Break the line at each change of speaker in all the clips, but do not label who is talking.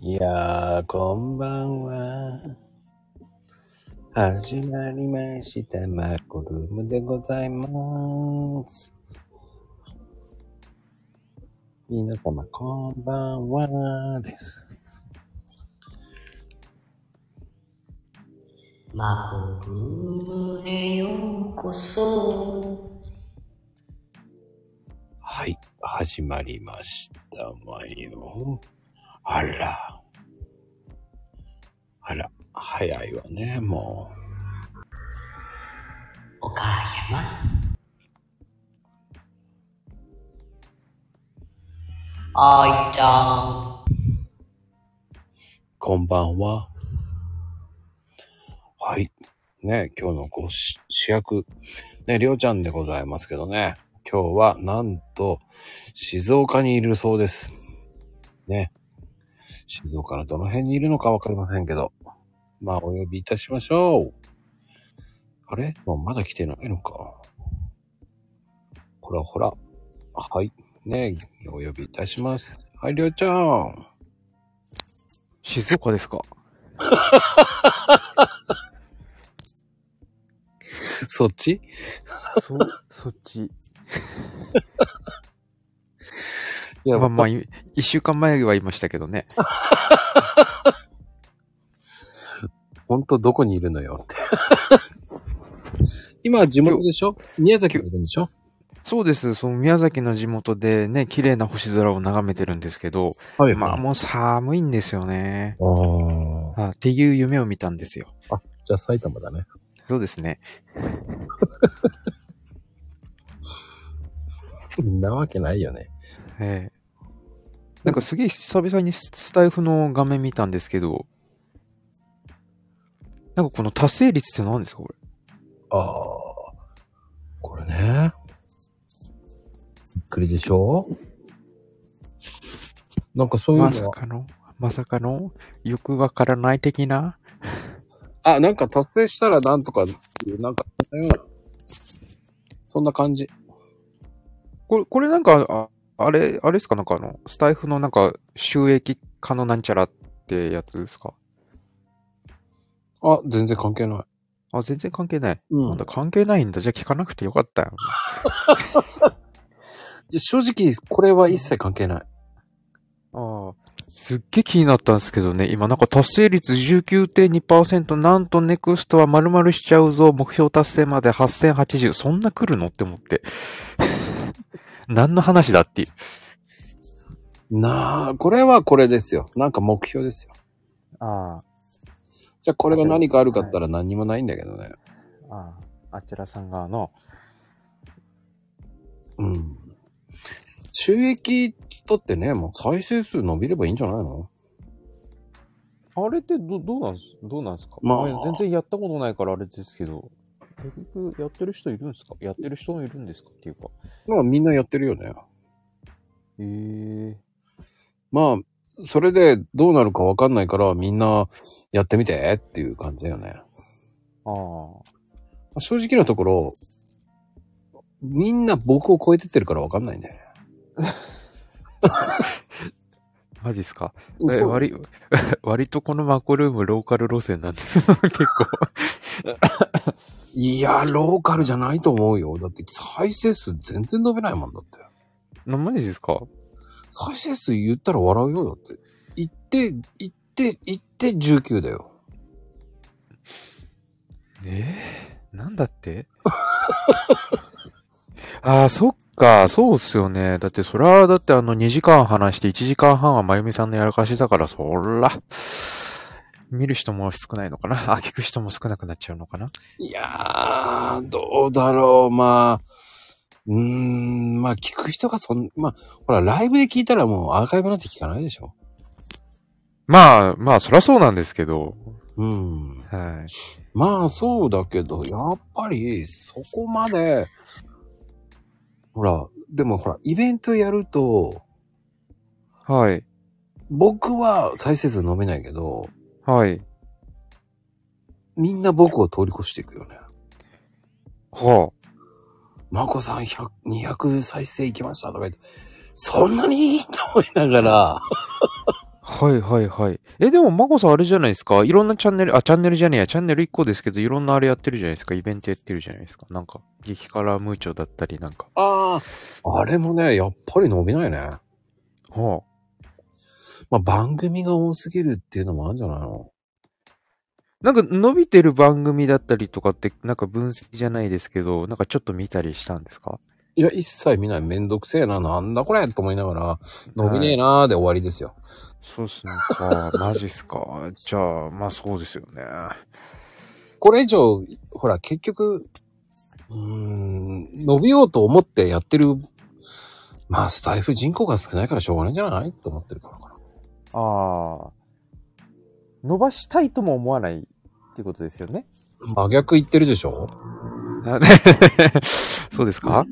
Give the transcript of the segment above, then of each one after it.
いやー、こんばんは。始まりました。マコルームでございます。皆様、こんばんはです。
マコルームへようこそ。
はい、始まりました。まよ。あら。あら、早いわね、も
う。お母様。あいちゃん。
こんばんは。はい。ね、今日のご主役、ね、りょうちゃんでございますけどね。今日はなんと静岡にいるそうです。ね。静岡のどの辺にいるのかわかりませんけど。まあ、お呼びいたしましょう。あれもうまだ来てないのか。ほらほら。はい。ねえ、お呼びいたします。はい、りょうちゃん。
静岡ですか
そっち
そ、そっち。いや、まあまあ、一週間前はいましたけどね。
本当どこにいるのよって 今地元でしょ宮崎にいるんでしょ
そうです。その宮崎の地元でね、綺麗な星空を眺めてるんですけど、はい、まあもう寒いんですよね。あっていう夢を見たんですよ。
あ、じゃあ埼玉だね。
そうですね。
なわけないよね。
ええ。なんかすげえ久々にスタイフの画面見たんですけど、なんかこの達成率って何ですかこれ。
ああ、これね。びっくりでしょなんかそういうの
まさかの、まさかの、よくわからない的な。
あ、なんか達成したらなんとかっていう、なんか、そんな感じ。
これ、これなんか、ああれ、あれですかなんかあの、スタイフのなんか収益化のなんちゃらってやつですか
あ、全然関係ない。
あ、全然関係ない。うん、なんだ、関係ないんだ。じゃあ聞かなくてよかったよ。
正直、これは一切関係ない。
ああ。すっげえ気になったんですけどね。今なんか達成率19.2%、なんとネクストは丸々しちゃうぞ。目標達成まで8080。そんな来るのって思って。 何の話だっていう。
なあ、これはこれですよ。なんか目標ですよ。
ああ。
じゃあこれが何かあるかったら何にもないんだけどね。
ああ、あちらさん側の。
うん。収益だってね、もう再生数伸びればいいんじゃないの
あれってど、どうなんす、どうなんすかまあ。全然やったことないからあれですけど。結局やってる人いるんですかやってる人もいるんですかっていうか。
まあみんなやってるよね。
へえー。
まあ、それでどうなるかわかんないからみんなやってみてっていう感じだよね。
ああ。
正直なところ、みんな僕を超えてってるからわかんないね。
マジっすかえ、割、 割とこのマコルームローカル路線なんです。 結構
いや、ローカルじゃないと思うよ。だって再生数全然伸びないもんだって。
な、マジですか
再生数言ったら笑うよ、だって。言って、言って、言って19だよ。
えー、なんだって ああ、そっか、そうっすよね。だって、そら、だってあの、2時間話して1時間半はまゆみさんのやらかしだから、そら、見る人も少ないのかなあ、聞く人も少なくなっちゃうのかない
やー、どうだろう、まあ、うーん、まあ、聞く人がそん、まあ、ほら、ライブで聞いたらもうアーカイブなんて聞かないでしょ
まあ、まあ、そらそうなんですけど。
うん。
はい。
まあ、そうだけど、やっぱり、そこまで、ほら、でもほら、イベントやると、
はい。
僕は再生数飲めないけど、
はい。
みんな僕を通り越していくよね。
はあ。
まこさん100、200再生いきましたとか言って、そんなにと思いながら、
はいはいはい。え、でも、まこさんあれじゃないですかいろんなチャンネル、あ、チャンネルじゃねえや、チャンネル1個ですけど、いろんなあれやってるじゃないですか。イベントやってるじゃないですか。なんか、激辛ムーチョだったり、なんか。
ああ。あれもね、やっぱり伸びないね。
はあ。
まあ、番組が多すぎるっていうのもあるんじゃないの
なんか、伸びてる番組だったりとかって、なんか分析じゃないですけど、なんかちょっと見たりしたんですか
いや、一切見ない。めんどくせえな。なんだこれと思いながら、伸びねえなーで終わりですよ。
そうっ すね。か、マジっすか。じゃあ、まあそうですよね。
これ以上、ほら、結局、うーん、伸びようと思ってやってる、まあ、スタイフ人口が少ないからしょうがないんじゃないと思ってるからかな。
ああ。伸ばしたいとも思わないっていうことですよね。
真逆言ってるでしょ
そうですか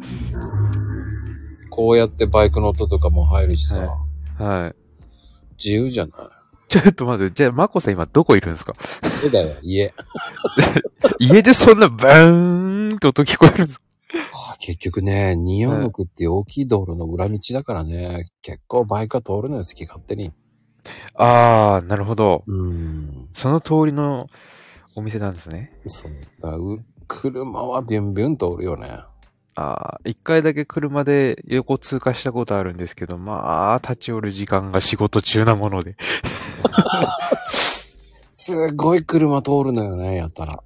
こうやってバイクの音とかも入るしさ、
はいはい。
自由じゃない
ちょっと待って、じゃあ、マコさん今どこいるんですか
家だよ、家。
家でそんなバーンって音聞こえるんですか
あ結局ね、246っていう大きい道路の裏道だからね、結構バイクが通るのよ、好き勝手に。
ああ、なるほど。
うん。
その通りのお店なんですね。
そうだ、う車はビュンビュン通るよね。
ああ、一回だけ車で横通過したことあるんですけど、まあ、立ち寄る時間が仕事中なもので。
すごい車通るのよね、やったら。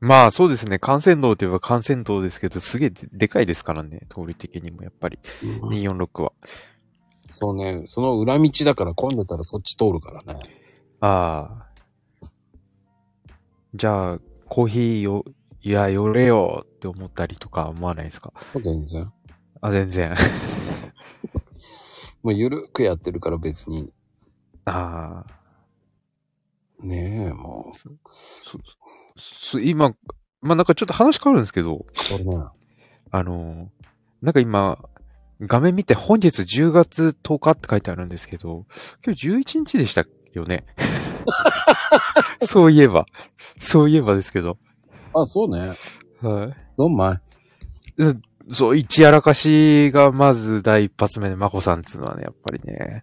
まあ、そうですね。幹線道といえば幹線道ですけど、すげえででかいですからね。通り的にも、やっぱり。246は。
そうね、その裏道だから混んでたらそっち通るからね。
ああ。じゃあ、コーヒーよ、いや、よれよって思ったりとか思わないですか
全然。
あ、全然。
もうゆるくやってるから別に。
ああ。
ねえ、もう。
そそ今、まあ、なんかちょっと話変わるんですけど、
これね。
あのー、なんか今、画面見て本日10月10日って書いてあるんですけど、今日11日でしたよ ね。そういえば。そういえばですけど。
あ、そうね。
はい。
どんまい。
そう、一やらかしがまず第一発目で、まこさんっつうのはね、やっぱりね。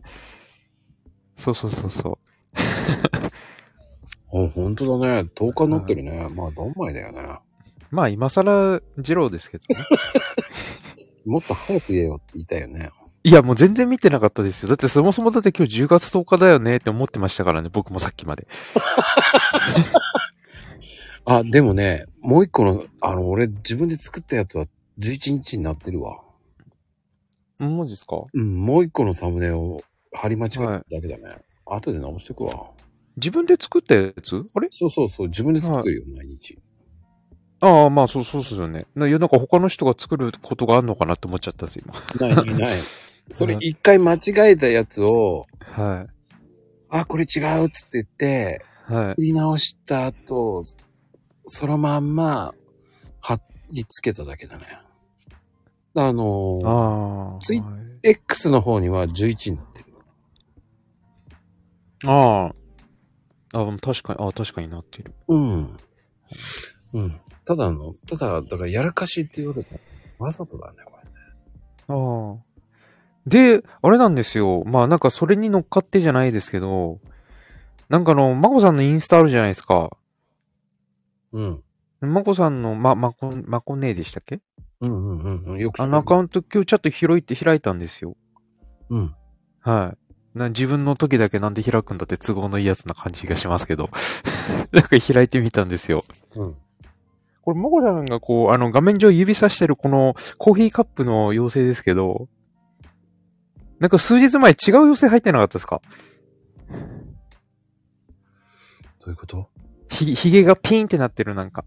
そうそうそうそう。
あ、ほんとだね。10日になってるね。まあ、どんまいだよね。
まあ、今更、二郎ですけど ね。
もっと早く言えよって言いたいよね。
いや、もう全然見てなかったですよ。だってそもそもだって今日10月10日だよねって思ってましたからね、僕もさっきまで。
あ、でもね、もう一個の、あの、俺自分で作ったやつは11日になってるわ。
マジですか
うん、もう一個のサムネを貼り間違えただけだね。後で直してくわ。
自分で作ったやつあれ
そうそうそう、自分で作ってるよ、毎日。
ああ、まあそうそうですよね。ないや、なんか他の人が作ることがあるのかなって思っちゃったんです、今。
ないないない。 それ一回間違えたやつを、
は
あ、これ違うっつって言って、
い。はい。
言り直した後、そのまんま貼り付けただけだね。あのー
ああ。
ツイ
はい
X の方には11になってる。
ああ。あ、確かに、ああ、確かになってる。
うん。うん。ただの、ただ、だからやらかしって言われた。わざとだね、これ。
ああ。で、あれなんですよ。まあなんかそれに乗っかってじゃないですけど、なんかあの、まこさんのインスタあるじゃないですか。
うん。
まこさんの、ま、まこ、まこねえでしたっけ
うんうんうんうん。よく知っ
あ
てる
のアカウント今日ちょっと広いって開いたんですよ。
うん。
はい。な自分の時だけなんで開くんだって都合のいいやつな感じがしますけど。 なんか開いてみたんですよ。
うん。
これ、まこさんがこう、あの画面上指さしてるこのコーヒーカップの妖精ですけど、なんか数日前違う妖精入ってなかったですか
どういうこと
ひ、ひげがピーンってなってるなんか。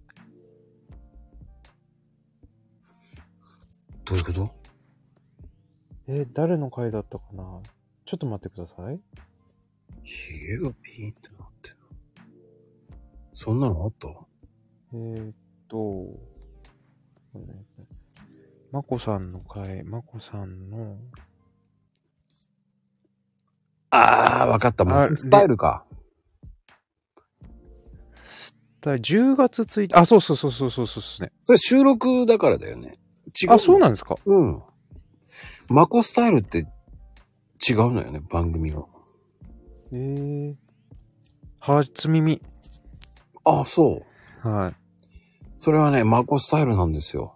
どういうこと
え誰の回だったかなちょっと待ってください。
ひげがピーンってなってる。そんなのあった
えー、っと、まこさんの回、まこさんの、
あー、わかった。も
あ
うスタイルか。
だ10月1日、あ、そうそうそうそうそうそうですね。
それ収録だからだよね。違う。
あ、そうなんんですか
うん。マコスタイルって違うのよね、番組が。
えー。初耳。
あ、そう。
はい。
それはね、マコスタイルなんですよ。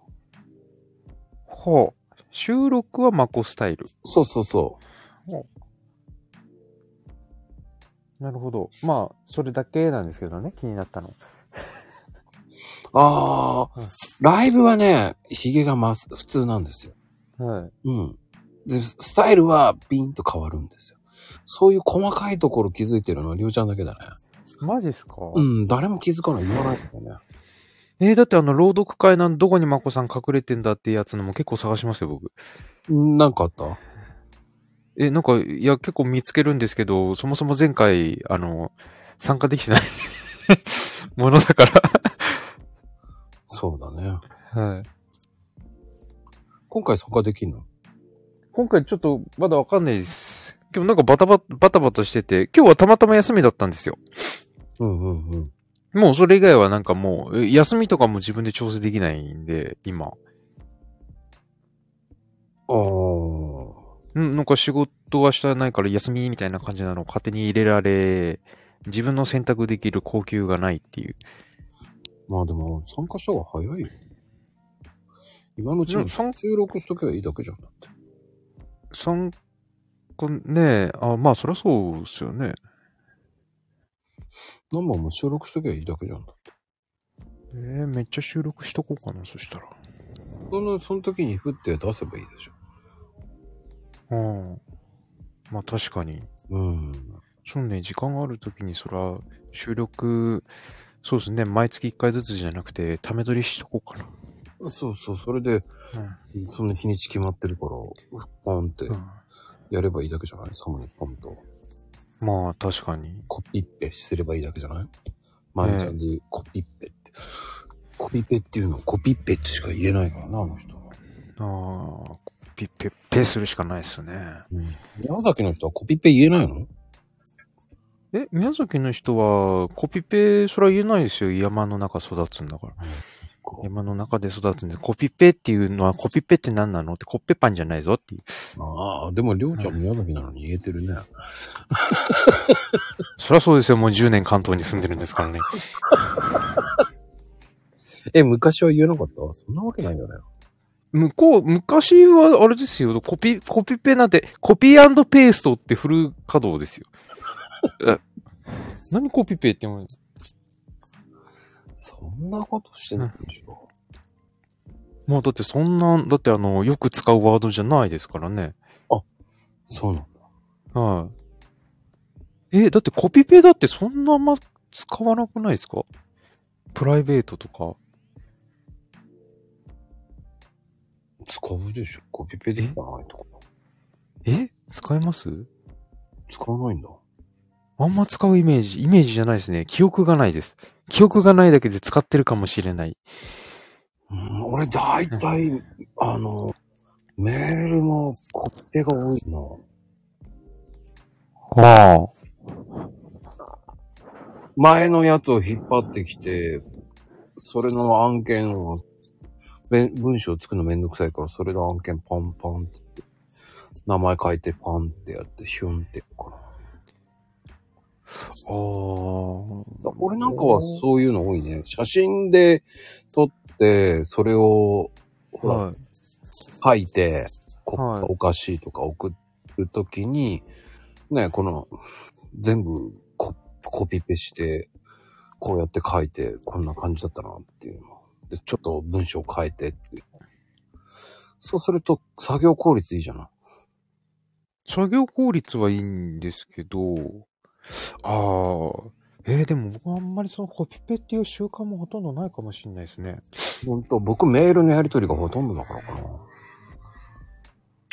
ほう。収録はマコスタイル。
そうそうそ
なるほど。まあ、それだけなんですけどね、気になったの。
う。ああ、ライブはね、ヒゲがま普通なんですよ。
はい。
うん。で、スタイルはピンと変わるんですよ。そういう細かいところ気づいてるのはりょうちゃんだけだね。
マジっすか、
うん、誰も気づかない、言わないんだよね。
えー、だってあの、朗読会なんどこにマコさん隠れてんだってやつのも結構探しますよ、僕。
んなんかあった
え、なんか、いや、結構見つけるんですけど、そもそも前回、あの、参加できてない ものだか
そうだね。
ら。はい。
今回参加できんの
今回ちょっと、まだわかんないです。今日なんかバタバタ、バタバタしてて、今日はたまたま休みだったんですよ。
うんうんうん。
もうそれ以外はなんかもう、え休みとかも自分で調整できないんで、今。
ああ。
うん、なんか仕事はしたないから休みみたいな感じなのを勝手に入れられ、自分の選択できる高級がないっていう。
まあでも、参加した方が早いよ。今のうち
うん
に
参
収録しとけばいいだけじゃん。だって
参加ねえ、あ、まあそりゃそうですよね。
何本も収録しとけばいいだけじゃん。だって
えー、めっちゃ収録しとこうかな、そしたら。
その、その時に振って出せばいいでしょ。
うん。まあ確かに。
うん。
そうね、時間がある時にそら、収録、そうですね、毎月1回ずつじゃなくて、ため撮りしとこうか
そうそう、それで、
な。
その日にち決まってるから、ポンって
うん。うん
やればいいだけじゃないサムにポンと。
まあ、確かに。
コピッペすればいいだけじゃないマンちゃんで言うコピッペって。コピペっていうのをコピッペってしか言えないからな、あの人は。
ああ、ピッペッペするしかないですね。
うん。宮崎の人はコピペ言えないの
え、宮崎の人は、コピペ、それは言えないですよ。山の中育つんだから。山の中で育つんで、コピペっていうのは、コピペって何なのって、コッペパンじゃないぞっていう。
ああ、でもりょうちゃん宮崎なのに言えてるね。
そりゃそうですよ。もう10年関東に住んでるんですからね。
え、昔は言えなかったそんなわけないよね。
向こう、昔はあれですよ。コピ、コピペなんて、コピーペーストってフル稼働 ですよ。え何コピペって思う
そんなことしてないでしょ。
まあだってそんな、だってあの、よく使うワードじゃないですからね。
そうなの。
はい。え、だってコピペだってそんなあんま使わなくないですかプライベートとか。
使うでしょ。コピペできたらないとか。
え使えます
使わないんだ。
あんま使うイメージ、イメージじゃないですね。記憶がないです。記憶がないだけで使ってるかもしれない。
うん、俺大体、あの、メールのコピペが多いな。
あ
前のやつを引っ張ってきて、それの案件を、べん文章作るのめんどくさいから、それの案件ポンポンってって、名前書いてパンってやって、ヒュンってやるから。
あ。ああ。
俺なんかはそういうの多いね。写真で撮って、それを、ほら、
はい。
書いて、ここ
はい
がおかしいとか送るときに、ね、この、全部ココピペして、こうやって書いて、こんな感じだったなっていうの。で、ちょっと文章を変えてっていう。そうすると、作業効率いいじゃない。
作業効率はいいんですけど、ああ。えーでも僕はあんまりそのコピペっていう習慣もほとんどないかもしれないですね。
ほんと、僕メールのやりとりがほとんどだからかな。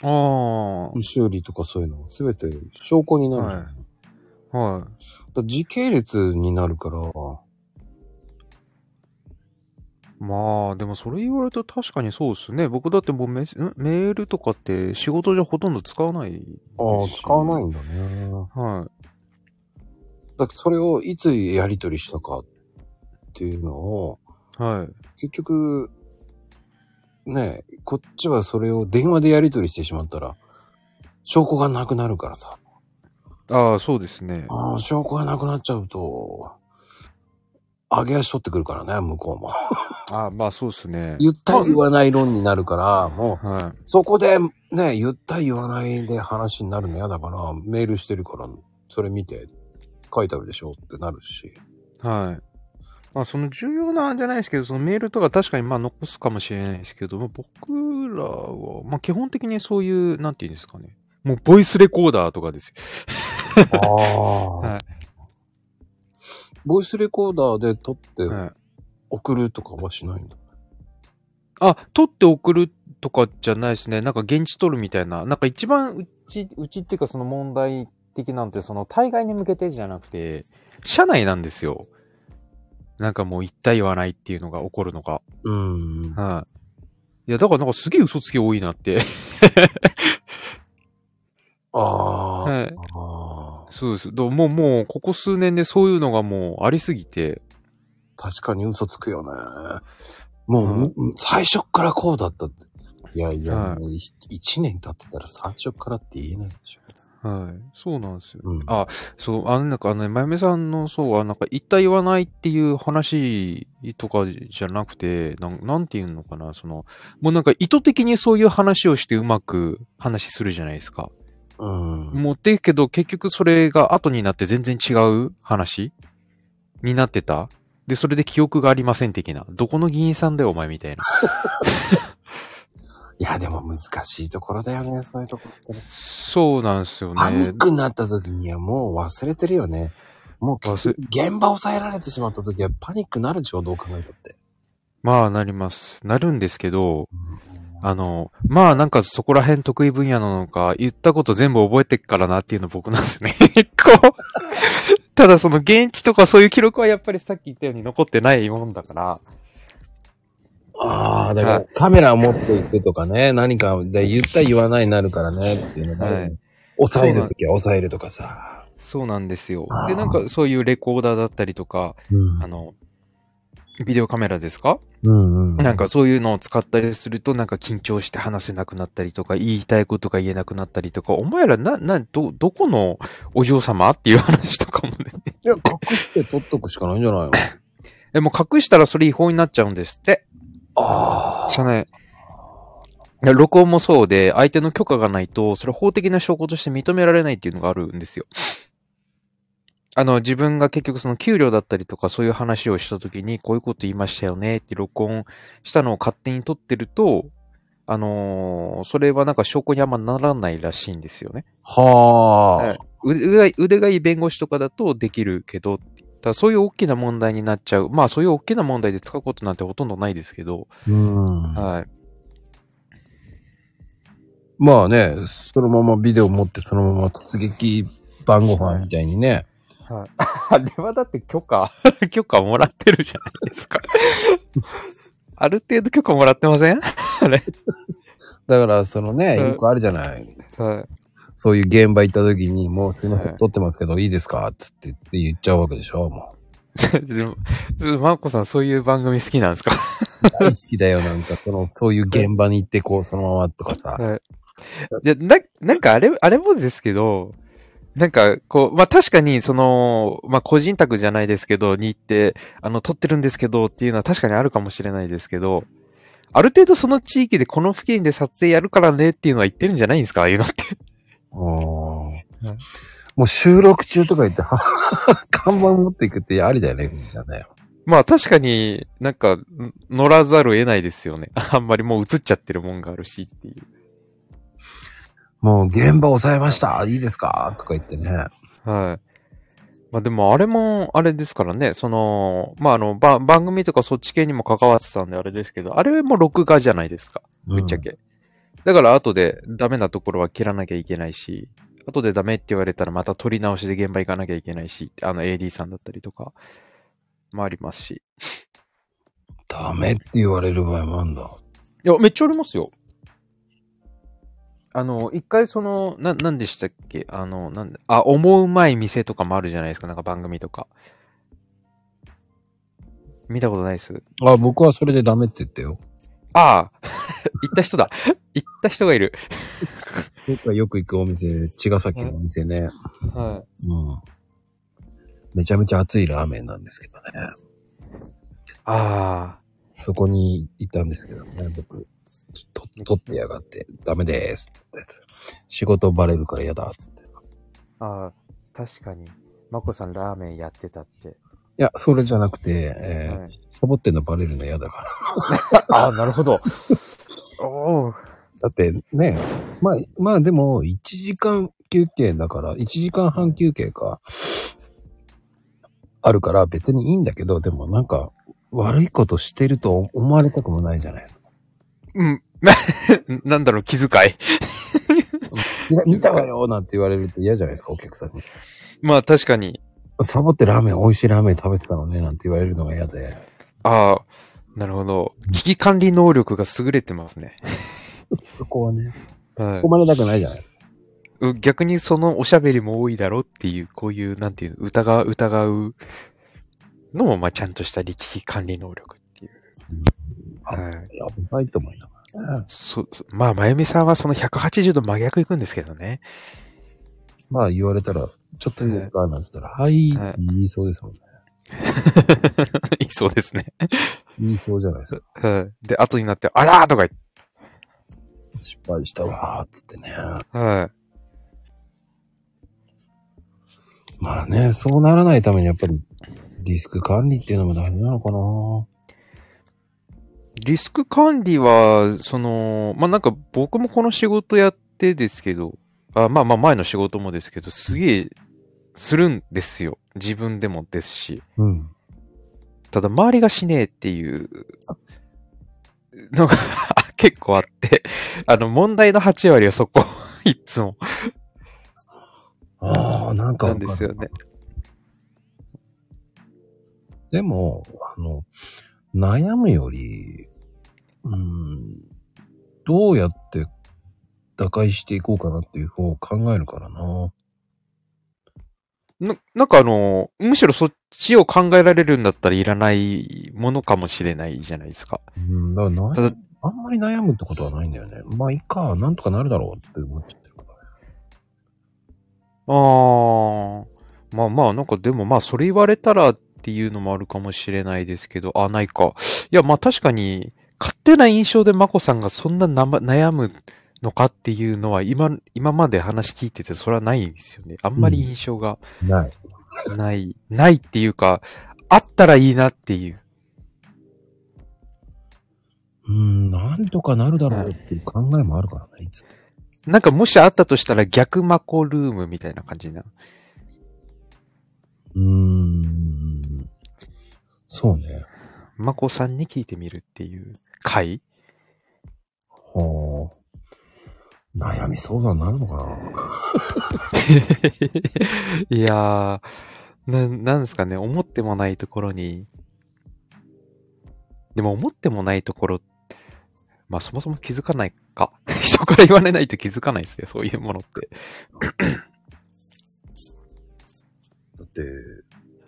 あ
修理とかそういうの、すべて証拠になるじゃない。
はいあ。はい。
だから時系列になるから、
まあ、でもそれ言われると確かにそうですね。僕だってもうメスんメールとかって仕事じゃほとんど使わないですし。
ああ、使わない
い
んだね。
は
だからそれをいつやり取りしたかっていうのを、
い。はい。
結局、ねえ、こっちはそれを電話でやり取りしてしまったら、証拠がなくなるからさ。
ああ、そうですね。
ああ、証拠がなくなっちゃうと、上げ足取ってくるからね、向こうも。
ああ、まあそうですね。
言った言わない論になるから、もう、
は
そこでね、言った言わないで話になるの嫌だから、メールしてるから、それ見て、書いてあるでしょってなるし。
い。はい。まあその重要なんじゃないですけど、そのメールとか確かにまあ残すかもしれないですけど、まあ僕らは、まあ基本的にそういう、なんて言うんですかね。もうボイスレコーダーとかですよ。
ああ、
はい
ボイスレコーダーで撮って
はい。
送るとかはしないんだ。
あ、撮って送るとかじゃないですね。なんか現地撮るみたいな。なんか一番うち、うちっていうかその問題的なんて、その対外に向けてじゃなくて、社内なんですよ。なんかもう言った言わないっていうのが起こるのが。
うん。
はい。いや、だからなんかすげえ嘘つき多いなって。
ああ、
はい。
ああ
そうです。どうもう、もう、ここ数年でそういうのがもうありすぎて。
確かに嘘つくよね。もう、最初っからこうだったって。いやいや、
はい
もうい一年経ってたら最初っからって言えないでしょ。
はい。そうなんですよ。
うん
あそう、あの、なんかあのね、まゆめさんの、そう、あのなんか、言った言わないっていう話とかじゃなくて、なん、なんていうのかな、その、もうなんか意図的にそういう話をしてうまく話するじゃないですか。
うん。
持っていくけど、結局それが後になって全然違う話になってた。で、それで記憶がありません的な。どこの議員さんだよ、お前みたいな。
いや、でも難しいところだよね、そういうところってね、
そうなんですよ
パニ
ね
ッ。クになった時にはもう忘れてるよね。もう
忘れ
現場抑えられてしまった時はパニックになるでしょ、どう考えたって。
まあ、なります。なるんですけど、あの、まあ、なんかそこら辺得意分野なのか、言ったこと全部覚えてっからなっていうの僕なんですよね。 結構。ただ、その現地とかそういう記録はやっぱりさっき言ったように残ってないもんだから。
ああ、だか
は
らカメラ持っていくとかね、何かで言った言わないになるからねっていうのがあるよね、
はい
抑えるときは抑えるとかさ。
そうなんですよ
あー。
で、なんかそういうレコーダーだったりとか、
うん
あの、ビデオカメラですか
うんうん。
なんかそういうのを使ったりすると、なんか緊張して話せなくなったりとか、言いたいことが言えなくなったりとか、お前らな、な、ど、どこのお嬢様っていう話とかもね。
いや、隠して取っとくしかないんじゃないの
でも隠したらそれ違法になっちゃうんですって。
ああ。
社内。いや録音もそうで、相手の許可がないと、それ法的な証拠として認められないっていうのがあるんですよ。あの、自分が結局その給料だったりとかそういう話をした時に、こういうこと言いましたよねって録音したのを勝手に撮ってると、あのーそれはなんか証拠にあんまならないらしいんですよね。
はあ、
はい腕が腕がいい弁護士とかだとできるけど、ただそういう大きな問題になっちゃう。まあそういう大きな問題で使うことなんてほとんどないですけど、
うん。
はい。
まあね、そのままビデオ持ってそのまま突撃晩ご飯みたいにね。
はい、 あれはだって許可、 許可もらってるじゃないです か。ある程度許可もらってません
だからそのね、
うん
よくあるじゃない。
は
そういう現場行った時に、もうすいませ
は
ん、
い
撮ってますけどいいですかつってって言っちゃうわけでしょ、も
い。マコさん、そういう番組好きなんですか
う。大好きだよ、 なんか、その、そういう現場に行ってこう、そのままとかさ。
はい。いや、な、なんかあれ、あれもですけど、なんか、こう、まあ、確かに、その、まあ、個人宅じゃないですけど、に行って、あの、撮ってるんですけどっていうのは確かにあるかもしれないですけど、ある程度その地域でこの付近で撮影やるからねっていうのは言ってるんじゃないんですかああいうのって。
もう
はい
もう収録中とか言って、はは看板持っていくってありだよね、みんなね。
まあ確かになんかん乗らざるを得ないですよね。あんまりもう映っちゃってるもんがあるしっていう。
もう現場抑えました、いいですかとか言ってね。
はい。まあでもあれも、あれですからね、その、まああの、ば番組とかそっち系にも関わってたんであれですけど、あれも録画じゃないですか。ぶっちゃけ。だから後でダメなところは切らなきゃいけないし、後でダメって言われたらまた撮り直しで現場行かなきゃいけないし、あの AD さんだったりとか、もありますし。
ダメって言われる場合もあんだ。
いや、めっちゃありますよ。あの、一回その、な、なんでしたっけあの、なんで、あ、思うまい店とかもあるじゃないですか、なんか番組とか。見たことないです。
あ、僕はそれでダメって言ったよ。
ああ、行った人だ。行った人がいる。
僕はよく行くお店、茅ヶ崎のお店ね。
は
うん。めちゃめちゃ熱いラーメンなんですけどね。
い。ああ、
そこに行ったんですけどね、僕。と、取ってやがって、ダメですって言って。仕事バレるから嫌だっつって。い
ああ、確かに。まこさんラーメンやってたって。
や、それじゃなくて、えー
はい、
サボってんのバレるの嫌だから。
ああ、なるほど。おお。
だってね、まあ、まあでも、1時間休憩だから、1時間半休憩か、あるから別にいいんだけど、でもなんか、悪いことしてると思われたくもないじゃないですか。
うん。 なんだろう、気遣い。
いや見たわよなんて言われると嫌じゃないですか、お客さんに。
まあ確かに。
サボってラーメン、美味しいラーメン食べてたのね、なんて言われるのが嫌で。
ああ、なるほど。危機管理能力が優れてますね。
そこはね、
はい
困られたくないじゃないですか。
う逆にそのおしゃべりも多いだろっていう、こういう、なんていうの、疑う、疑うのも、まあ、ちゃんとした力機管理能力っていう。
あ
はい。
やばいと思いながらね。
そ、そまあ、まゆみさんはその180度真逆行くんですけどね。
まあ言われたら、ちょっといいですかなんつったら、はい、
はい
言いそうですもんね。
いい そうですね。
言いそうじゃないですか。
はい。で、後になって、あらーとか言って、
失敗したわーっつってね。
は。
まあね、そうならないためにやっぱりリスク管理っていうのも大事なのかない
リスク管理は、その、まあ、なんか僕もこの仕事やってですけど、あまあまあ前の仕事もですけど、すげえ、するんですよ。自分でもですし。
うん。
ただ周りがしねえっていうのが 結構あって、あの問題の8割はそこ、 いつも
ああ、なんか
な
わ
ん
かる
ですよね。
でも、あの、悩むより、うん、どうやって打開していこうかなっていう方を考えるからな。
ななんかあの、むしろそっちを考えられるんだったらいらないものかもしれないじゃないですか。
うん、だから悩む
ただ、
あんまり悩むってことはないんだよね。まあ、いいか、なんとかなるだろうって思っちゃってるから。
あー、まあまあ、なんかでもまあそれ言われたらっていうのもあるかもしれないですけど、あ、ないか。いや、まあ確かに、勝手な印象でマコさんがそんななま悩むのかっていうのは今、今まで話聞いててそれはないんですよね。あんまり印象が
ない。
ない、ないっていうか、あったらいいなっていう。
うん、なんとかなるだろうっていう考えもあるからね、いつも
なんかもしあったとしたら逆マコルームみたいな感じな。
うーん。そうね。
マコさんに聞いてみるっていう回
はあ。悩み相談になるのかない
やー、な、なんですかね、思ってもないところに、でも思ってもないところ、まあそもそも気づかないか。 人から言われないと気づかないですね、そういうものって。
だって、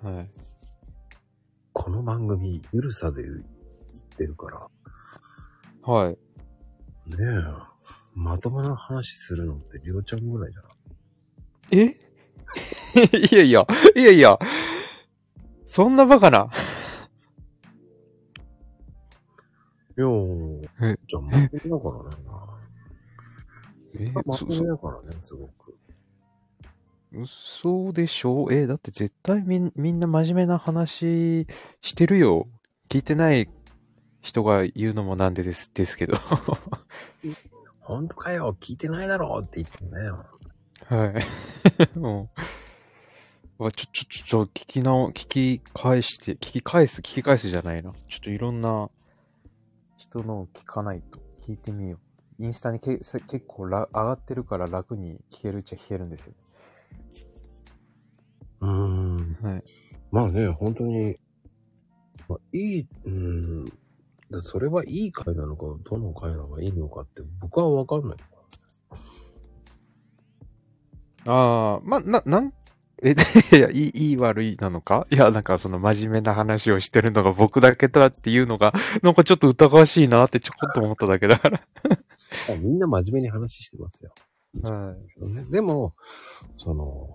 はい。
この番組、ゆるさで言ってるか
はい。
ら、ねえ、まともな話するのってりょうちゃんぐらいじゃない
え いやいや、いやいや、そんなバカな。
いやー
え
じゃあ、真面目だからね。
え
まあ
そ
真面目だからね、すごく。
そうでしょうえだって絶対みんみんな真面目な話してるよ。聞いてない人が言うのもなんでです、ですけど。は
ほんとかよ、聞いてないだろうって言ってね。
い。もう。うわちょ、ちょ、ちょ、ちょ、聞きなお、聞き返して、聞き返す、聞き返すじゃないな。ちょっといろんな人のを聞かないと。聞いてみよう。インスタにけせ結構ら上がってるから楽に聞けるっちゃ聞けるんですよ。
うーん。
はい。
まあね、本当に、まあ、いい、うーん、だそれはいい回なのか、どの回なのがいいのかって、僕はわかんない。
ああ、まあ、な、なん、え、 でいや、いい、いい悪いなのかいや、なんかその真面目な話をしてるのが僕だけだっていうのが、 なんかちょっと疑わしいなってちょこっと思っただけだから。
あみんな真面目に話してますよ。
は
ね。でも、その、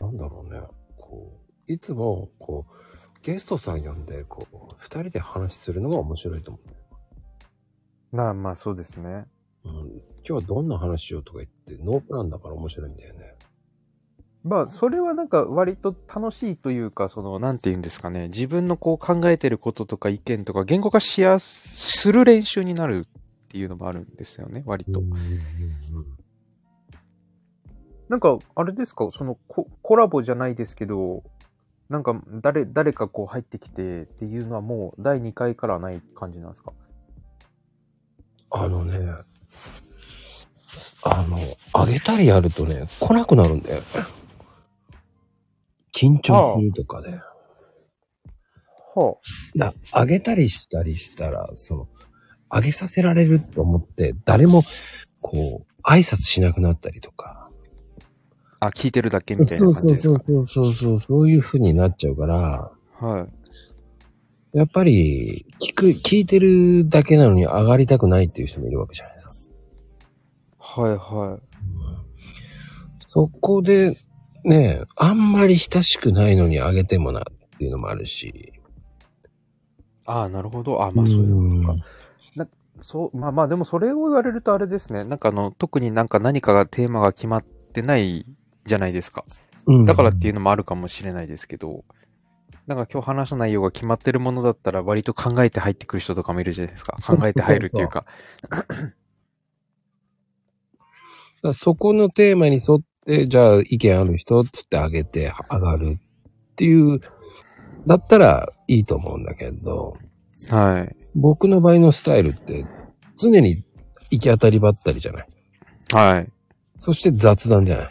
なんだろうね、こう、いつも、こう、ゲストさん呼んで、こう、二人で話するのが面白いと思う。
い。まあまあ、そうですね。
うん、今日はどんな話しようとか言って、ノープランだから面白いんだよね。
まあ、それはなんか割と楽しいというか、その、なんて言うんですかね。自分のこう考えてることとか意見とか言語化しやす、する練習になるっていうのもあるんですよね、割と。なんか、あれですか、そのコ、コラボじゃないですけど、なんか、誰、誰かこう入ってきてっていうのはもう第2回からはない感じなんですか
あのね、あの、あげたりやるとね、来なくなるんだよ。緊張するとかね。
は
だあげたりしたりしたら、その、あげさせられると思って、誰も、こう、挨拶しなくなったりとか。
あ。あ、聞いてるだけみたいな
そ
感
う
じ
そ
で
うそ
すか
うそうそうそう、そういう風になっちゃうから、
はい。
やっぱり、聞く、聞いてるだけなのに上がりたくないっていう人もいるわけじゃないですか。
はいは
そこで、ね、あんまり親しくないのにあげてもなっていうのもあるし。
い。ああ、なるほど。ああ、まあそういうことか。そう、まあまあでもそれを言われるとあれですね。なんかあの、特になんか何かがテーマが決まってないじゃないですか。
うん
だからっていうのもあるかもしれないですけど、なんか今日話した内容が決まってるものだったら割と考えて入ってくる人とかもいるじゃない ですか。
そうそうそう
考えて入るっていうか。
だからそこのテーマに沿って、じゃあ意見ある人っつってあげて上がるっていう、だったらいいと思うんだけど、
はい。
僕の場合のスタイルって常に行き当たりばったりじゃない。
はい。
そして雑談じゃない。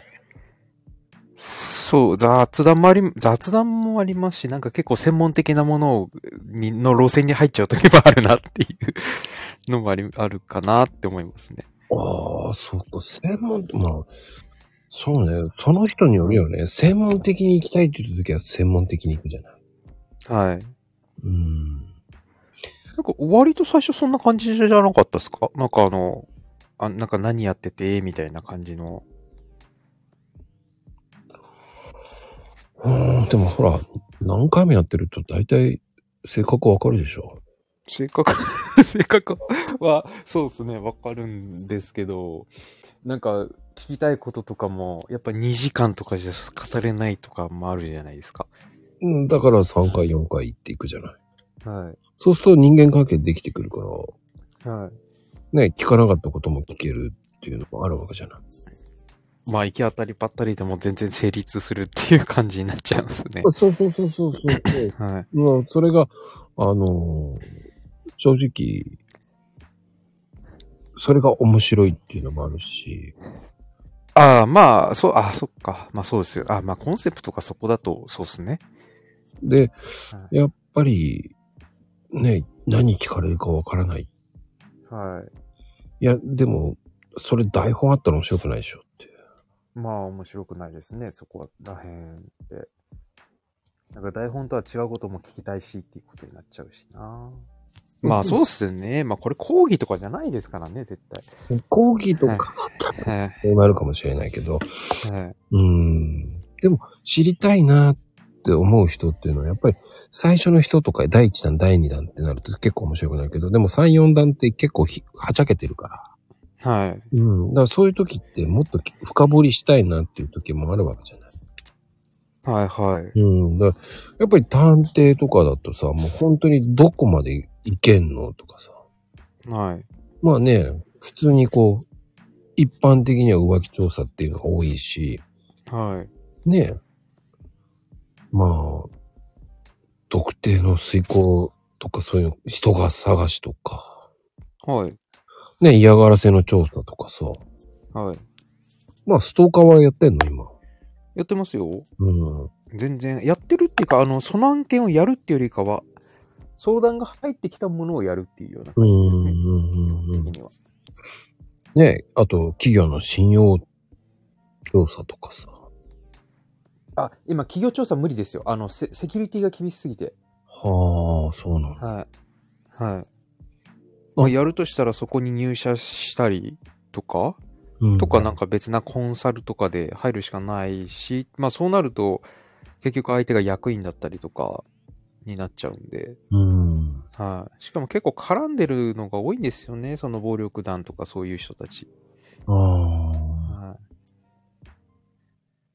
そう、雑談もあり、雑談もありますし、なんか結構専門的なものを、に、の路線に入っちゃうときもあるなっていうのもあり、あるかなって思いますね。
ああ、そうか、専門、まあ、そうね、その人によるよね。専門的に行きたいって言った時は専門的に行くじゃない。
はい。
うん。
なんか割と最初そんな感じじゃなかったですかなんかあの、あ、なんか何やってて、みたいな感じの。
うーん、でもほら、何回もやってると大体性格わかるでしょ。
性格、 性格は、そうですね、わかるんですけど、なんか、聞きたいこととかも、やっぱ2時間とかじゃ語れないとかもあるじゃないですか。
うん、だから3回4回行っていくじゃない。
は
そうすると人間関係できてくるから、
い。はい。
ね、聞かなかったことも聞けるっていうのもあるわけじゃない。
まあ、行き当たりばったりでも全然成立するっていう感じになっちゃうんですね。
そうそうそうそうそう そう。
はい。
まあ、それが、あのー正直、それが面白いっていうのもあるし、
ああ、まあ、そう、ああ、そっか。まあそうですよ。ああ、まあコンセプトがそこだと、そうですね。
で、
は
やっぱり、ね、何聞かれるかわからない。
はい。
いや、でも、それ台本あったら面白くないでしょって。
まあ面白くないですね、そこら辺で。なんか台本とは違うことも聞きたいしっていうことになっちゃうしな。まあそうっすよね。まあこれ講義とかじゃないですからね、絶
講義とかだったら
対。はい。
そうなるかもしれないけど、
はい。
うん。でも、知りたいなって思う人っていうのは、やっぱり最初の人とか、第1弾、第2弾ってなると結構面白くなるけど、でも3、4弾って結構ひはちゃけてるから。
はい。
うん。だからそういう時ってもっと深掘りしたいなっていう時もあるわけじゃない。
はいはい。
うん。だからやっぱり探偵とかだとさ、もう本当にどこまでいけんのとかさ。
はい。
まあね、普通にこう、一般的には浮気調査っていうのが多いし、
はい。
ねえ。まあ、特定の遂行とかそういうの、人が探しとか、
はい。
ねえ嫌がらせの調査とかさ。
はい。
まあ、ストーカーはやってんの、今。
やってますよ。
うん。
全然、やってるっていうか、あの、その案件をやるっていうよりかは、相談が入ってきたものをやるっていうような
う
感じ
ん
で
う
す
ん
ね。
うんうん。
的には。
ねえあと、企業の信用調査とかさ。
あ、今、企業調査無理ですよ。あの、セセキュリティが厳しすぎて。
はあ、そうなの。
はい。はい。まあ、やるとしたらそこに入社したりとか、
うん
とかなんか別なコンサルとかで入るしかないし、まあそうなると結局相手が役員だったりとかになっちゃうんで、
うん。
はい。しかも結構絡んでるのが多いんですよね、その暴力団とかそういう人たち。
ああ。
はい。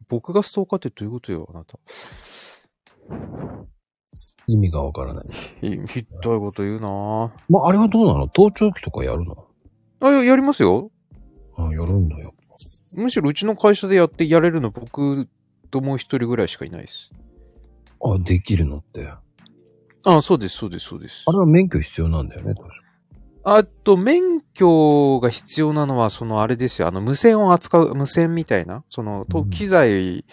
僕がストーカーってどういうことよ、あなた。
意味がわからない。
いひどいこと言うな
まあ、あれはどうなの盗聴器とかやるの
ぁ。あ、ややりますよ。
あやるんだよ。
むしろうちの会社でやって、やれるの僕ともう一人ぐらいしかいないです。
あ、できるのって。あ
あそうです、そうです、そうです。
れは免許必要なんだよね、確か。
あと、免許が必要なのは、そのあれですよ。あの、無線を扱う、無線みたいな、その、と
うん
機材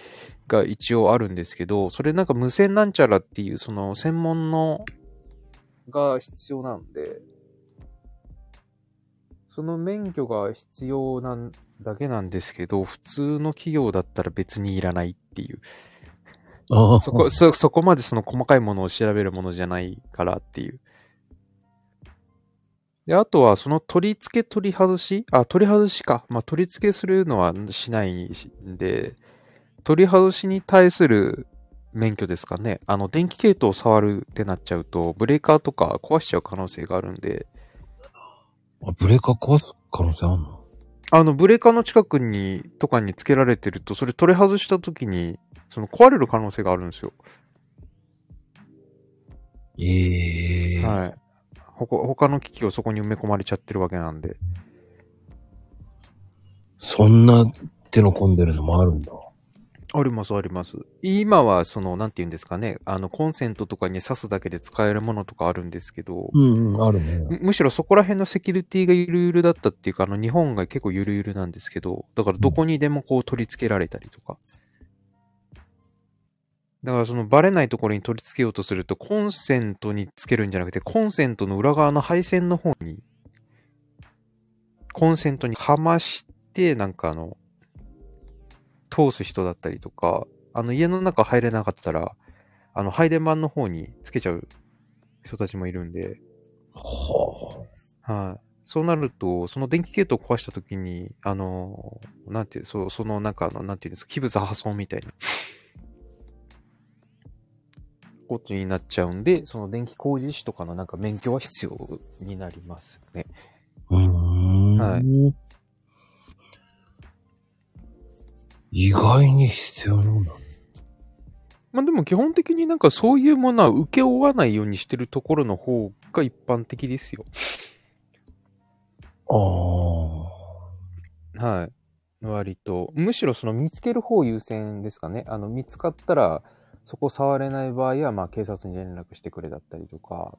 が一応あるんですけど、それなんか無線なんちゃらっていう、その、専門の、が必要なんで、その免許が必要なんだけなんですけど、普通の企業だったら別にいらないっていう。
ああ。
そこ、そ、そこまでその細かいものを調べるものじゃないからっていう。で、あとはその取り付け取り外しあ、取り外しか。まあ、取り付けするのはしないんで、取り外しに対する免許ですかね。あの、電気系統を触るってなっちゃうと、ブレーカーとか壊しちゃう可能性があるんで、
あブレーカー壊す可能性あんの
あの、ブレーカーの近くに、とかに付けられてると、それ取り外した時に、その壊れる可能性があるんですよ。
ええ
はい。ほこ他の機器をそこに埋め込まれちゃってるわけなんで。
そんな手の込んでるのもあるんだ。
あります、あります。今は、その、なんて言うんですかね。あの、コンセントとかに挿すだけで使えるものとかあるんですけど、
うん、うん、あるね。
むむしろそこら辺のセキュリティがゆるゆるだったっていうか、あの、日本が結構ゆるゆるなんですけど、だからどこにでもこう取り付けられたりとか。だからそのバレないところに取り付けようとすると、コンセントにつけるんじゃなくて、コンセントの裏側の配線の方に、コンセントにかまして、なんかあの、通す人だったりとか、あの、家の中入れなかったら、あの、配電盤の方につけちゃう人たちもいるんで、
は
はい。そうなると、その電気系統を壊したときに、あの、なんていう、そうその、なんかあの、なんていうんですか、器物破損みたいな。ことになっちゃうんで、その電気工事士とかのなんか免許は必要になりますね。
あ。うーん。
はい
意外に必要なんだ。
まあでも基本的になんかそういうものは受け負わないようにしてるところの方が一般的ですよ。
ああ。
はい。割と。むしろその見つける方優先ですかね。あの、見つかったら、そこ触れない場合は、まあ警察に連絡してくれだったりとか、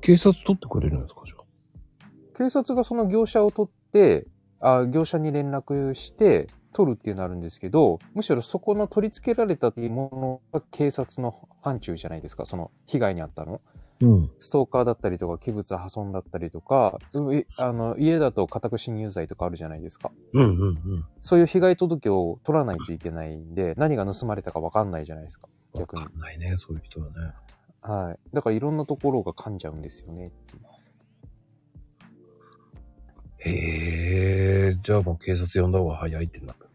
警察取ってくれるんですか、じゃあ。
警察がその業者を取って、あ業者に連絡して、取るっていうのあるんですけど、むしろそこの取り付けられたっていうものが警察の範疇じゃないですか、その被害に遭ったの。
うん。
ストーカーだったりとか、器物破損だったりとか、ういあの家だと家宅侵入罪とかあるじゃないですか。
うんうんうん。
そういう被害届を取らないといけないんで、何が盗まれたか分かんないじゃないですか、
わ
逆に
か。んないね、そういう人はね。
はい。だからいろんなところが噛んじゃうんですよね。
へえ、じゃあもう警察呼んだ方が早いってなるんだ。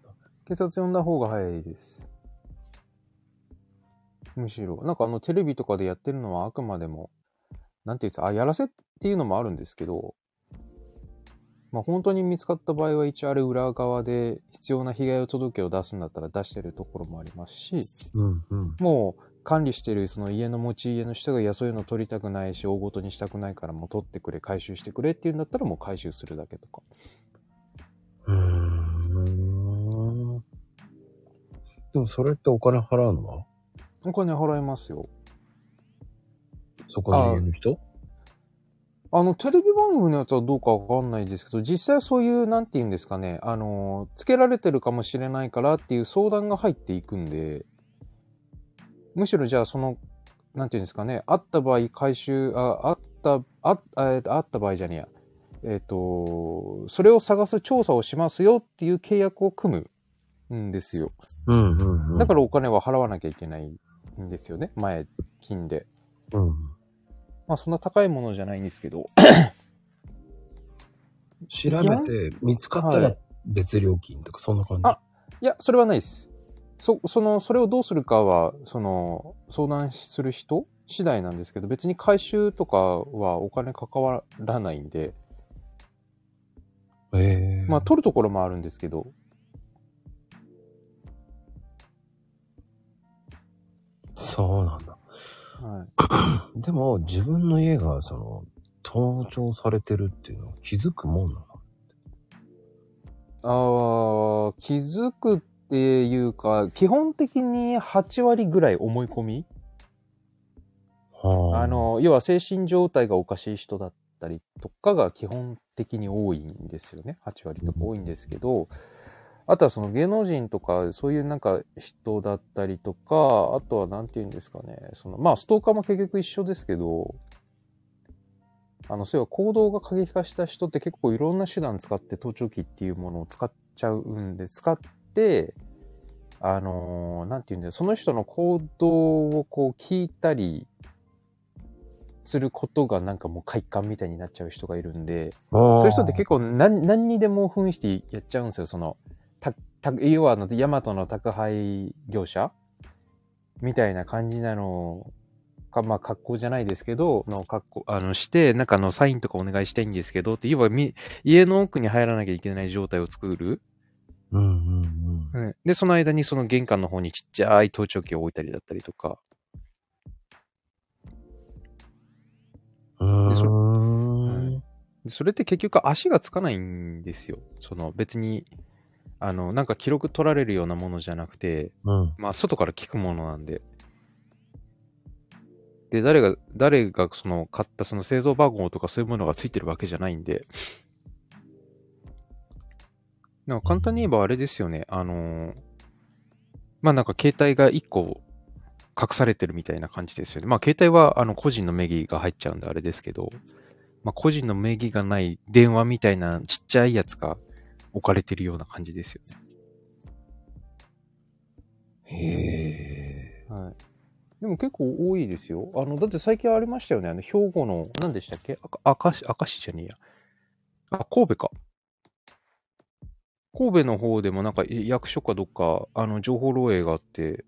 警察呼んだ方が早いです。むしろ。なんかあのテレビとかでやってるのはあくまでも、なんていうんですか、あ、やらせっていうのもあるんですけど、まあ本当に見つかった場合は一応あれ裏側で必要な被害届を出すんだったら出してるところもありますし、
うんうん。
もう管理してるその家の持ち家の人がいやそういうの取りたくないし大ごとにしたくないからもう取ってくれ回収してくれっていうんだったらもう回収するだけとか
うーん。でもそれってお金払うのは
お金払いますよ
そこの家の人
あの、テレビ番組のやつはどうかわかんないですけど、実際そういう、なんて言うんですかね、あの、つけられてるかもしれないからっていう相談が入っていくんで、むしろじゃあその、なんて言うんですかね、あった場合回収、あ、あった、あ、あえっとあった場合じゃねえや。えっ、と、それを探す調査をしますよっていう契約を組むんですよ。
うんうんうん。
だからお金は払わなきゃいけないんですよね、前金で。
ら、うん。
まあそんな高いものじゃないんですけど、
調べて見つかった
は
ら
い
別料金とか、そんな感じ。
あいや、それはないです。そ、その、それをどうするかは、その、相談する人次第なんですけど、別に回収とかはお金関わらないんで、
ええ
まあ、取るところもあるんですけど、
そうなんだ。
はい、
でも、自分の家が、その、盗聴されてるっていうのは気づくもんなの
あー気づくっていうか、基本的に8割ぐらい思い込み
は
あ、の、要は精神状態がおかしい人だったりとかが基本的に多いんですよね。8割とか多いんですけど、あとはその芸能人とか、そういうなんか人だったりとか、あとはなんて言うんですかね、その、まあストーカーも結局一緒ですけど、あの、そういえば行動が過激化した人って結構いろんな手段使って盗聴器っていうものを使っちゃうんで、使って、あのーなんて言うんだよ、その人の行動をこう聞いたり、することがなんかもう快感みたいになっちゃう人がいるんで、
そ
そういう人って結構何何にでも扮してやっちゃうんですよ。その、たた要はあの、ヤマトの宅配業者みたいな感じなのか、まあ格好じゃないですけど、の格好、あの、して、なんかあの、サインとかお願いしたいんですけど、って言えばみ家の奥に入らなきゃいけない状態を作る。
うんうんうん。
うん、で、その間にその玄関の方にちっちゃい盗聴器を置いたりだったりとか、
うー
でそ
ん。
でそれって結局足がつかないんですよ。その別に、あの、なんか記録取られるようなものじゃなくて、
うん。
まあ外から聞くものなんで。で、誰が、誰がその買ったその製造番号とかそういうものがついてるわけじゃないんで。 なんか簡単に言えばあれですよね。あのーまあなんか携帯が1個隠されてるみたいな感じですよね。まあ携帯はあの個人の名義が入っちゃうんであれですけど、まあ個人の名義がない電話みたいなちっちゃいやつが置かれてるような感じですよね。
へえ。
はい。でも結構多いですよ。あの、だって最近ありましたよね。あの、兵庫の、何でしたっけあか、明石、明石じゃねえや。あ、神戸か。神戸の方でもなんかい役所かどっか、あの、情報漏洩があって、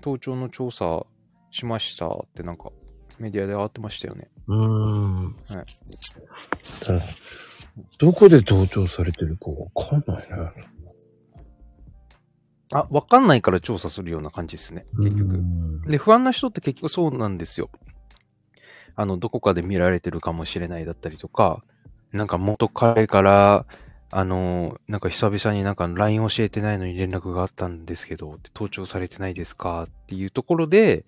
盗聴の調査しましたってなんか、メディアで上がってましたよね。
うーん。
い
ただどこで盗聴されてるかわかんないね。
あ、わかんないから調査するような感じですね。結
う
局。
ん
で、不安な人って結局そうなんですよ。あの、どこかで見られてるかもしれないだったりとか、なんか元彼から、あの、なんか久々になんか LINE 教えてないのに連絡があったんですけど、って盗聴されてないですかっていうところで、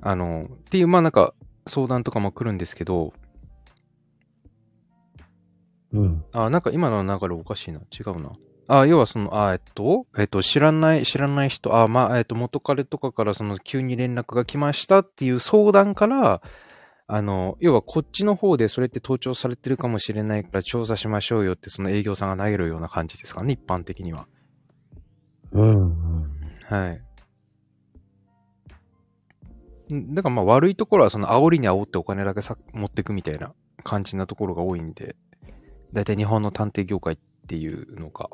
あの、っていう、まあなんか相談とかも来るんですけど、
うん。
あ、なんか今の流れおかしいな。違うな。あ、要はその、あ、えっと、えっと、知らない、知らない人、あ、まあ、えっと、元彼とかからその、急に連絡が来ましたっていう相談から、あの、要はこっちの方でそれって盗聴されてるかもしれないから調査しましょうよってその営業さんが投げるような感じですかね、一般的には。
うん。
はい。んだからまあ悪いところはその煽りに煽ってお金だけさ持ってくみたいな感じなところが多いんで、大体日本の探偵業界っていうのが。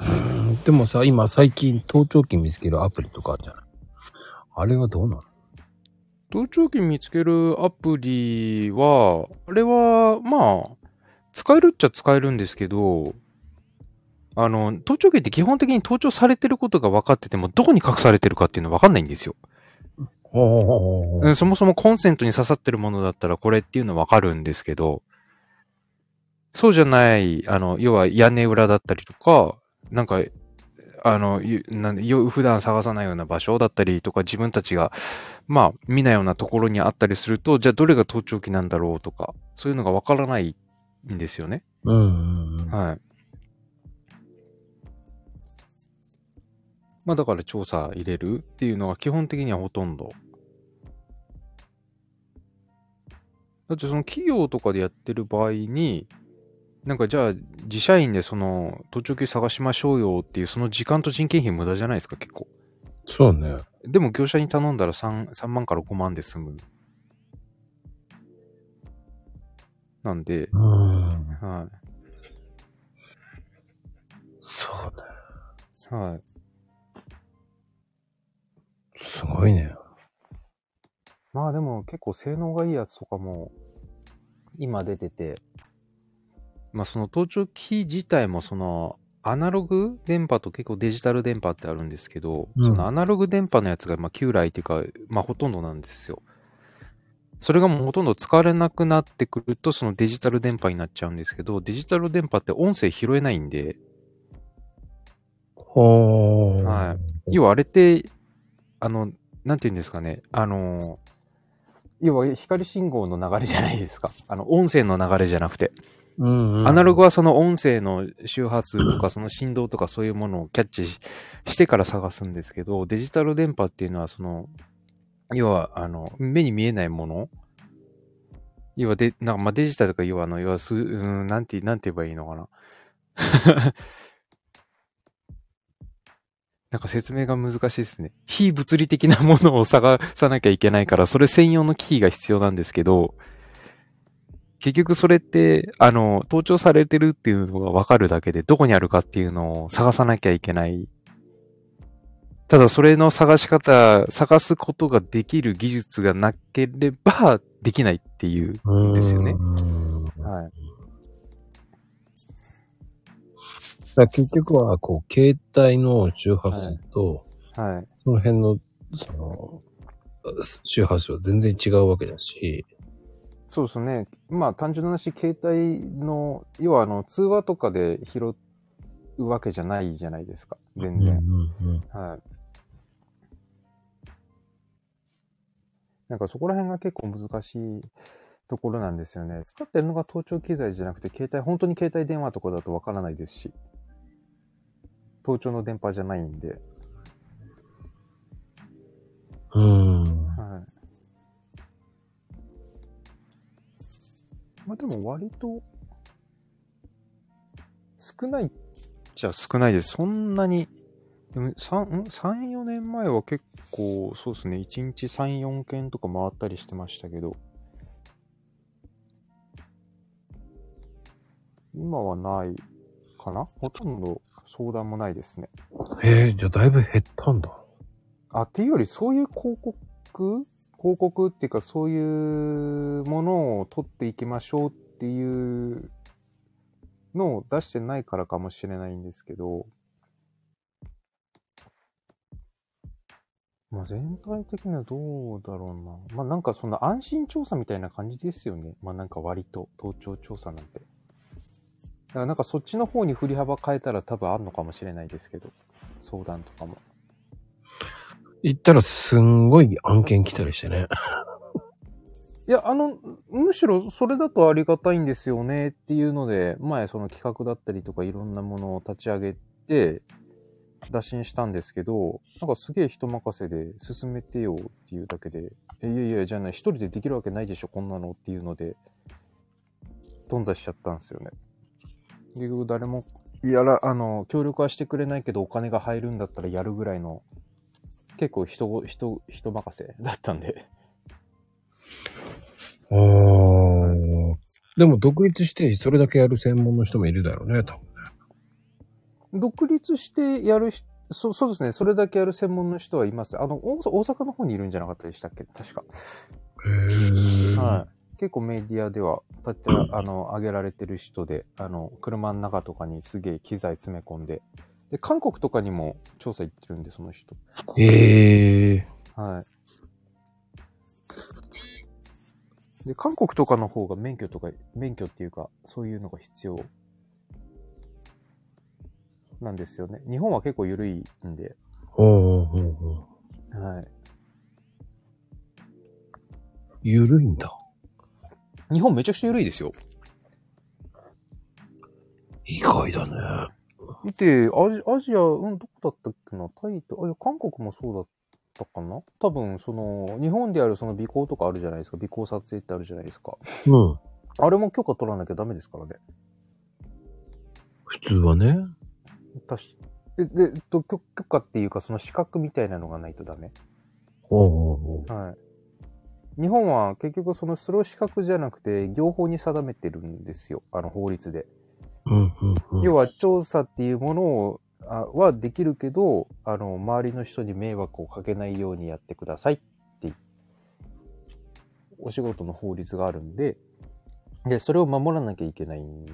うんでもさ、今最近盗聴器見つけるアプリとかあるじゃない。あれはどうなの
盗聴器見つけるアプリは、あれは、まあ、使えるっちゃ使えるんですけど、あの、盗聴器って基本的に盗聴されてることが分かってても、どこに隠されてるかっていうの分かんないんですよ。
ほうほうほうほう
うん、そもそもコンセントに刺さってるものだったらこれっていうのはわかるんですけど、そうじゃない、あの、要は屋根裏だったりとか、なんか、あの、ゆなんよ普段探さないような場所だったりとか、自分たちが、まあ、見ないようなところにあったりすると、じゃあどれが盗聴器なんだろうとか、そういうのがわからないんですよね。
うんうんうん。
はい。まあだから調査入れるっていうのが基本的にはほとんど。だってその企業とかでやってる場合に、なんかじゃあ自社員でその途中級探しましょうよっていうその時間と人件費無駄じゃないですか結構。
そうね。
でも業者に頼んだら 3, 3万から5万で済む。なんで、
うん。
は
そうね。
い。はい。
すごいね。
まあでも結構性能がいいやつとかも今出てて、まあその盗聴器自体もそのアナログ電波と結構デジタル電波ってあるんですけど、
うん
そのアナログ電波のやつがまあ旧来っていうか、まあほとんどなんですよ。それがもうほとんど使われなくなってくるとそのデジタル電波になっちゃうんですけど、デジタル電波って音声拾えないんで、
ほー。
はい。要はあれって、あの、なんて言うんですかね、あの、要は光信号の流れじゃないですか。あの、音声の流れじゃなくて。
うんうん
アナログはその音声の周波数とか、その振動とかそういうものをキャッチししてから探すんですけど、デジタル電波っていうのはその、要は、あの、目に見えないもの要はで、なんかまあデジタルとか、要はあの、要はす、うーん、なんて、なんて言えばいいのかな。 なんか説明が難しいですね。非物理的なものを探さなきゃいけないから、それ専用のキーが必要なんですけど、結局それって、あの、盗聴されてるっていうのがわかるだけで、どこにあるかっていうのを探さなきゃいけない。ただそれの探し方、探すことができる技術がなければできないっていう。
うん
ですよね
うん
はい。
だから結局は、こう、携帯の周波数と、
はい。
その辺の、その、周波数は全然違うわけだし、
そうですね。まあ単純な話、携帯の、要はあの、通話とかで拾うわけじゃないじゃないですか。全然。
うん
はい。なんかそこら辺が結構難しいところなんですよね。使ってるのが盗聴機材じゃなくて、携帯、本当に携帯電話とかだとわからないですし、盗聴の電波じゃないんで。
うんうん。
はい。まあでも割と、少ないじゃ少ないです。そんなに、でも3、3、4年前は結構、そうですね、1日3、4件とか回ったりしてましたけど、今はないかなほとんど相談もないですね。
えー、じゃあだいぶ減ったんだ。
あ、っていうより、そういう広告広告っていうか、そういうものを取っていきましょうっていうのを出してないからかもしれないんですけど、まあ全体的にはどうだろうな。まあなんかそんな安心調査みたいな感じですよね。まあなんか割と、盗聴調査なんて。だからなんかそっちの方に振り幅変えたら多分あるのかもしれないですけど、相談とかも。
行ったらすんごい案件来たりしてね。
いや、あの、むしろそれだとありがたいんですよねっていうので、前その企画だったりとかいろんなものを立ち上げて、打診したんですけど、なんかすげえ人任せで進めてよっていうだけで、えいやいや、じゃあね、一人でできるわけないでしょ、こんなのっていうので、頓挫しちゃったんですよね。結局誰も、やら、あの、協力はしてくれないけどお金が入るんだったらやるぐらいの、結構人ご、人、人任せだったんで。
あー。でも独立してそれだけやる専門の人もいるだろうね、多分。
独立してやる人、そそうですね。それだけやる専門の人はいます。あの、大大阪の方にいるんじゃなかったでしたっけ確か。
へー
はい。結構メディアでは、だって、あの、上げられてる人で、あの、車の中とかにすげえ機材詰め込んで、で、韓国とかにも調査行ってるんで、その人。
ええ
はい。で、韓国とかの方が免許とか、免許っていうか、そういうのが必要なんですよね。日本は結構緩いんで。
ー。おうおうおうおう
はい。
ゆるいんだ。
日本めちゃくちゃ緩いですよ。
意外だね。
見て、アジアジア、うん、どこだったっけなタイと、あ、いや、韓国もそうだったかな多分、その、日本であるその尾行とかあるじゃないですか。尾行撮影ってあるじゃないですか。
うん。
あれも許可取らなきゃダメですからね。
普通はね。
確かで、で、えっと、許許可っていうか、その資格みたいなのがないとダメ。
おうおうおう
はい。日本は結局そのスロー資格じゃなくて、業法に定めてるんですよ。あの法律で。
うんうんうん。
要は調査っていうものを、あはできるけど、あの、周りの人に迷惑をかけないようにやってくださいって、お仕事の法律があるんで、で、それを守らなきゃいけないん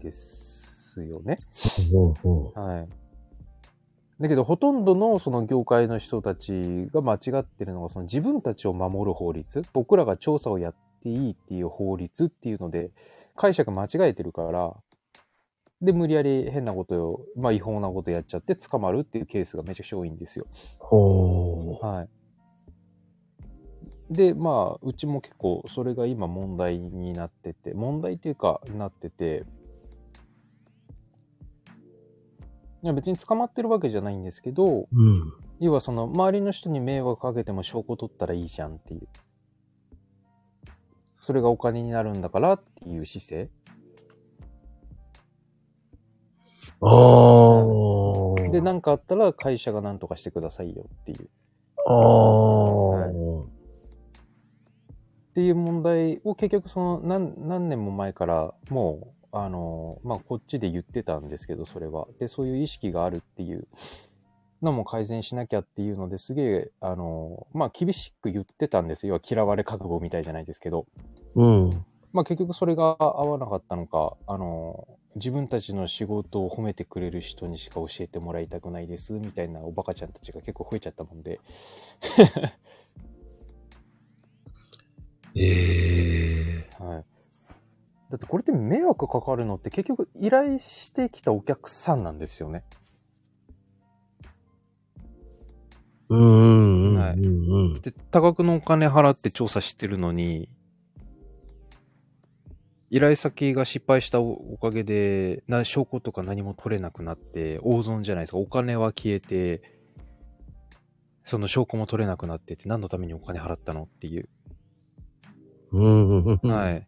ですよね。
ほうほ
はい。だけど、ほとんどのその業界の人たちが間違ってるのが、その自分たちを守る法律、僕らが調査をやっていいっていう法律っていうので、解釈間違えてるから、で、無理やり変なことを、まあ違法なことやっちゃって捕まるっていうケースがめちゃくちゃ多いんですよ。
う。ほ
はい。で、まあ、うちも結構それが今問題になってて、問題っていうか、なってて、いや別に捕まってるわけじゃないんですけど、
う。うん。
要はその周りの人に迷惑かけても証拠取ったらいいじゃんっていう。それがお金になるんだからっていう姿勢。
ああ。
で、なんかあったら会社が何とかしてくださいよっていう。
ああ。
っていう問題を結局その何何年も前からもうあのまあこっちで言ってたんですけどそれはでそういう意識があるっていうのも改善しなきゃっていうのですげえあのまあ厳しく言ってたんですよ要は嫌われ覚悟みたいじゃないですけど
うん。
まあ結局それが合わなかったのかあの自分たちの仕事を褒めてくれる人にしか教えてもらいたくないですみたいなおバカちゃんたちが結構増えちゃったもんで
ええ
はい。だってこれって迷惑かかるのって結局依頼してきたお客さんなんですよね。
うんうんうん
はい
うんうん。
で、多額のお金払って調査してるのに、依頼先が失敗したおおかげで、な証拠とか何も取れなくなって、大損じゃないですか。お金は消えて、その証拠も取れなくなってて、何のためにお金払ったのっていう。
うんうんうん。。
はいい。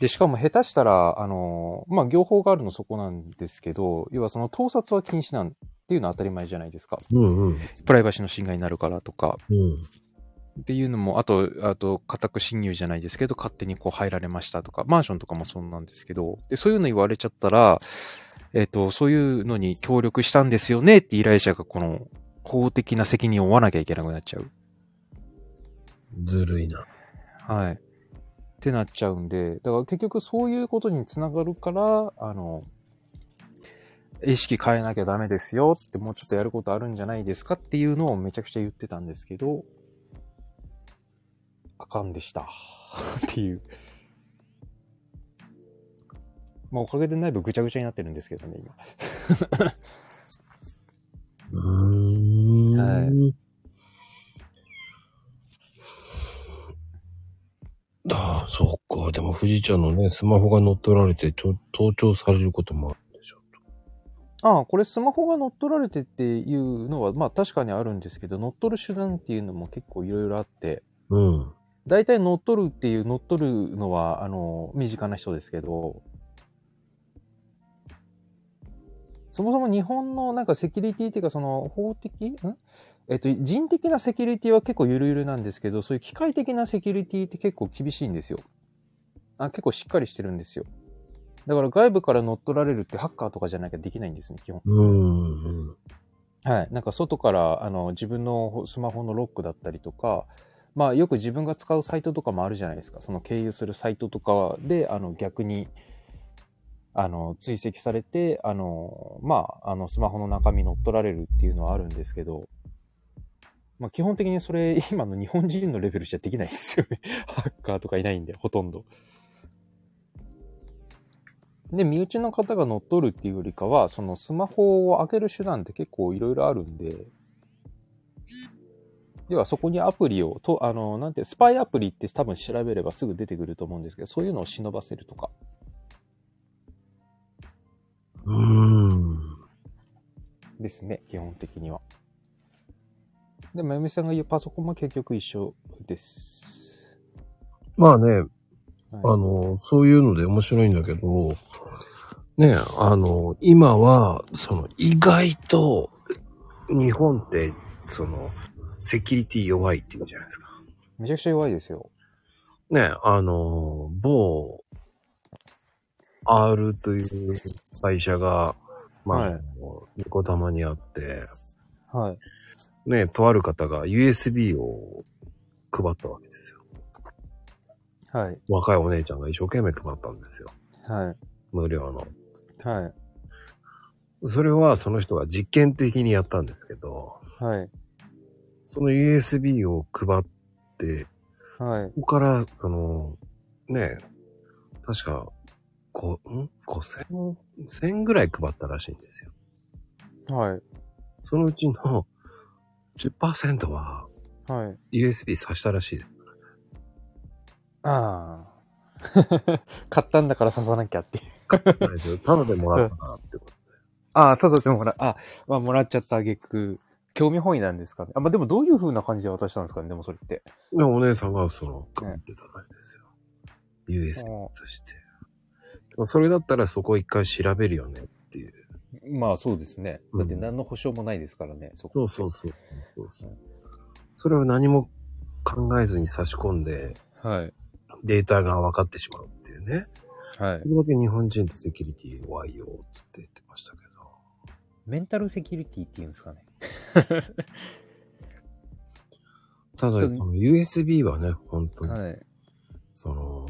で、しかも下手したら、あの、まあ、業法があるのそこなんですけど、要はその盗撮は禁止なんっていうのは当たり前じゃないですか。
うんうん。
プライバシーの侵害になるからとか、
うん。
っていうのも、あと、あと、家宅侵入じゃないですけど、勝手にこう入られましたとか、マンションとかもそうなんですけど、で、そういうの言われちゃったら、えっ、と、そういうのに協力したんですよねって依頼者がこの法的な責任を負わなきゃいけなくなっちゃう。
ずるいな。
はい。ってなっちゃうんで、だから結局そういうことにつながるから、あの、意識変えなきゃダメですよって、もうちょっとやることあるんじゃないですかっていうのをめちゃくちゃ言ってたんですけど、あかんでした。 っていう。まあおかげで内部ぐちゃぐちゃになってるんですけどね、今。
うーん。。
はい
ああ、そっか。でも、富士ちゃんのね、スマホが乗っ取られて、ちょ盗聴されることもあるでしょ。
ああ、これスマホが乗っ取られてっていうのは、まあ確かにあるんですけど、乗っ取る手段っていうのも結構いろいろあって、
うん。
大体乗っ取るっていう乗っ取るのは、あの、身近な人ですけど、そもそも日本のなんかセキュリティっていうかその法的んえっと、人的なセキュリティは結構ゆるゆるなんですけど、そういう機械的なセキュリティって結構厳しいんですよ。あ結構しっかりしてるんですよ。だから外部から乗っ取られるってハッカーとかじゃなきゃできないんですね、基本。
うん。うん
はい。なんか外から、あの、自分のスマホのロックだったりとか、まあよく自分が使うサイトとかもあるじゃないですか。その経由するサイトとかで、あの、逆に、あの、追跡されて、あの、まあ、あの、スマホの中身乗っ取られるっていうのはあるんですけど、まあ基本的にそれ、今の日本人のレベルじゃできないですよね。 ハッカーとかいないんで、ほとんど。で、身内の方が乗っ取るっていうよりかは、そのスマホを開ける手段って結構いろいろあるんで、要はそこにアプリを、と、あの、なんて、スパイアプリって多分調べればすぐ出てくると思うんですけど、そういうのを忍ばせるとか。
うん。
ですね、基本的には。で、まゆみさんが言うパソコンも結局一緒です。
まあね、
はい
あの、そういうので面白いんだけど、ね、あの、今は、その、意外と、日本って、その、セキュリティ弱いって言うじゃないですか。
めちゃくちゃ弱いですよ。
ね、あの、某 R という会社が、まあ、
はい
ニコ玉にあって、
はい。
ね、とある方が USB を配ったわけですよ。
はい。
若いお姉ちゃんが一生懸命配ったんですよ。
は
無料の。
い。はい。
それはその人が実験的にやったんですけど、
はい。
その USB を配って、
はい。
ここから、その、ね、確か、こん ?5000、1000ぐらい配ったらしいんですよ。
はい。
そのうちの10%は
はい。
USB 挿したらしいです。
ああ。買ったんだから刺さなきゃっていう。
ないですよただでもらったからってこと。
ああ、ただでもほら、あ、まあもらっちゃった挙句、興味本位なんですかね。あ、まあでもどういう風な感じで渡したんですかね、でもそれって。
で、お姉さんがその、配ってたんですよ。USB
あ
として。でもそれだったらそこ一回調べるよねっていう。
あまあそうですね。だって
うん
何の保証もないですからね、そこ。
そうそうそう。そうそうそれを何も考えずに差し込んで、
はい。
データが分かってしまうっていうね。
はい
そ。れだけ日本人ってセキュリティ弱いよって言ってましたけど。
メンタルセキュリティっていうんですかね。
ただ、その USB はね、本当に、
はい。
その、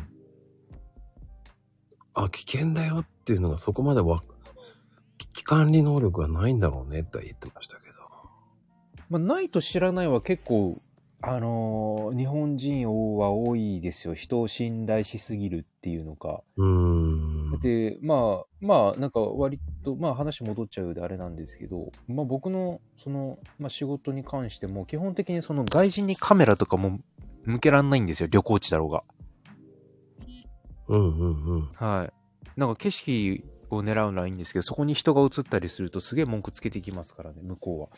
あ、危険だよっていうのがそこまでわ、危機管理能力がないんだろうねって言ってましたけど。
まあ、ないと知らないは結構、あのー日本人は多いですよ。人を信頼しすぎるっていうのか。
うーん。
で、まあ、まあ、なんか割と、まあ話戻っちゃうようであれなんですけど、まあ僕の、その、まあ仕事に関しても、基本的にその外人にカメラとかも向けらんないんですよ。旅行地だろうが。
うんうんうん。
はい。なんか景色を狙うのはいいんですけど、そこに人が映ったりするとすげえ文句つけてきますからね、向こうは。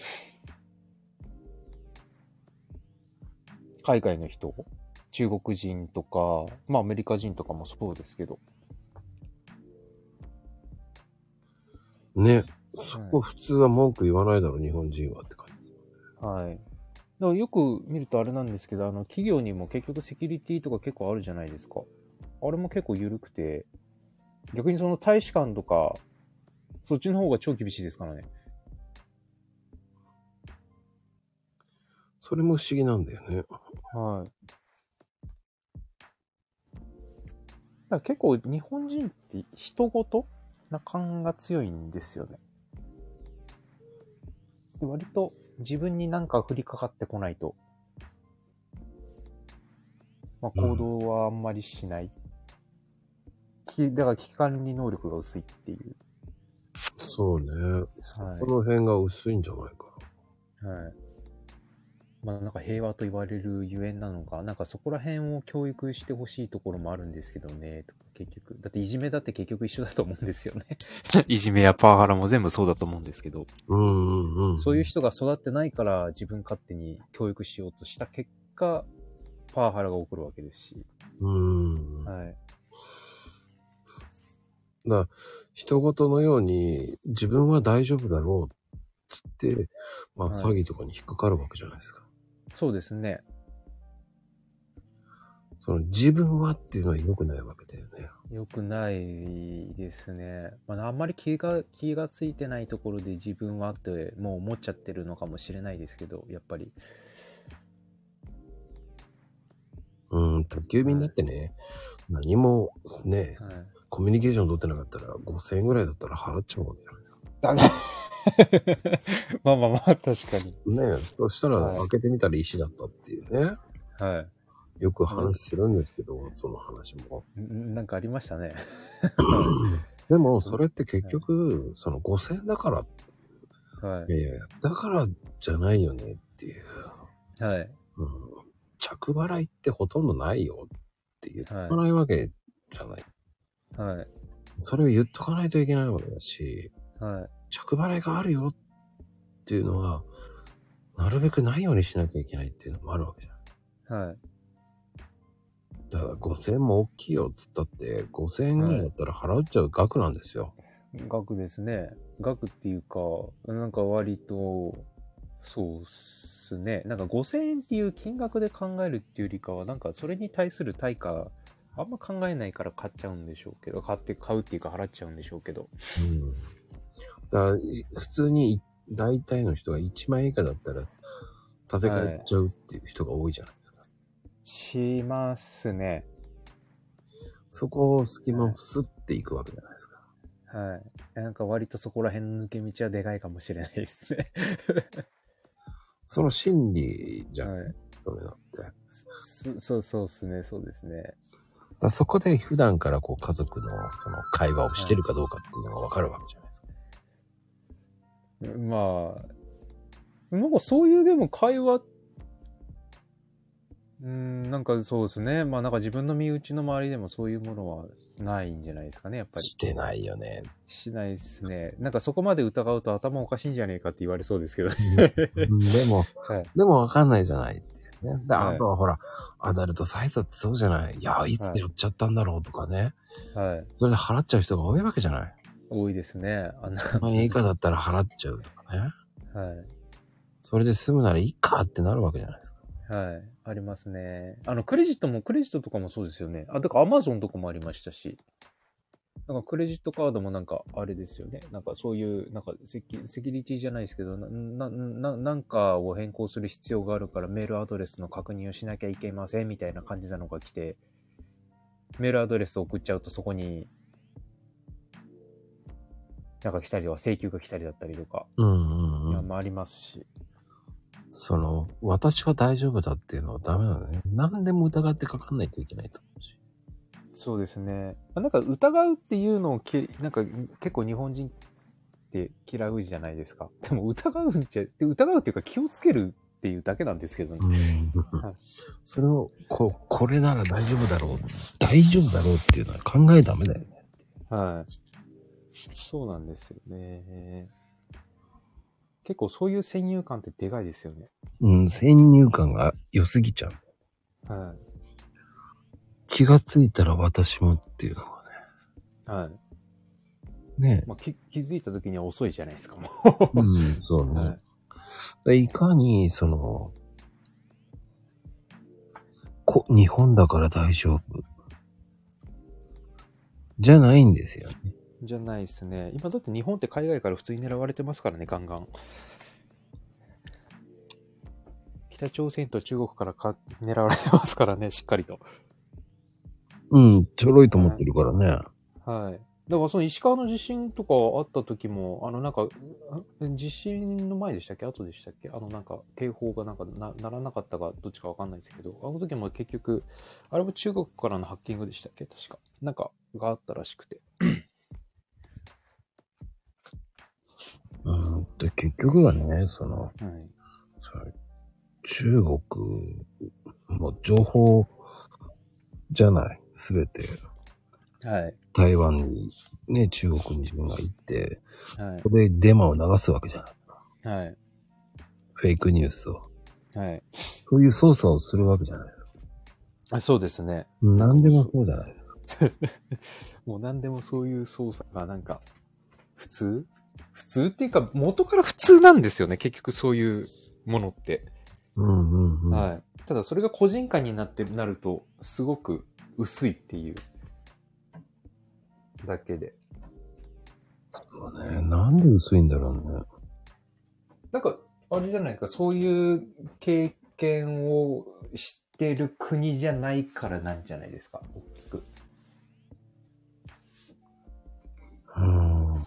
海外の人中国人とか、まあアメリカ人とかもそうですけど。
ね。そこ普通は文句言わないだろう、日本人はって感じです。
はい。だからよく見るとあれなんですけど、あの企業にも結局セキュリティとか結構あるじゃないですか。あれも結構緩くて、逆にその大使館とか、そっちの方が超厳しいですからね。
それも不思議なんだよね。
はい。だから結構日本人って人ごとな感が強いんですよね。で割と自分になんか降りかかってこないと、まあ、
うん
行動はあんまりしない。きだから危機管理能力が薄いっていう。
そうね。
はい
この辺が薄いんじゃないか
はい。まあなんか平和と言われるゆえんなのか、なんかそこら辺を教育してほしいところもあるんですけどね、とか結局。だっていじめだって結局一緒だと思うんですよね。 いじめやパワハラも全部そうだと思うんですけど、
な。うんうんうん。
そういう人が育ってないから自分勝手に教育しようとした結果、パワハラが起こるわけですし。
うん。
はい。
だから人事のように自分は大丈夫だろうっつって、まあ
はい
詐欺とかに引っかかるわけじゃないですか。
そうですね。
その自分はっていうのは良くないわけだよね。
良くないですね。まあ、あんまり気が、気がついてないところで自分はってもう思っちゃってるのかもしれないですけど、やっぱり。
うん、宅急便だってね、何もね、
はい。
コミュニケーション取ってなかったら5000円ぐらいだったら払っちゃうもん
だがまあまあまあ、確かに。
ね。ねえそしたら
はい
開けてみたら石だったっていうね。
はい。
よく話するんですけど、その話も。
んなんかありましたね。
でも、それって結局、その5000円だから、
はいい。
やいや、だからじゃないよねっていう。
はい。
うん着払いってほとんどないよって言っとかないわけじゃない。
はい。
それを言っとかないといけないわけだし、
はい。
着払いがあるよっていうのは、なるべくないようにしなきゃいけないっていうのもあるわけじゃん。
はい。
だから5000円も大きいよって言ったって、5000円ぐらいだったら払っちゃう額なんですよ。
額ですね。額っていうか、なんか割と、そうっすですね。なんか5000円っていう金額で考えるっていうよりかは、なんかそれに対する対価、あんま考えないから買っちゃうんでしょうけど、買って、買うっていうか払っちゃうんでしょうけど。
うん。だからい普通にい大体の人が1万円以下だったら、立て替えちゃうっていう人が多いじゃないですか。
しますね。
そこを隙間をすっていくわけじゃないですか。
はい。なんか割とそこら辺の抜け道はでかいかもしれないですね。
その心理じゃん、
はい
それだって。だか
そそうそうっすね、そうですね。
らそこで普段からこう家族のその会話をしてるかどうかっていうのがわかるわけじゃないですか。
まあ、なんかそういうでも会話、うーん、なんかそうですね。まあなんか自分の身内の周りでもそういうものはないんじゃないですかね、やっぱり。
してないよね。
しないですね。なんかそこまで疑うと頭おかしいんじゃねえかって言われそうですけどね。
うんでも、
はい。
でもわかんないじゃないっていうね。で
はい
あとはほら、アダルトサイトってそうじゃない。いや、いつやっちゃったんだろうとかね。
はい。
それで払っちゃう人が多いわけじゃない。
多いですね。あんな、
1万円以下だったら払っちゃうとかね。
はい。
それで済むならいいかってなるわけじゃないですか。
はい。ありますね。あの、クレジットも、クレジットとかもそうですよね。あ、だからアマゾンとかもありましたし。なんかクレジットカードもなんか、あれですよね。なんかそういう、なんかセキュ、セキュリティじゃないですけど、な、な、ななんかを変更する必要があるからメールアドレスの確認をしなきゃいけませんみたいな感じなのが来て、メールアドレスを送っちゃうとそこに、なんか来たりは請求が来たりだったりとか、
うんうん
いうや
ん。
まあありますし。
その、私は大丈夫だっていうのはダメなのね。何でも疑ってかかんないといけないと思うし。
そうですね。なんか疑うっていうのをき、なんか結構日本人って嫌うじゃないですか。でも疑うんじゃ、疑うっていうか気をつけるっていうだけなんですけどね。はい
それを、こう、これなら大丈夫だろう。大丈夫だろうっていうのは考えダメだよね。
はい。そうなんですよね。結構そういう先入観ってでかいですよね。
うん、先入観が良すぎちゃう。
は
気がついたら私もっていうのが
い。は い。
ね。ね。
まあ、き気づいた時には遅いじゃないですか、も
う
う。
ん、そうね。
はい
でいかに、その、こ、日本だから大丈夫。じゃないんですよね。
じゃないですね。今だって日本って海外から普通に狙われてますからね、ガンガン。北朝鮮と中国からか狙われてますからね、しっかりと。
うん、ちょろいと思ってるからね。
はい。だからその石川の地震とかあった時も、あのなんか、ん地震の前でしたっけ後でしたっけあのなんか警報がなんかなならなかったかどっちかわかんないですけど、あの時も結局、あれも中国からのハッキングでしたっけ確か。なんかがあったらしくて。
うん、で、結局はね、その、
はい。
その中国も情報じゃない。すべて、
はい。
台湾に、ね、中国に自分が行って、
は
ここでデマを流すわけじゃない。
い。はい。
フェイクニュースを。
はい。
そういう操作をするわけじゃない。
あそうですね。
何でもそうじゃない。
もう何でもそういう操作がなんか、普通普通っていうか、元から普通なんですよね、結局そういうものって。
うんうんうん。
はい。ただそれが個人化になってなると、すごく薄いっていう、だけで。
そうね。なんで薄いんだろうね。
なんか、あれじゃないですか、そういう経験をしてる国じゃないからなんじゃないですか、大きく。
うん。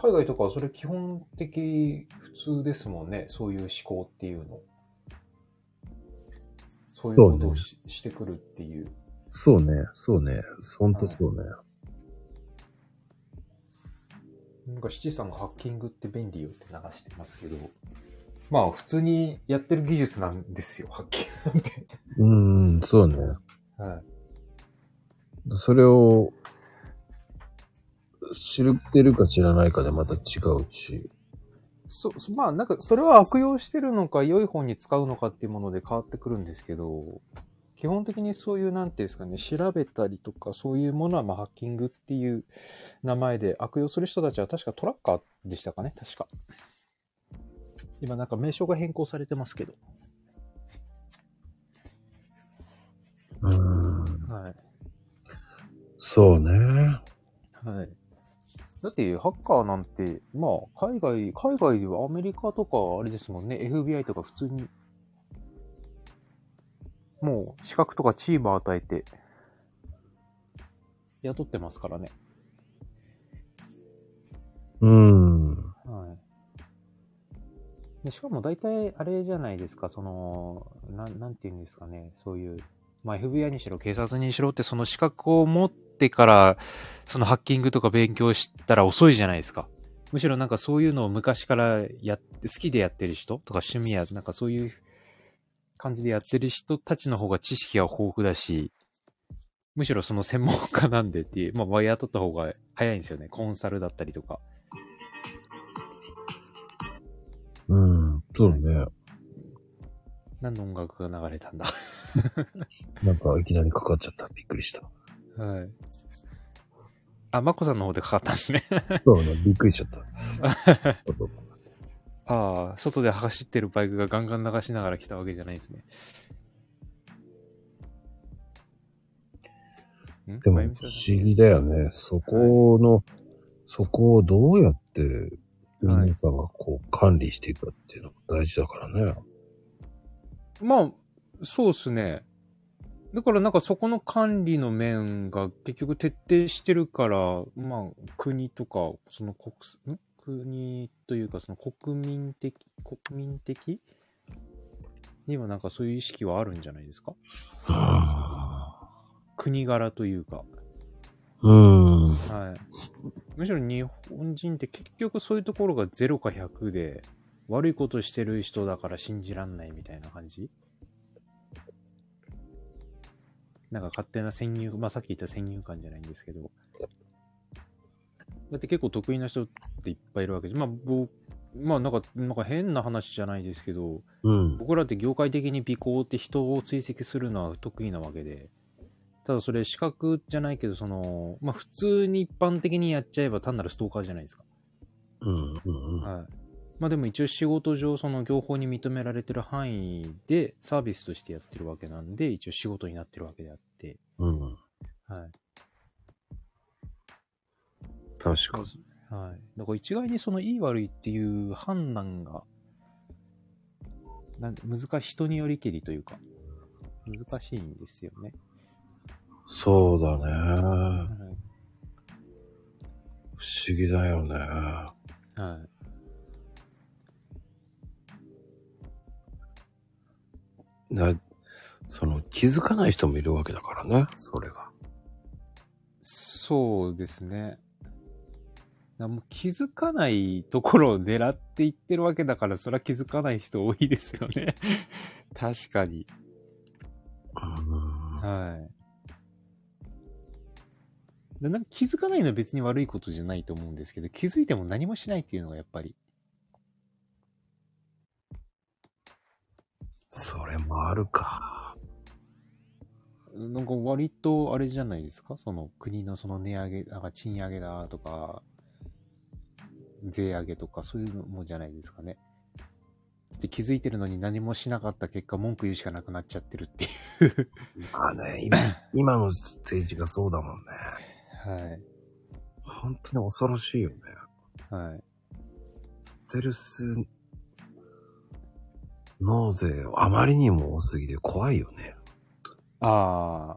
海外とかはそれ基本的普通ですもんね。そういう思考っていうの。そういうことをし,、してくるっていう。
そうね。そうね。ほんとそうね。
なんか七さんがハッキングって便利よって流してますけど、まあ普通にやってる技術なんですよ、ハッキングって。
うんうん、そうね。
はい。
それを、知ってるか知らないかでまた違うし。
そ、そまあなんかそれは悪用してるのか良い方に使うのかっていうもので変わってくるんですけど、基本的にそういうなんていうんですかね、調べたりとかそういうものはまあハッキングっていう名前で悪用する人たちは確かトラッカーでしたかね、確か。今なんか名称が変更されてますけど。
うん。
はい。
そうね。
はい。だって、ハッカーなんて、まあ、海外、海外ではアメリカとか、あれですもんね、FBI とか普通に、もう、資格とかチーム与えて、雇ってますからね。
うん。
はい。でしかも大体、あれじゃないですか、その、なん、なんて言うんですかね、そういう、まあ、FBI にしろ警察にしろって、その資格を持ってから、そのハッキングとか勉強したら遅いじゃないですか。むしろなんかそういうのを昔からやって、好きでやってる人とか趣味や、なんかそういう感じでやってる人たちの方が知識が豊富だし、むしろその専門家なんでっていう、まあ、ワイヤー取った方が早いんですよね。コンサルだったりとか。
うん。そうね。
何の音楽が流れたんだ
なんかいきなりかかっちゃった。びっくりした。
はい。あ、まこさんの方でかかったん ですね。
そうね。びっくりしちゃった。
ああ、外で走ってるバイクがガンガン流しながら来たわけじゃないんですね。ん
でも不
まゆみさん
思議だよね。そこの、そこをどうやって皆さんがこう管理していくかっていうのが大事だからね。
まあ、そうっすね。だからなんかそこの管理の面が結局徹底してるから、まあ国とか、その国す、ん国というかその国民的、国民的にはなんかそういう意識はあるんじゃないですか国柄というか。
うん。
はい。むしろ日本人って結局そういうところが0か100で、悪いことしてる人だから信じらんないみたいな感じなんか勝手な先入、まあさっき言った先入観じゃないんですけど。だって結構得意な人っていっぱいいるわけです。まあ僕、まあなんか、なんか変な話じゃないですけど、
うん。
僕らって業界的に尾行って人を追跡するのは得意なわけで、ただそれ資格じゃないけど、その、まあ普通に一般的にやっちゃえば単なるストーカーじゃないですか。
うん。うん。
はい。まあでも一応仕事上その業法に認められてる範囲でサービスとしてやってるわけなんで、一応仕事になってるわけであって、
うん。
はい。
確かに。
はい。だから一概にそのいい悪いっていう判断が、なんて難しい、人によりきりというか、難しいんですよね。
そうだね。
はい
不思議だよね。
はい。
な、その気づかない人もいるわけだからね。それが。
そうですね。なもう気づかないところを狙っていってるわけだから、そりゃ気づかない人多いですよね。 確かに。
うん。
はい。でなんか気づかないのは別に悪いことじゃないと思うんですけど、気づいても何もしないっていうのがやっぱり。
それもあるか。
なんか割とあれじゃないですかその国のその値上げ、なんか賃上げだとか、税上げとかそういうのもじゃないですかね。で気づいてるのに何もしなかった結果文句言うしかなくなっちゃってるっていう。
まあね、今、今の政治がそうだもんね。
はい。
本当に恐ろしいよね。
はい。
ステルス納税あまりにも多すぎて怖いよね。
ああ。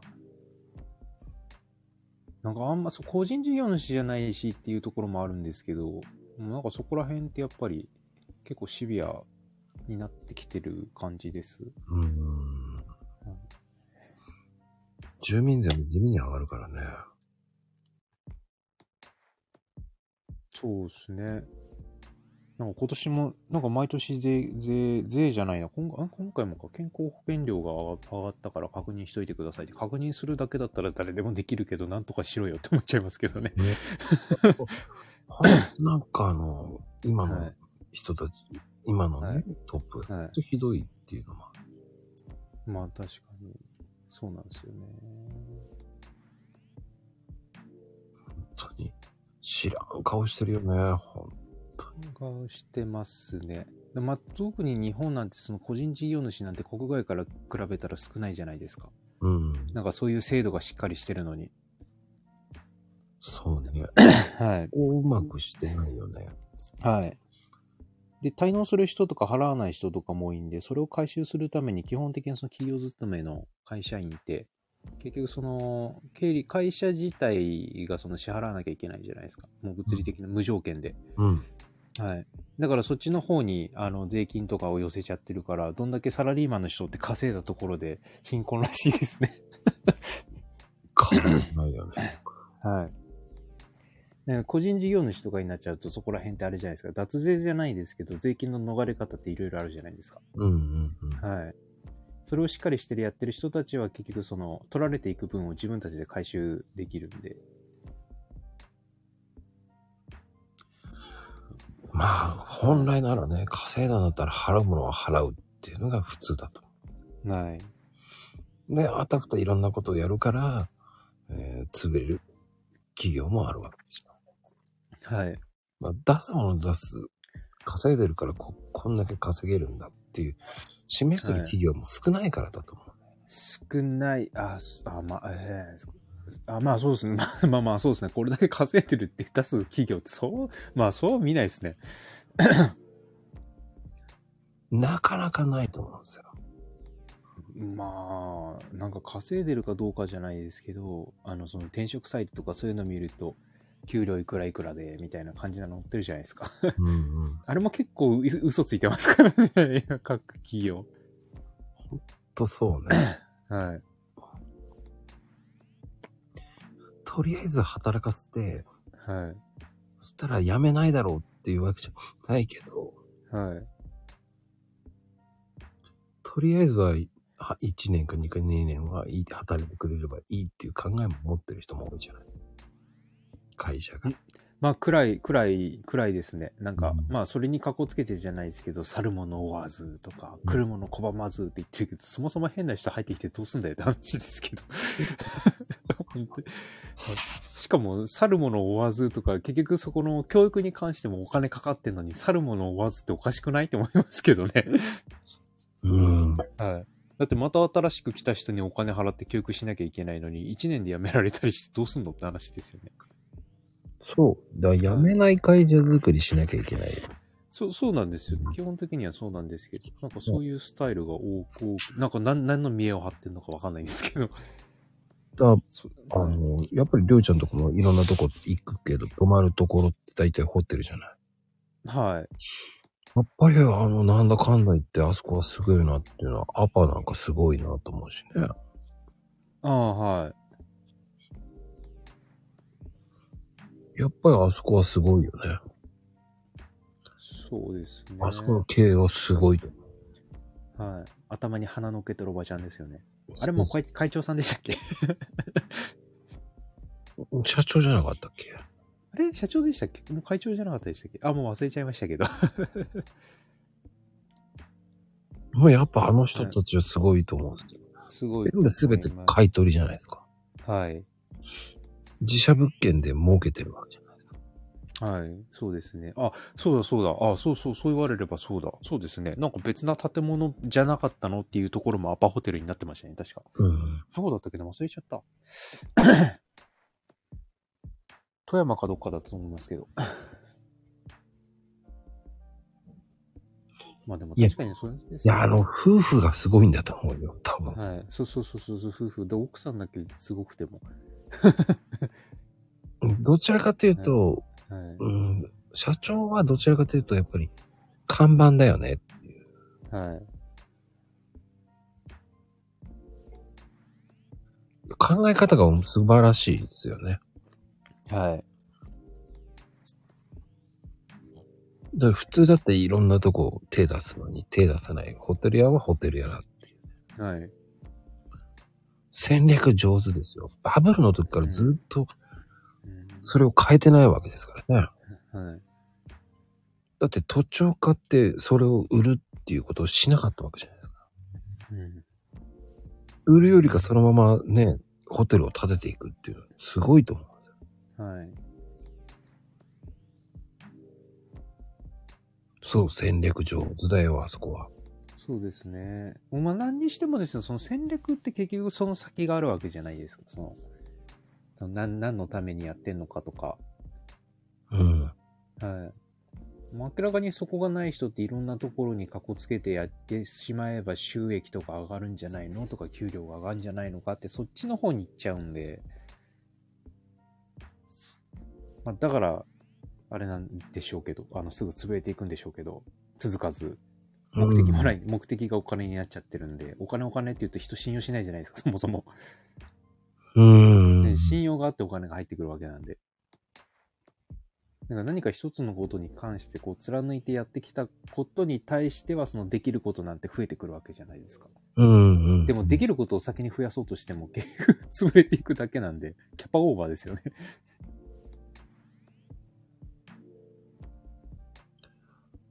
なんかあんまそう、個人事業主じゃないしっていうところもあるんですけど、もうなんかそこら辺ってやっぱり結構シビアになってきてる感じです。
うーん。住民税も地味に上がるからね。
そうですね。なんか今年も、なんか毎年税、税、税じゃないな。今ん今回もか、健康保険料が上が上がったから確認しといてくださいって、確認するだけだったら誰でもできるけど、なんとかしろよって思っちゃいますけどね。
なんかあの、今
は
の
い
人たち、今のね、
はい
トップ、ほ
は
んとひどいっていうのもある。
い。まあ確かに、そうなんですよね。
本当に。知らん顔してるよね、ほん
がしてますね。でまあ、特に日本なんてその個人事業主なんて国外から比べたら少ないじゃないですか。
うん。
なんかそういう制度がしっかりしてるのに。
そうね。
はい。
こううまくしてないよね。
はい。で、滞納する人とか払わない人とかも多いんで、それを回収するために基本的にその企業勤めの会社員って、結局その、経理、会社自体がその支払わなきゃいけないじゃないですか。もう物理的な無条件で。
うん。
はい。だからそっちの方に、あの、税金とかを寄せちゃってるから、どんだけサラリーマンの人って稼いだところで貧困らしいですね。
変わらないよね。
はい。個人事業主とかになっちゃうと、そこら辺ってあれじゃないですか。脱税じゃないですけど、税金の逃れ方っていろいろあるじゃないですか。
うんうんうん。
はい。それをしっかりしてるやってる人たちは結局その取られていく分を自分たちで回収できるんで。
まあ、本来ならね、稼いだんだったら払うものは払うっていうのが普通だと。
はい。
で、あたふたいろんなことをやるから、えー潰れる企業もあるわけでしょ。
はい。
まあ、出すもの出す。稼いでるからこ、こんだけ稼げるんだっていう、示してる企業も少ないからだと思う。
少ない、あ、すあ、まあ、えーあまあそうですね。まあまあまあそうですね。これだけ稼いでるって出す企業ってそう、まあそう見ないですね。
なかなかないと思うんですよ。
まあ、なんか稼いでるかどうかじゃないですけど、あの、その転職サイトとかそういうの見ると、給料いくらいくらで、みたいな感じなの載ってるじゃないですか。
うんうん。
あれも結構う嘘ついてますからね。各企業。
と、そう ね。
はい。
とりあえず働かせて、
は
そしたら辞めないだろうっていうわけじゃないけど、
い。はい。
とりあえずは、は1年か2か2年はいい働いてくれればいいっていう考えも持ってる人も多いじゃない。会社が。
まあ、暗い、暗い、暗いですね。なんか、
うん
まあ、それに格好つけてじゃないですけど、去る者追わずとか、
ん
来る者拒まずって言ってるけど、そもそも変な人入ってきてどうすんだよって話です けど。本当にしかも、去る者追わずとか、結局そこの教育に関してもお金かかってんのに、去る者追わずっておかしくないって思いますけどね。
うん。
はい。だってまた新しく来た人にお金払って教育しなきゃいけないのに、1年で辞められたりしてどうすんのって話ですよね。
そう。だから辞めない会社作りしなきゃいけないよ。
そう、そうなんですよ。基本的にはそうなんですけど、なんかそういうスタイルが多く、多くなんか何何の見栄を張ってんのかわかんないんですけど。
だ
そ
あの、やっぱりりょうちゃんとこもいろんなとこ行くけど、泊まるところって大体ホテルじゃない。
はい。
やっぱりあの、なんだかんだ言って、あそこはすごいなっていうのは、アパなんかすごいなと思うしね。
ああ、はい。
やっぱりあそこはすごいよね。
そうですね。
あそこの経営はすごいと思う。
はい。頭に鼻のっけてるおばちゃんですよね。あれもう会会長さんでしたっけ
社長じゃなかったっけ
あれ社長でしたっけもう会長じゃなかったでしたっけあ、もう忘れちゃいました けど。
もうやっぱあの人たちはすごいと思うんですよ。
すごい。
全部すべて買い取りじゃないですか。
はい。
自社物件で儲けてるわけじゃないですか。
はい、そうですね。あ、そうだそうだ。あ、そうそう、そう言われればそうだ。そうですね。なんか別な建物じゃなかったのっていうところもアパホテルになってましたね、確か。
うん。
どこだったっけど忘れちゃった。 富山かどっかだったと思いますけど。まあでも確かにそうで
い
すね
や、あの、夫婦がすごいんだと思うよ、多分。
はい。そうそうそうそうそう、夫婦。で、奥さんだけすごくても。
どちらかというと、
はい。
うん、社長はどちらかというと、やっぱり、看板だよね。
はい。
考え方が素晴らしいですよね。
はい。
だから普通だっていろんなとこ手出すのに、手出さない。ホテル屋はホテル屋だ。
はい。
戦略上手ですよ。バブルの時からずっと
うん
それを変えてないわけですからね。
はい。
だって土地を買ってそれを売るっていうことをしなかったわけじゃないですか。
うん
売るよりかそのままね、ホテルを建てていくっていうのはすごいと思う。
はい。
そう、戦略上手だよ、あそこは。
そうですね。まあ何にしてもですね、その戦略って結局その先があるわけじゃないですか。その、その何何のためにやってんのかとか。
うん。
はい。もう明らかにそこがない人っていろんなところにかこつけてやってしまえば収益とか上がるんじゃないのとか給料が上がるんじゃないのかってそっちの方に行っちゃうんで。まあ、だから、あれなんでしょうけど、あの、すぐ潰れていくんでしょうけど、続かず。目的もない、目的がお金になっちゃってるんで、お金お金って言うと人信用しないじゃないですか、そ もそも。
うん。うん
で。信用があってお金が入ってくるわけなんで。なんか何か一つのことに関してこう貫いてやってきたことに対してはそのできることなんて増えてくるわけじゃないですか。
うんうん。
でもできることを先に増やそうとしても結局潰れていくだけなんで、キャパオーバーですよね。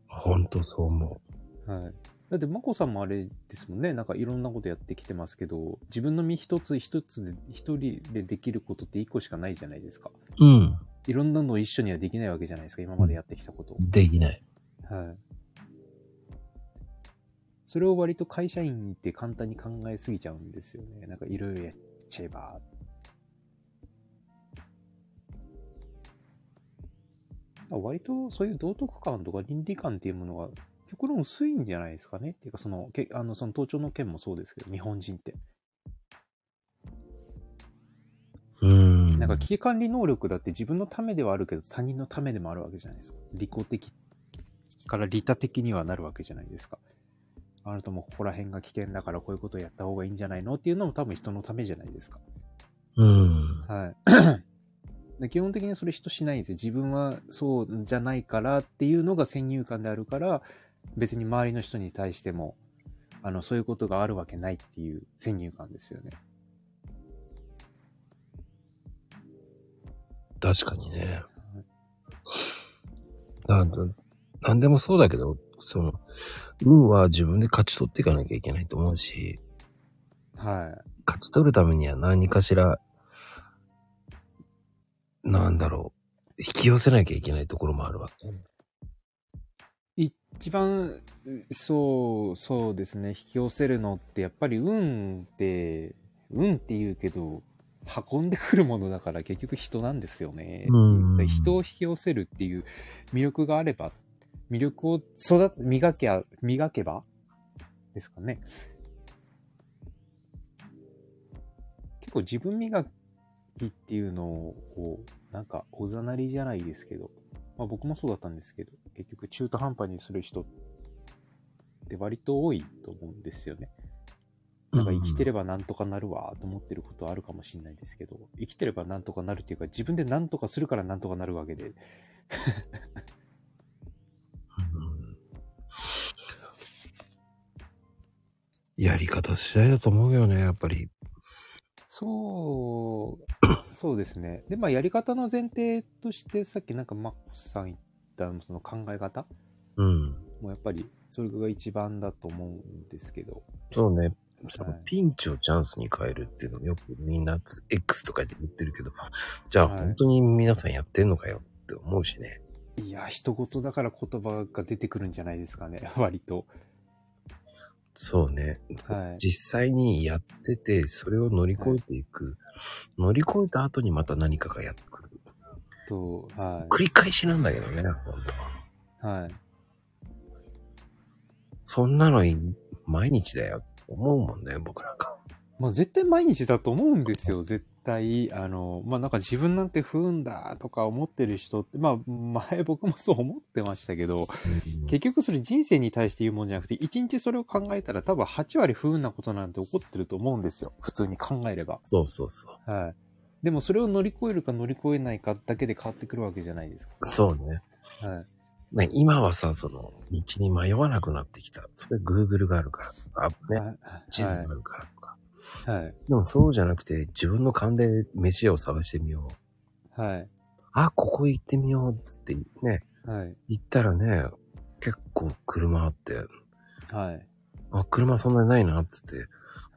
ほんとそう思
はい。だって、まこさんもあれですもんね。なんかいろんなことやってきてますけど、自分の身一つ一つで、一人でできることって一個しかないじゃないですか。
う。うん。
いろんなのを一緒にはできないわけじゃないですか。今までやってきたことを。
できない。
はい。それを割と会社員って簡単に考えすぎちゃうんですよね。なんかいろいろやっちゃえば。割とそういう道徳感とか倫理観っていうものが極論薄いんじゃないですかね。っていうかその、けあの、その盗聴の件もそうですけど、日本人って。
うん。
なんか危機管理能力だって自分のためではあるけど、他人のためでもあるわけじゃないですか。利己的から利他的にはなるわけじゃないですか。あなたもここら辺が危険だからこういうことをやった方がいいんじゃないのっていうのも多分人のためじゃないですか。
うん。
はい。で基本的にそれ人しないんですよ。自分はそうじゃないからっていうのが先入観であるから、別に周りの人に対しても、あの、そういうことがあるわけないっていう先入観ですよね。
確かにね。なんだなんでもそうだけど、その、運は自分で勝ち取っていかなきゃいけないと思うし、
はい。
勝ち取るためには何かしら、なんだろう、引き寄せなきゃいけないところもあるわけ。
一番、うそう、そうですね、引き寄せるのって、やっぱり運って、運って言うけど、運んでくるものだから結局人なんですよね。
うん
で人を引き寄せるっていう魅力があれば、魅力を育て、磨けば、磨けばですかね。結構自分磨きっていうのを、こう、なんか、おざなりじゃないですけど、まあ僕もそうだったんですけど、結局中途半端にする人って割と多いと思うんですよね。なんか生きてればなんとかなるわと思ってることはあるかもしれないですけど、生きてればなんとかなるっていうか、自分でなんとかするからなんとかなるわけで。
うんやり方次第だと思うよね、やっぱり。
そう、そうですね。で、まあやり方の前提として、さっきなんかマックスさん言ったその考え方
うん。
もやっぱりそれが一番だと思うんですけど、
そうね。その
はい
ピンチをチャンスに変えるっていうのをよくみんな X とかで言ってるけど、じゃあ
はい
本当に皆さんやってんのかよって思うしね。
いや、人事だから言葉が出てくるんじゃないですかね、 割と。
そうね。
はい
実際にやってて、それを乗り越えていく。乗り越えた後にまた何かがやってくる。
と、は
繰り返しなんだけどね、本当は。
い。はい。
そんなのい毎日だよって思うもんね、僕なんか。
まあ絶対毎日だと思うんですよ、絶対。あの、まあなんか自分なんて不運だとか思ってる人って、まあ前僕もそう思ってましたけど、結局それ人生に対して言うもんじゃなくて、一日それを考えたら多分8割不運なことなんて起こってると思うんですよ、普通に考えれば。
そうそうそう。
はい。でもそれを乗り越えるか乗り越えないかだけで変わってくるわけじゃないです
そうね。
か。はい。
ね、今はさ、その、道に迷わなくなってきた。それ Google があるから。あ、ね、
はい
地図があるからとか。
はい。
でもそうじゃなくて、自分の勘で飯屋を探してみよう。
はい。
あ、ここ行ってみようっつってね、
はい。
行ったらね、結構車あって、
はい。
あ、車そんなにないなっつって、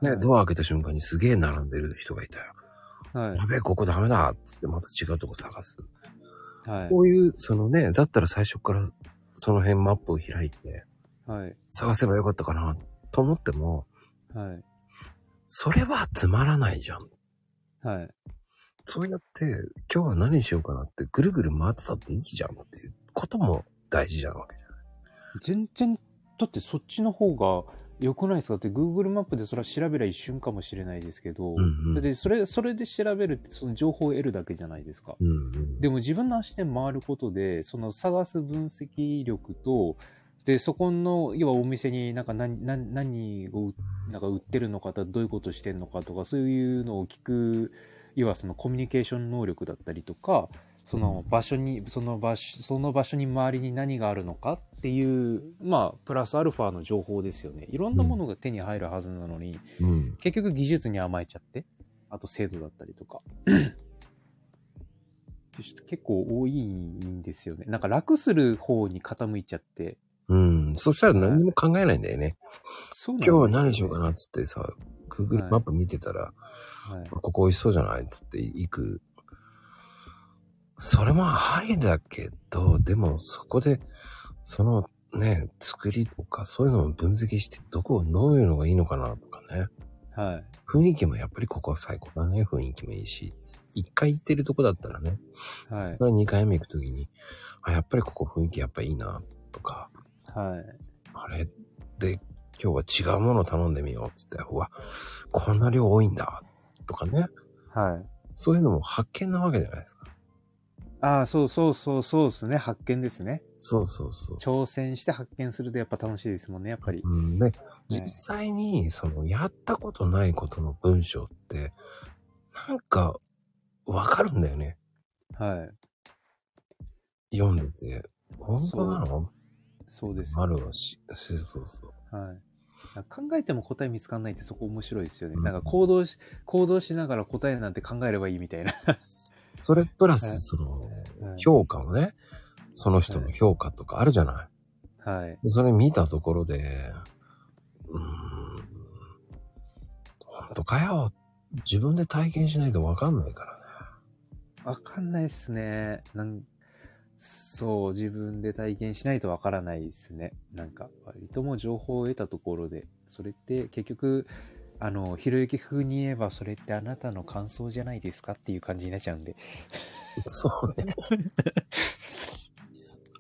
ね、
はい
ドア開けた瞬間にすげえ並んでる人がいたよ。
はい
や。べえ、ここダメだっつってまた違うとこ探す。
はい
こ。ういう、そのね、だったら最初からその辺マップを開いて、
はい。
探せばよかったかな、と思っても、
はい。
それはつまらないじゃん。
はい。
そうやって、今日は何しようかなって、ぐるぐる回ってたっていいじゃんっていうことも大事なわけじゃん。
全然、だってそっちの方が良くないですかだって Google マップでそれは調べりゃ一瞬かもしれないですけど、
うんうん
でそれ、それで調べるってその情報を得るだけじゃないですか。
うんうん。
でも自分の足で回ることで、その探す分析力と、で、そこの、要はお店になんか何、何、何を、なんか売ってるのかとか、どういうことしてるのかとか、そういうのを聞く、要はそのコミュニケーション能力だったりとか、その場所に、その場所、その場所に周りに何があるのかっていう、まあ、プラスアルファの情報ですよね。いろんなものが手に入るはずなのに、
うん。
結局技術に甘えちゃって、あと精度だった りとか。結構多いんですよね。なんか楽する方に傾いちゃって。
うん。そしたら何にも考えないんだよね。
そう
今日は何しようか
な
なっつってさ、Google マップ見てたら、
んですよね。
ここ美味しそうじゃないっつって行く。それもありだけど、でもそこで、そのね、作りとかそういうのも分析して、どこをどういうのがいいのかなとかね。
はい。はい。
雰囲気もやっぱりここは最高だね。雰囲気もいいし。一回行ってるとこだったらね、
はい。
それ二回目行くときに、あ、やっぱりここ雰囲気やっぱいいな、とか、
はい。
あれで今日は違うもの頼んでみようってって、うわ、こんな量多いんだ、とかね。
はい。
そういうのも発見なわけじゃないですか。
ああ、そうそうそうそうですね。発見ですね。
そうそうそう。
挑戦して発見するとやっぱ楽しいですもんね、やっぱり。
うん、で、実際に、その、やったことないことの文章って、なんか、わかるんだよね。
はい。
読んでて。本当なの
そうです
あ
よね。
るわし、そうそうそう。
はい。考えても答え見つかんないってそこ面白いですよね。
うん
なんか行動し、行動しながら答えなんて考えればいいみたいな。
それプラ
はい
ス、その
はい、
評価をね、その人の評価とかあるじゃない。
はい。
でそれ見たところで、うーん、本当かよ。自分で体験しないとわかんないからね。
わかんないっすね。なんそう、自分で体験しないとわからないっすね。なんか、割ともう情報を得たところで、それって結局、あの、ひろゆき風に言えば、それってあなたの感想じゃないですかっていう感じになっちゃうんで。
そうね。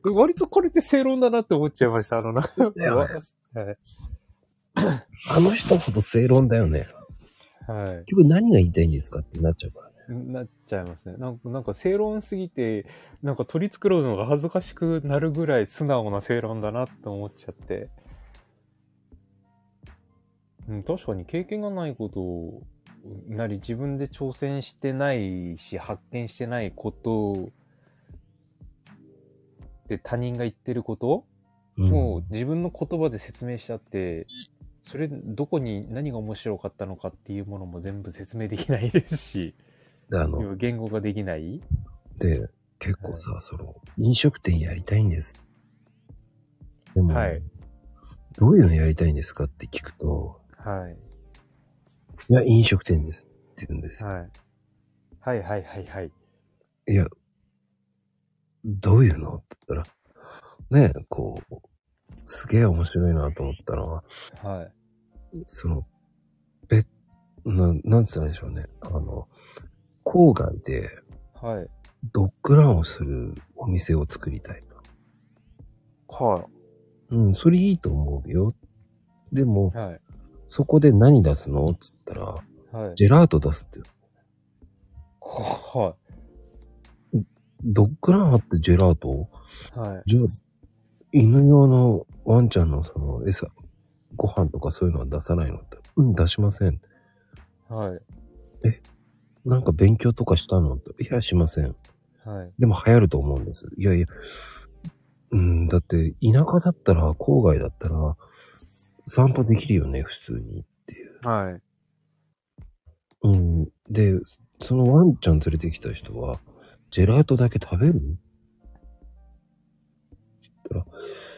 割とこれって正論だなって思っちゃいました。あの、なんか、
だよね
はい。
あの人ほど正論だよね。
はい。
結局何が言いたいんですかってなっちゃうからね。
なっちゃいますね。なんか、なんか正論すぎて、なんか取り繕うのが恥ずかしくなるぐらい素直な正論だなって思っちゃって。うん、確かに経験がないことなり自分で挑戦してないし発見してないことで他人が言ってることを自分の言葉で説明したって、それどこに何が面白かったのかっていうものも全部説明できないですし。
で、あ
要
の、
は言語ができない
で、結構さ、その、飲食店やりたいんです。でも、
はい
どういうのやりたいんですかって聞くと、
はい。
いや、飲食店ですって言うんですよ。
はい。はいはいはいはい。
いや、どういうのって言ったら、ね、こう、すげえ面白いなと思ったのは、
はい。
その、え、な、なんつったらいいんでしょうね。あの、郊外で
はい。
ドッグランをするお店を作りたいと。
は
うん、それいいと思うよ。でも
い。、はい。
そこで何出すのっつったら、
はい。
ジェラート出すってよ。
は
ドッグランあってジェラート
い。はい。
じゃあ、犬用のワンちゃんのその餌、ご飯とかそういうのは出さないのって。うん、出しません。
はい。
なんか勉強とかしたのって。いや、しません。
はい。
でも流行ると思うんです。いやいや、うん、だって田舎だったら、郊外だったら、散歩できるよね、普通にっていう。
はい。
うん。で、そのワンちゃん連れてきた人は、ジェラートだけ食べる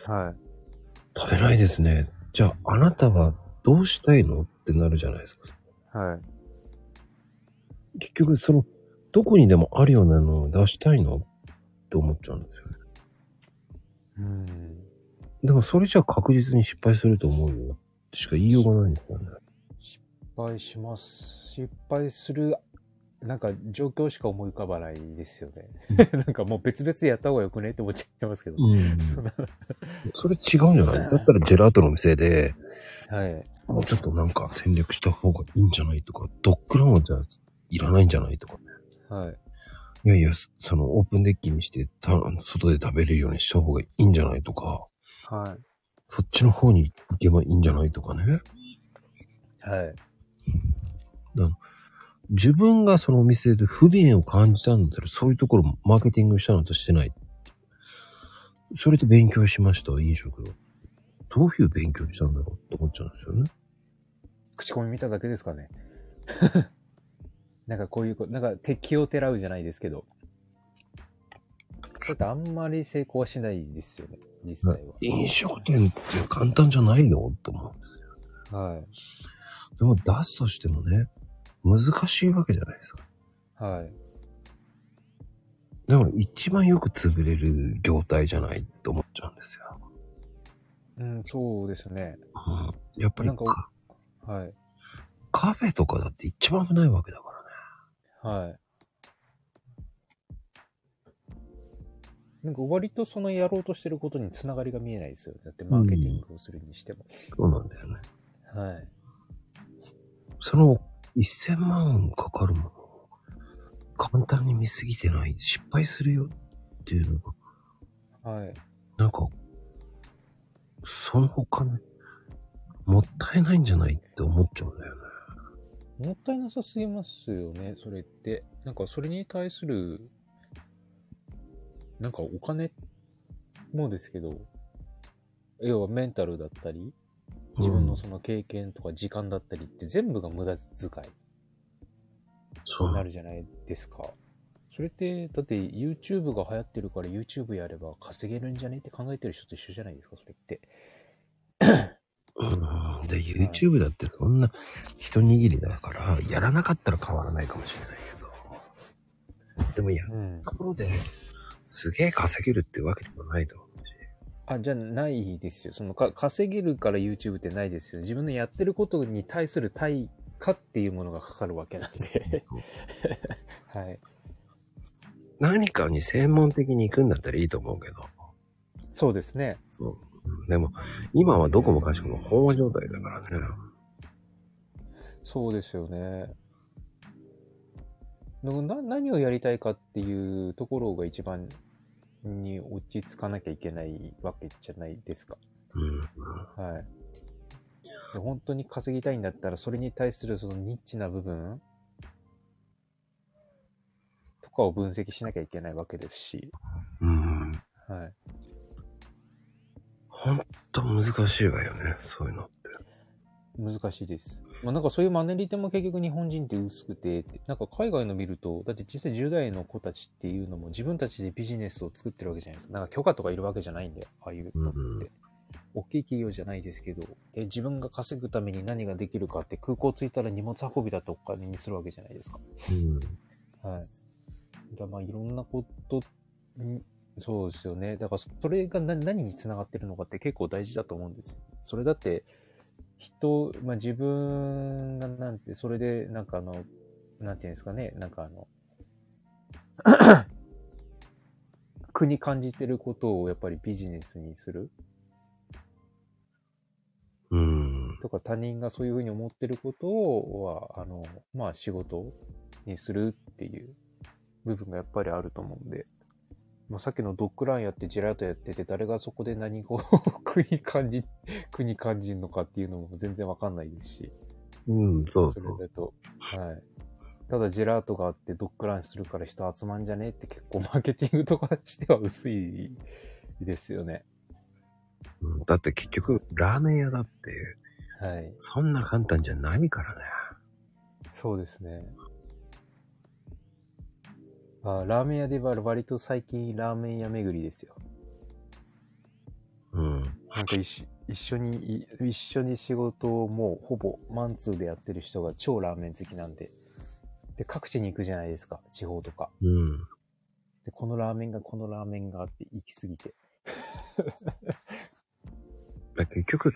はい。
食べないですね。じゃあ、あなたはどうしたいのってなるじゃないですか。
はい。
結局、その、どこにでもあるようなのを出したいのって思っちゃうんですよね。
うん。
でもそれじゃ確実に失敗すると思うよ。しか言いようがないんですよね。
失敗します。失敗する、なんか状況しか思い浮かばないですよね。 なんかもう別々でやった方がよくねって思っちゃいますけど。
うん
そんな
それ違うんじゃないだったらジェラートの店で、
はい。
もうちょっとなんか戦略した方がいいんじゃないとか、ドッグランはじゃあいらないんじゃないとか。
はい。
いやいや、そのオープンデッキにしてた、外で食べれるようにした方がいいんじゃないとか、
は
そっちの方に行けばいいんじゃないとかね。
い。はい。
自分がそのお店で不便を感じたんだったら、そういうところもマーケティングしたのとしてない。それで勉強しました、飲食を。どういう勉強したんだろうって思っちゃうんですよね。
口コミ見ただけですかね。 なんかこういうこ、なんか敵をてらうじゃないですけど。ちょっとあんまり成功はしないですよね、実際
飲食店って簡単じゃないよって思
は。は
う。でも出すとしてもね、難しいわけじゃないですか。
い。はい。
でも一番よく潰れる業態じゃないって思っちゃうんですよ。
うん、そうですね。
うん、やっぱり
なんか
カ
はい。
カフェとかだって一番危ないわけだからね。
はい。なんか割とそのやろうとしてることにつながりが見えないですよね。だってマーケティングをするにしても。
そうなんですよね。
はい。
その1000万かかるものを簡単に見すぎてない、失敗するよっていうのが、
はい。
なんか、その他ね、もったいないんじゃないって思っちゃうんだよね。
もったいなさすぎますよね、それって。なんかそれに対する、なんかお金もですけど、要はメンタルだったり、自分の
うん
その経験とか時間だったりって全部が無駄遣い。
そう
なるじゃないですか。それって、だって YouTube が流行ってるから YouTube やれば稼げるんじゃねって考えてる人と一緒じゃないですか、それって。
うんで、YouTube だってそんな一握りだから、やらなかったら変わらないかもしれないけど。でもやる
うん。
ところで、すげえ稼げるってわけでもないと思うし。
あ、じゃあないですよ。そのか、稼げるから YouTube ってないですよ。自分のやってることに対する対価っていうものがかかるわけなんで。はい。
何かに専門的に行くんだったらいいと思うけど。
そうですね。
そう。でも、今はどこもかしこも飽和状態だからね。
そうですよね。なな何をやりたいかっていうところが一番に落ち着かなきゃいけないわけじゃないですか。
うん。
はい。で本当に稼ぎたいんだったら、それに対するそのニッチな部分とかを分析しなきゃいけないわけですし、
うん。
はい。
ほんと難しいわよね、そういうのって。
難しいです。まあ、なんかそういうマネリテも結局日本人って薄くて、なんか海外の見ると、だって実際10代の子たちっていうのも自分たちでビジネスを作ってるわけじゃないですか。なんか許可とかいるわけじゃないんで、ああいうのって。
うん
大きい企業じゃないですけどで、自分が稼ぐために何ができるかって空港着いたら荷物運びだとお金にするわけじゃないですか。
うん。
はい。だまあ、いろんなことに、そうですよね。だから、それが何何につながってるのかって結構大事だと思うんですよ。それだって、人、まあ、自分がなんて、それで、なんかあの、なんていうんですかね、なんかあの、 苦に感じてることをやっぱりビジネスにする
うん。
とか他人がそういうふうに思ってることをは、あの、まあ仕事にするっていう部分がやっぱりあると思うんで、まあさっきのドッグランやってジェラートやってて誰がそこで何を 苦に感じ、苦に感じるのかっていうのも全然わかんないですし、
うん、そう
それ
そう。
だと、はい。ただジェラートがあってドッグランするから人集まんじゃねえって結構マーケティングとかしては薄いですよね。
うんだって結局、ラーメン屋だって、
はい。
そんな簡単じゃないからね。
そうですね。あラーメン屋では割と最近ラーメン屋巡りですよ。
うん。
なんか一緒一緒にい、一緒に仕事をもうほぼマンツーでやってる人が超ラーメン好きなんで。で、各地に行くじゃないですか、地方とか。
うん。
で、このラーメンがこのラーメンがあって行き過ぎて。
だから結局、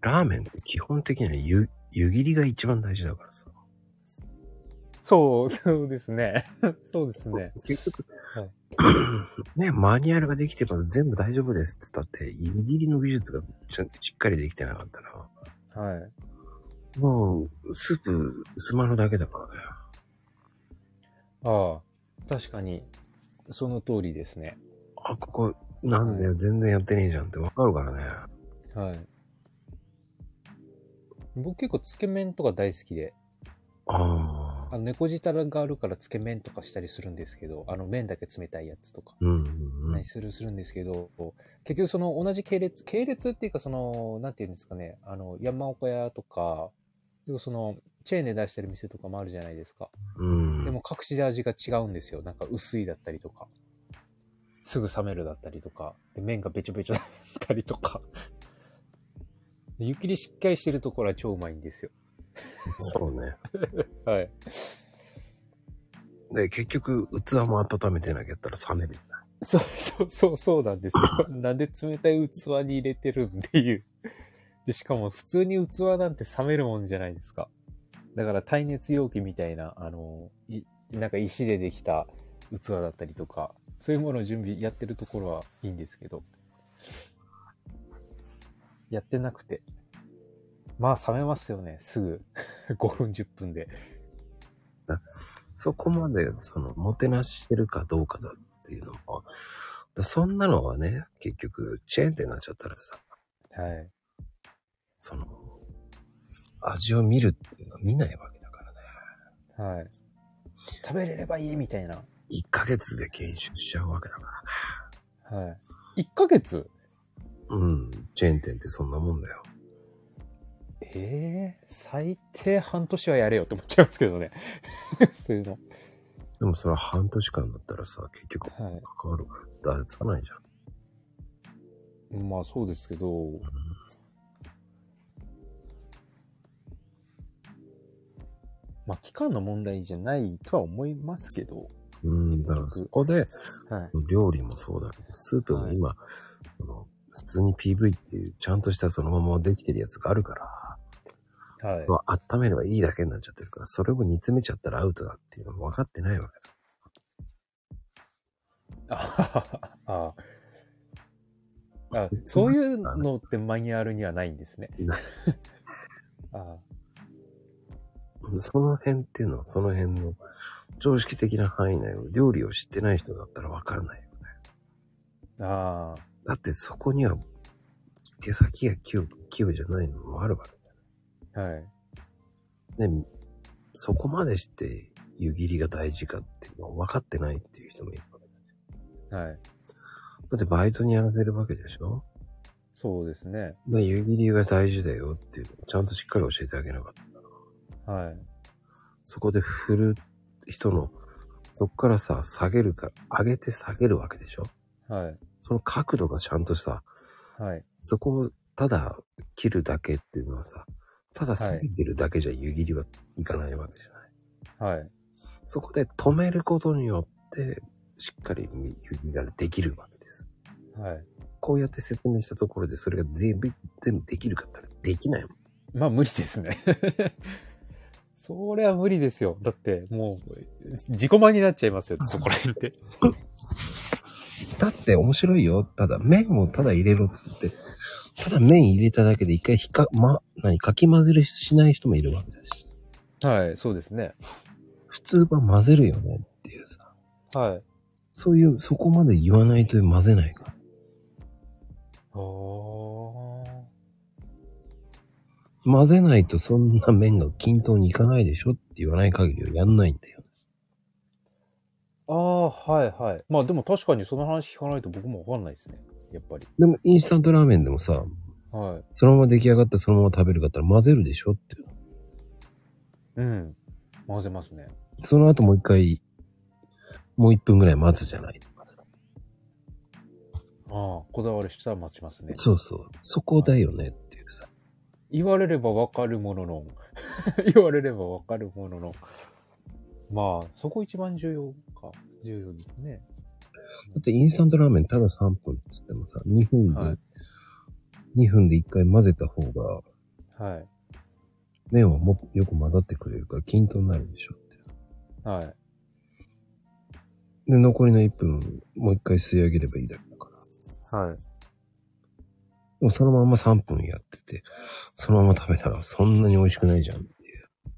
ラーメンって基本的には湯湯切りが一番大事だからさ。
そう、そうですね。 そうですね。
結局、
はい
ね、マニュアルができてれば全部大丈夫ですって言ったって、湯切りの技術がちゃんしっかりできてなかったら、
はい。
もう、スープ、薄まるだけだからね。
ああ、確かに、その通りですね。
あ、ここ、なんだよ、全然やってねえじゃんってわかるからね。
はい。僕結構つけ麺とか大好きで、
あ
あ
あ。
の猫舌があるからつけ麺とかしたりするんですけど、あの麺だけ冷たいやつとか、
うんうんうん
何。するするんですけど、結局その同じ系列、系列っていうかその、なんていうんですかね、あの、山岡屋とか、要はその、チェーンで出してる店とかもあるじゃないですか。
うん。
でも各地で味が違うんですよ。なんか薄いだったりとか、すぐ冷めるだったりとか、で麺がべちょべちょだったりとか。で湯切りしっかりしてるところは超うまいんですよ。
そうね。
はい。
で、結局、器も温めてなきゃったら冷める。
そう、そう、そう、そうなんですよ。なんで冷たい器に入れてるんっていう。で、しかも普通に器なんて冷めるもんじゃないですか。だから耐熱容器みたいな、あの、いなんか石でできた器だったりとか、そういうものを準備やってるところはいいんですけど。やってなくて。まあ冷めますよね、すぐ。5分、10分で。
そこまで、その、もてなしてるかどうかだっていうのも、そんなのはね、結局、チェーンってなっちゃったらさ、
はい。
その、味を見るっていうのは見ないわけだからね。
はい。食べれればいいみたいな。
1ヶ月で研修しちゃうわけだから。
はい。1ヶ月
うん。チェーン店ってそんなもんだよ。
ええ最低半年はやれよって思っちゃいますけどね。 そういうの。
でもそれは半年間だったらさ、結局
はい。
関わるから、だつかないじゃん。
まあそうですけど、まあ期間の問題じゃないとは思いますけど。
うん、だからそこで、
はい。
料理もそうだけど、スープも今、あの普通に PV っていう、ちゃんとしたそのままできてるやつがあるから、
はい。
温めればいいだけになっちゃってるから、それを煮詰めちゃったらアウトだっていうの分かってないわけだ。
ああ。あそういうのってマニュアルにはないんですね。あ
その辺っていうのは、その辺の常識的な範囲内を料理を知ってない人だったら分からないよね。
あ。ああ。
だってそこには手先が器用器用じゃないのもあるわけ
はい。
だよね。そこまでして湯切りが大事かっていうのを分かってないっていう人もいるわけだ。
はい。
だってバイトにやらせるわけでしょ
そうですね。
で湯切りが大事だよっていうのをちゃんとしっかり教えてあげなかった。
はい。
そこで振る人の、そこからさ、下げるか、上げて下げるわけでしょ
はい。
その角度がちゃんとさ、
はい。
そこをただ切るだけっていうのはさ、ただ下げてるだけじゃ湯切りはいかないわけじゃない。
はい。
そこで止めることによって、しっかり湯切りができるわけです。
はい。
こうやって説明したところでそれが全部、全部できるかって言ったらできないもん。
まあ無理ですね。 それは無理ですよ。だってもう自己満になっちゃいますよ、 そこら辺って。
だって面白いよ。ただ、麺をただ入れろっつって、ただ麺入れただけで一回ひか、ま、何、かき混ぜるしない人もいるわけだし。
はい、そうですね。
普通は混ぜるよねっていうさ。
はい。
そういう、そこまで言わないと混ぜないから。
おー。
混ぜないとそんな麺が均等にいかないでしょって言わない限りはやんないんだよ。
あー、はいはい。まあでも確かにその話聞かないと僕もわかんないですね。やっぱり。
でも、インスタントラーメンでもさ、
は
そのまま出来上がったそのまま食べるかって言ったら混ぜるでしょっていう。
い。うん。混ぜますね。
その後もう一回、もう一分ぐらい待つじゃない。
ああ、こだわる人は待ちますね。
そうそう。そこだよねっていうさ。
言われればわかるものの、 言われればわかるものの。まあ、そこ一番重要か。重要ですね。
だってインスタントラーメンただ3分って言ってもさ、2分で、
はい
2分で1回混ぜた方が、
はい。
麺はもよく混ざってくれるから均等になるでしょって。
はい。
で、残りの1分、もう1回吸い上げればいいだけだから。
はい。
でもそのまんま3分やってて、そのまま食べたらそんなに美味しくないじゃんっていう。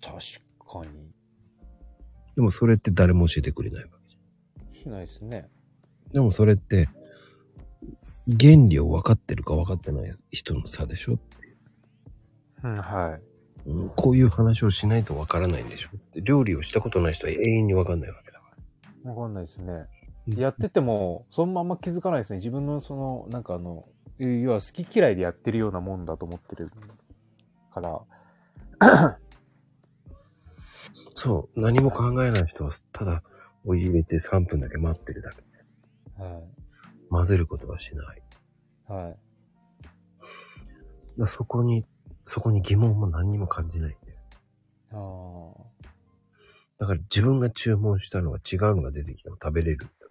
確かに。
でもそれって誰も教えてくれないわけじ
しないですね。
ゃん。でもそれって、原理を分かってるか分かってない人の差でしょ、
うん、はい。
うん、こういう話をしないと分からないんでしょって料理をしたことない人は永遠に分かんないわけだから。
わかんないですね。
うん
やってても、そのまんま気づかないですね。自分のその、なんかあの、え要は好き嫌いでやってるようなもんだと思ってるから。
そう、何も考えない人は、ただお湯入れて3分だけ待ってるだけ。
は
混ぜることはしない。
い。はい。
だそこに、そこに疑問も何にも感じないんだよ。
ああ。
だから自分が注文したのは違うのが出てきても食べれるんだから。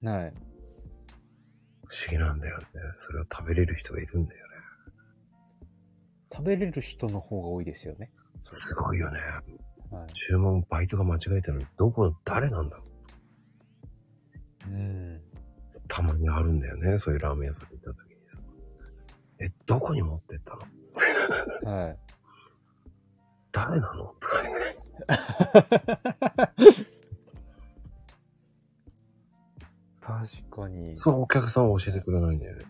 はい。
不思議なんだよね。それを食べれる人がいるんだよね。
食べれる人の方が多いですよね。
すごいよね。
はい。
注文バイトが間違えたのに、どこ、誰なんだろう
うん。
たまにあるんだよね。そういうラーメン屋さんに行った時にさ。え、どこに持ってったの
はい。
誰なのとかね。
確かに。
そう、お客さんは教えてくれないんだよね。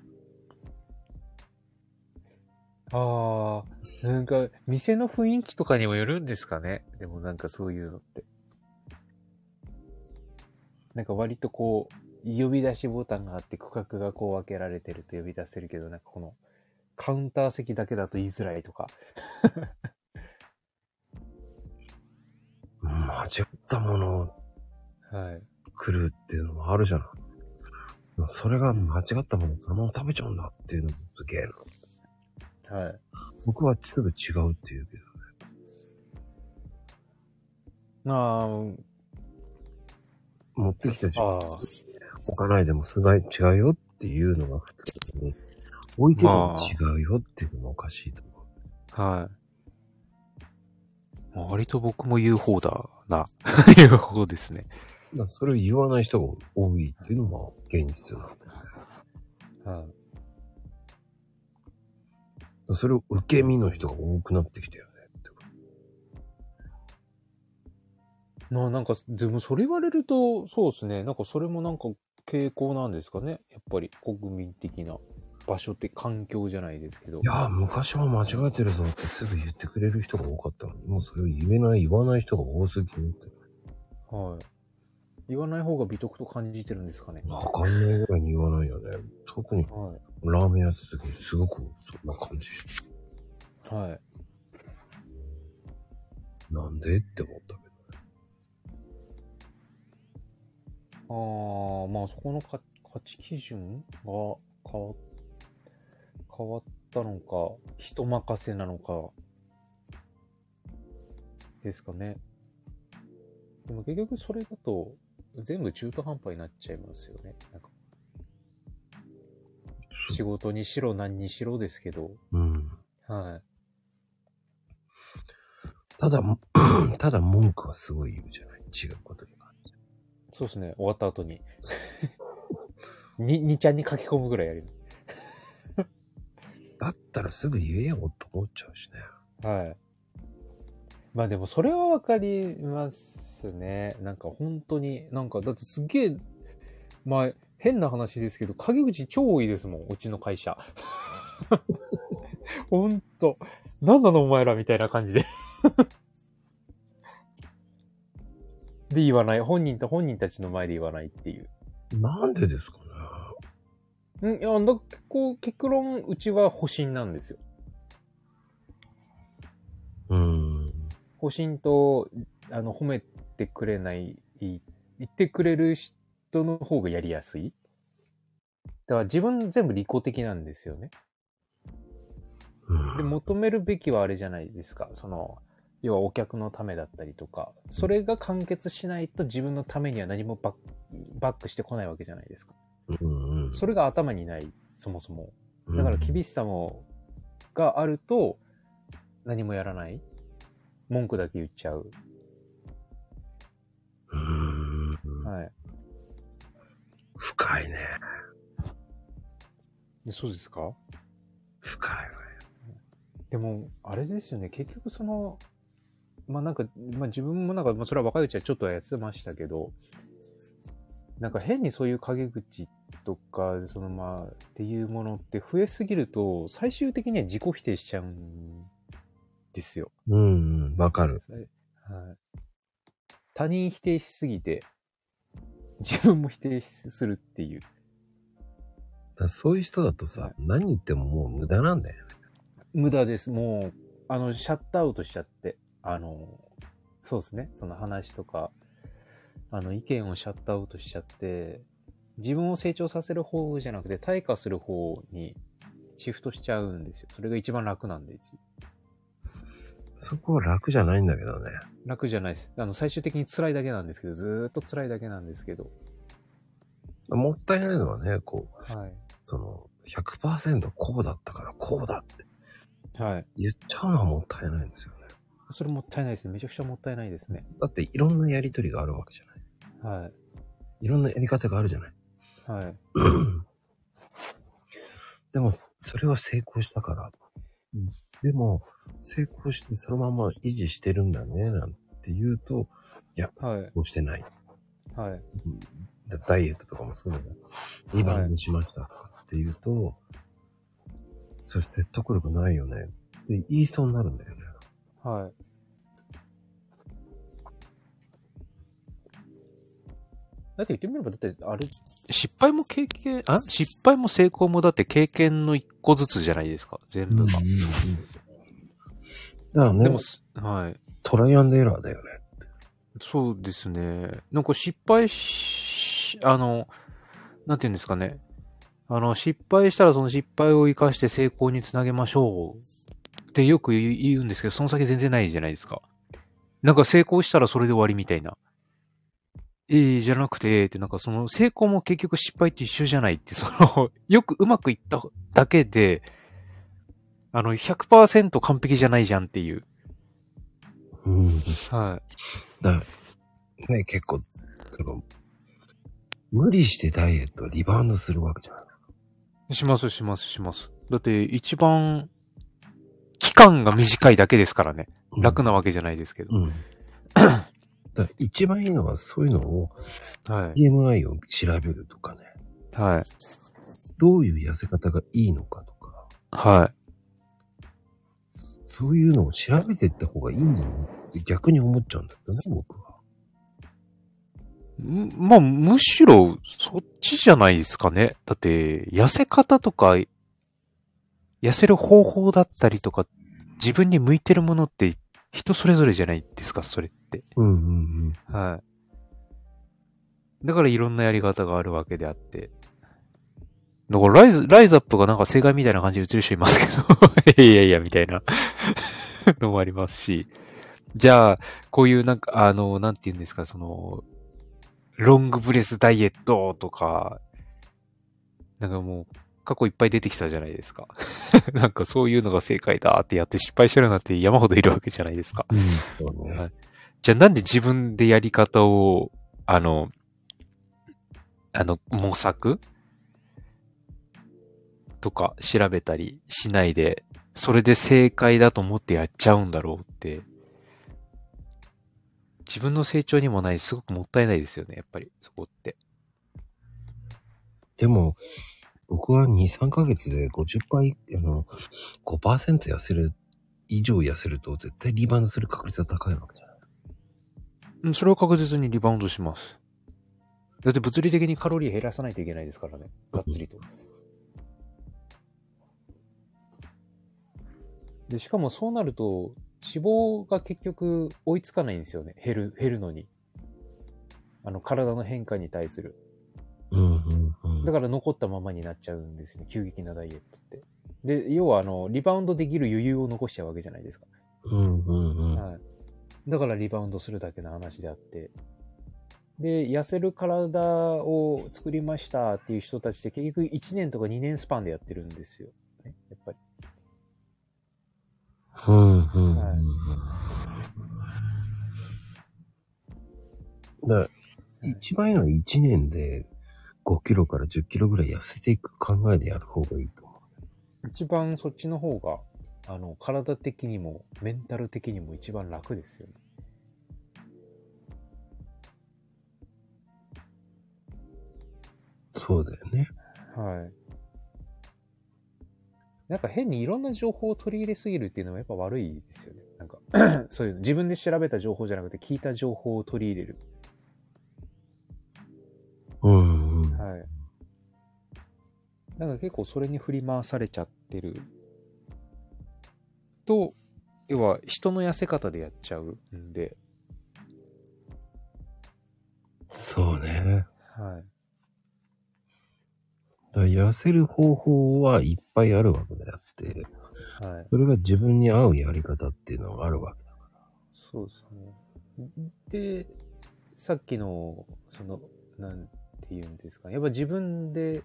ああ、なんか、店の雰囲気とかにもよるんですかね。でもなんかそういうのって。なんか割とこう、呼び出しボタンがあって区画がこう分けられてると呼び出せるけど、なんかこの、カウンター席だけだと言いづらいとか。
うん間違ったものを
はい。
来るっていうのもあるじゃない。でもそれが間違ったものをそのまま食べちゃうんだっていうのもすげえな。
はい。
僕はすぐ違うって言うけど。
あー
持ってきたし、
あー、
置かないでもすがい違うよっていうのが普通だね。置いても違うよっていうのもおかしいと思う。
はい。割と僕も言う方だな。 言う方ですね。
だからそれを言わない人が多いっていうのも現実なんだよね。だか
はい。
らそれを受け身の人が多くなってきたよねってこと。
まあなんか、でもそれ言われると、そうですね。なんかそれもなんか傾向なんですかね。やっぱり国民的な場所って環境じゃないですけ
い。
ど
やー、昔は間違えてるぞってすぐ言ってくれる人が多かったのに、もうそれを言えない、言わない人が多すぎるって。
はい。言わない方が美徳と感じてるんですかね。
わかんないぐらいに言わないよね。特に
は
ラーメンやってた時にすごくそんな感じ。
い。はい。
なんでって思ったけど。
あー、まあそこのか価値基準が変わ変わったのか、人任せなのか、ですかね。でも結局それだと、全部中途半端になっちゃいますよね。なんか仕事にしろ何にしろですけど、
うん。
は
ただ、 ただ文句はすごい言うじゃない。違うことに関して。
い。そうですね、終わった後に。 に、にちゃんに書き込むぐらいやる。
だったらすぐ言えよと思っちゃうしね。
はい。まあでもそれはわかりますね。なんか本当に、なんかだってすげえ、まあ変な話ですけど、陰口超多いですもん、うちの会社。 ほんと。なんなのお前らみたいな感じで。 で言わない。本人と本人たちの前で言わないっていう。
なんでですかね。
んいや、だ結構、結論、うちは保身なんですよ。
うーん。
保身と、あの、褒めてくれない、言ってくれる人の方がやりやすい。だから自分全部利己的なんですよね。
うん
で、求めるべきはあれじゃないですか。その、要はお客のためだったりとか、それが完結しないと自分のためには何もバックバックしてこないわけじゃないですか。
うんうん。
それが頭にない、そもそも。だから
うん
厳しさも、があると、何もやらない。文句だけ言っちゃう。
うん
はい。
深いね。
でそうですか
深いわよ。
でも、あれですよね、結局その、まあなんか、まあ自分もなんか、まあそれは若いうちはちょっとはやってましたけど、なんか変にそういう陰口とか、そのまあ、っていうものって増えすぎると、最終的には自己否定しちゃうんですよ。
うんうん。わかる。
はい、他人否定しすぎて、自分も否定するっていう。
だからそういう人だとさ、何言ってももう無駄なんだよね。
無駄です。もう、あの、シャットアウトしちゃって、あの、そうですね。その話とか、あの、意見をシャットアウトしちゃって、自分を成長させる方じゃなくて、退化する方にシフトしちゃうんですよ。それが一番楽なんで、
そこは楽じゃないんだけどね。
楽じゃないです。あの、最終的に辛いだけなんですけど、ずーっと辛いだけなんですけど、
もったいないのはね、こう、
はい。
その、100%こうだったからこうだって
はい。
言っちゃうのはもったいないんですよね。
それもったいないですね。めちゃくちゃもったいないですね。
だっていろんなやりとりがあるわけじゃない。
はい
ろんなやり方があるじゃない。
い。はい。
でも、それは成功したから。でも、成功してそのまま維持してるんだね、なんて言うと、いや、
はい
成功してない。
はい。
だダイエットとかもそうだよ。2番にしましたとかって言うと、それ説得力ないよねって言いそうになるんだよね。
はい。だって言ってみれば、だってあれ、
失敗も経験、あ失敗も成功もだって経験の一個ずつじゃないですか、全部が。
だからね、
でもす、はい。
トライアンドエラーだよね。
そうですね。なんか失敗し、あの、なんて言うんですかね。あの、失敗したらその失敗を生かして成功につなげましょうってよく言う言うんですけど、その先全然ないじゃないですか。なんか成功したらそれで終わりみたいな。ええじゃなくて、ってなんかその成功も結局失敗って一緒じゃないって、その、よくうまくいっただけで、あの、100%完璧じゃないじゃんっていう。
うん。
は
だからね、結構、その、無理してダイエットをリバウンドするわけじゃない。
い。します、します、します。だって、一番、期間が短いだけですからね。楽なわけじゃないですけど。
うん。だから一番いいのはそういうのを
はい。
BMI を調べるとかね、
はい。
どういう痩せ方がいいのかとか、
は
そういうのを調べていった方がいいんじゃないって逆に思っちゃうんだけどね、僕は。
い。んまあ、むしろ、そっちじゃないですかね。だって、痩せ方とか、痩せる方法だったりとか、自分に向いてるものって、人それぞれじゃないですか、それって。
うんうん
はい。だからいろんなやり方があるわけであって。だからライズ、ライズアップがなんか正解みたいな感じで映る人いますけど、いやい やいや、みたいなのもありますし。じゃあ、こういうなんか、あの、なんて言うんですか、その、ロングブレスダイエットとか、なんかもう、過去いっぱい出てきたじゃないですか。 なんかそういうのが正解だってやって失敗してるなんて山ほどいるわけじゃないですか。
うん。うん、そうね。
はいじゃあなんで自分でやり方を、あの、あの、模索とか調べたりしないで、それで正解だと思ってやっちゃうんだろうって、自分の成長にもない、すごくもったいないですよね、やっぱり、そこって。
でも、僕は2、3ヶ月で50倍、あの、5%痩せる、以上痩せると絶対リバウンドする確率が高いわけじゃない。
うんそれは確実にリバウンドします。だって物理的に
カロリー減らさないといけないですからね。がっつりと。で、しかもそうなると、脂肪が結局追いつかないんですよね。減る、減るのに。あの、体の変化に対する。
うんうんうん。
だから残ったままになっちゃうんですよね。急激なダイエットって。で、要はあの、リバウンドできる余裕を残しちゃうわけじゃないですか。
うんうんうん。
はい。だからリバウンドするだけの話であって、で、痩せる体を作りましたっていう人たちって結局1年とか2年スパンでやってるんですよ。ね、やっぱり。
うん、うん
はい
うん。だから一番いいのは1年で5キロから10キロぐらい痩せていく考えでやる方がいいと思
一番そっちの方が、あの、体的にもメンタル的にも一番楽ですよね。
う。そうだよね。
はい。なんか変にいろんな情報を取り入れすぎるっていうのはやっぱ悪いですよね。なんか、 そういうの自分で調べた情報じゃなくて聞いた情報を取り入れる。
うん、うん。
はい。なんか結構それに振り回されちゃってる。と、要は人の痩せ方でやっちゃうんで。
そうね。
はい。
だから痩せる方法はいっぱいあるわけであって、
はい。
それが自分に合うやり方っていうのがあるわけだ。
そうですね。で、さっきの、その、なんて言うんですか。やっぱ自分で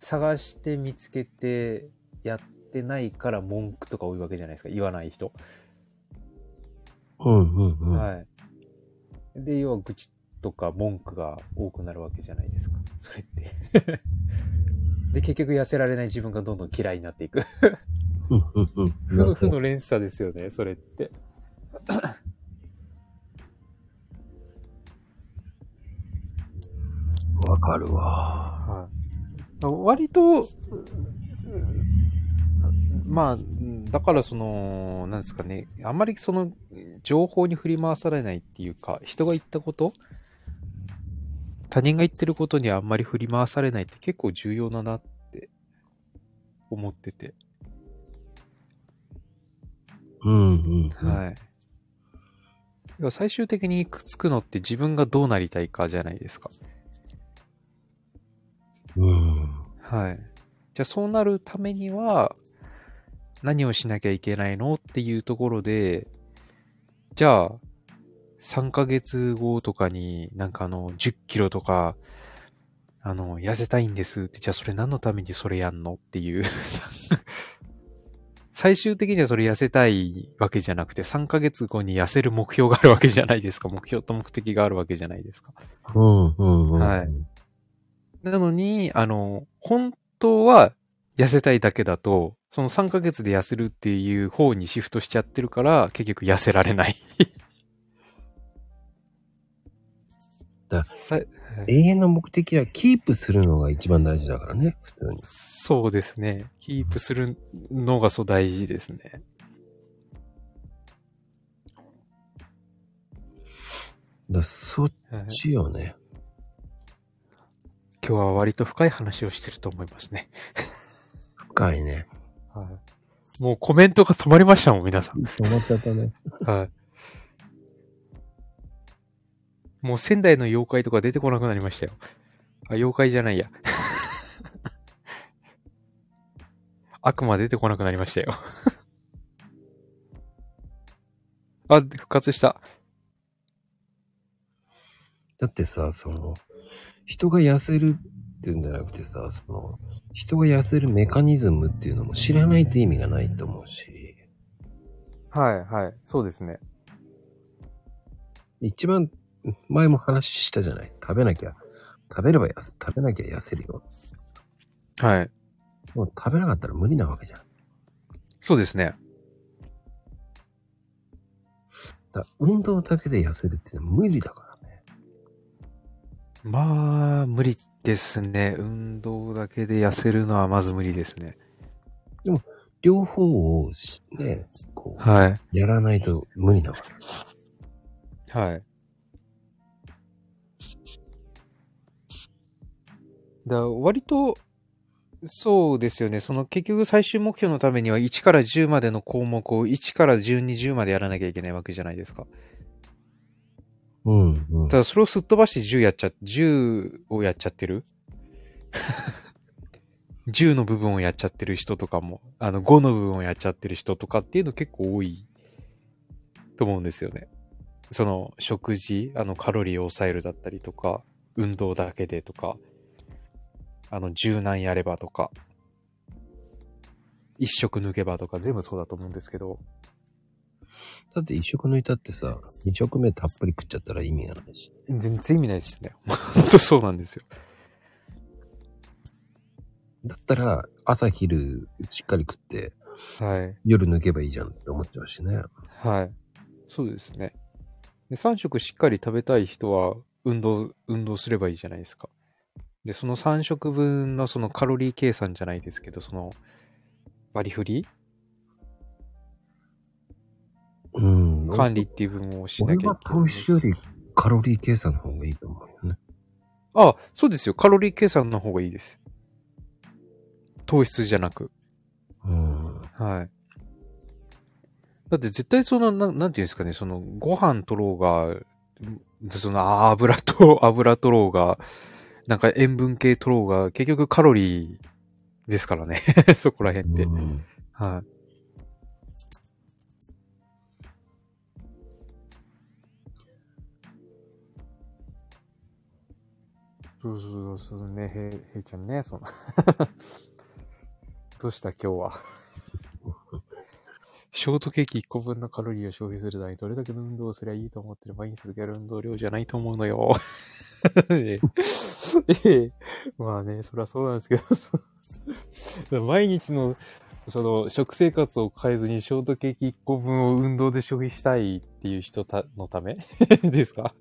探して見つけてやってないから文句とか多いわけじゃないですか。言わない人。
うんうんうん。
はい。で、要は愚痴とか文句が多くなるわけじゃないですか。それって。 で、結局痩せられない自分がどんどん嫌いになっていく。
うんうんうん。
夫婦の連鎖ですよね、それって。
わかるわ。
はい、割と、まあ、だからその、なんですかね、あんまりその、情報に振り回されないっていうか、人が言ったこと他人が言ってることにあんまり振り回されないって結構重要だなって思ってて。
うんうん、うん。
はい。要は最終的にくっつくのって自分がどうなりたいかじゃないですか。
うん。
はい。じゃあそうなるためには何をしなきゃいけないのっていうところで、じゃあ3ヶ月後とかになんかあの10キロとかあの痩せたいんですって、じゃあそれ何のためにそれやんのっていう。 最終的にはそれ痩せたいわけじゃなくて、3ヶ月後に痩せる目標があるわけじゃないですか。目標と目的があるわけじゃないですか。
うんうんうん。
はい。なのに、あの、本当は痩せたいだけだと、その3ヶ月で痩せるっていう方にシフトしちゃってるから、結局痩せられ ない。
だ
さはい
永遠の目的はキープするのが一番大事だからね、普通に。
そうですね。キープするのがそう大事ですね。
だそっ
はい
ちよね。
今日は割と深い話をしてると思いますね。
深いね。
もうコメントが止まりましたもん、皆さん。
止まっちゃったね。
はい。もう仙台の妖怪とか出てこなくなりましたよ。あ、妖怪じゃない や。悪魔出てこなくなりましたよ。 あ、復活した。
だってさ、その、人が痩せるっていうんじゃなくてさ、その、人が痩せるメカニズムっていうのも知らないと意味がないと思うし、
はい、はい。そうですね。
一番前も話したじゃない。食べなきゃ、食べれば痩せ、食べなきゃ痩せるよ。
はい。
もう食べなかったら無理なわけじゃん。
そうですね。
だ運動だけで痩せるっていうのは無理だからね。
まあ、無理ですね。運動だけで痩せるのはまず無理ですね。
両方をしね、こう、
はい。
やらないと無理なわけ。
はい。だ割と、そうですよね。その結局最終目標のためには1から10までの項目を1から12、10までやらなきゃいけないわけじゃないですか。
うん、うん
た。だそれをすっ飛ばして10やっちゃ、10をやっちゃってる ?10 の部分をやっちゃってる人とかも、あの5の部分をやっちゃってる人とかっていうの結構多いと思うんですよね。その食事、あのカロリーを抑えるだったりとか、運動だけでとか、あの柔軟やればとか、一食抜けばとか全部そうだと思うんですけど、
だって一食抜いたってさ、二食目たっぷり食っちゃったら意味がないし。
全然意味ないですね。 ほんとそうなんですよ。
だったら、朝昼しっかり食って、
はい。
夜抜けばいいじゃんって思っちゃうしね。
はい。そうですね。で3食しっかり食べたい人は運動、運動すればいいじゃないですか。で、その3食分のそのカロリー計算じゃないですけど、その割り振り
うん。
管理っていう部分をしな
俺
きゃい
は
けない
糖
です。
質よりカロリー計算の方がいいと思うよね。
あ、そうですよ。カロリー計算の方がいいです。糖質じゃなく。
うん。
はい。だって絶対その、ななんていうんですかね、その、ご飯取ろうが、ずその、あ油と、 油取ろうが、なんか塩分系取ろうが、結局カロリーですからね。 そこら辺って。
うん
はい。そうそうそうね、へ、へいちゃんね、その どうした今日は。 ショートケーキ1個分のカロリーを消費するためにどれだけの運動をすればいいと思ってればいいんですけど、運動量じゃないと思うのよ。 ええええまあね、そりゃそうなんですけどその、 毎日のその食生活を変えずにショートケーキ1個分を運動で消費したいっていう人たのため ですか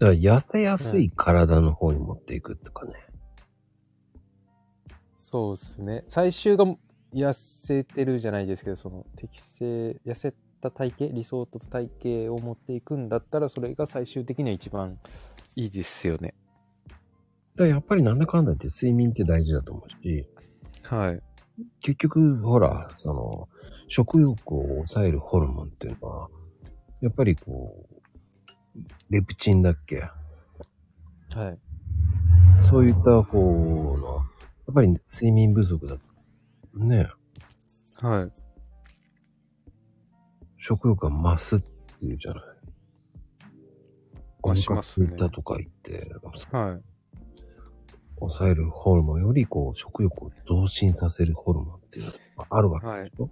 だから痩せやすい体の方に持っていくとかね。
そうですね。最終が痩せてるじゃないですけど、その適正、痩せた体型、理想と体型を持っていくんだったら、それが最終的には一番いいですよね。
だからやっぱりなんだかんだ言って睡眠って大事だと思うし、
はい。
結局、ほら、その、食欲を抑えるホルモンっていうのは、やっぱりこう、レプチンだっけ
はい。
そういった方の、やっぱり睡眠不足だと、ね、
はい。
食欲が増すっていうじゃない。
増しますね
お腹空いたとか言って、
はい。
抑えるホルモンより、こう、食欲を増進させるホルモンっていうのがあるわけでしょ、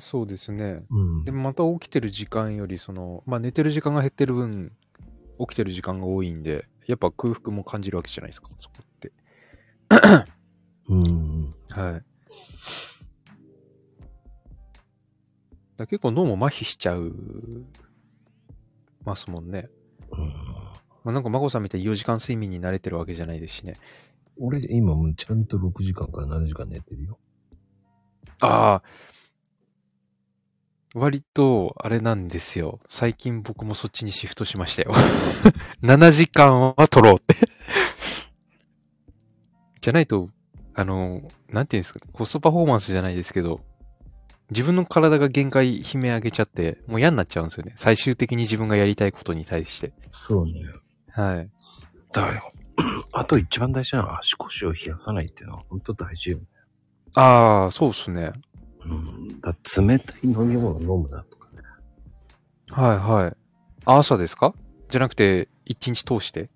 そうですね。
うん
で。もまた起きてる時間よりその、まあ、寝てる時間が減ってる分起きてる時間が多いんでやっぱ空腹も感じるわけじゃないですかそこって
うん。
はいだから結構脳も麻痺しちゃうますもんね、
うん
まあ、なんか眞子さんみたいに4時間睡眠に慣れてるわけじゃないですしね
俺、今もうちゃんと6時間から7時間寝てるよ。
ああ割とあれなんですよ最近僕もそっちにシフトしましたよ 7時間は取ろうって じゃないと、あの、なんていうんですか、コストパフォーマンスじゃないですけど、自分の体が限界悲鳴上げちゃって、もう嫌になっちゃうんですよね。最終的に自分がやりたいことに対して。
そうね。
はい。
だよ。 あと一番大事なのは足腰を冷やさないっていうのは本当大事よ。
ああ、そうっすね。
うん。だ冷たい飲み物を飲むなとかね。
はいはい。あ朝ですかじゃなくて、一日通して。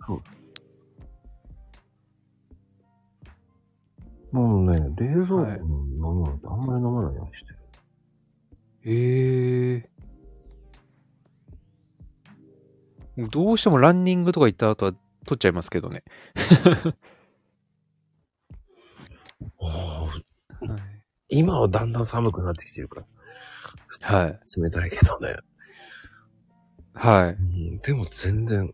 もうね、冷蔵庫の飲み物ってあんまり飲まないようにしてる。
ええどうしてもランニングとか行った後は取っちゃいますけどね。
ああ
はい。
今はだんだん寒くなってきてるから。
はい。
冷たいけどね。
はい。
うん。でも全然、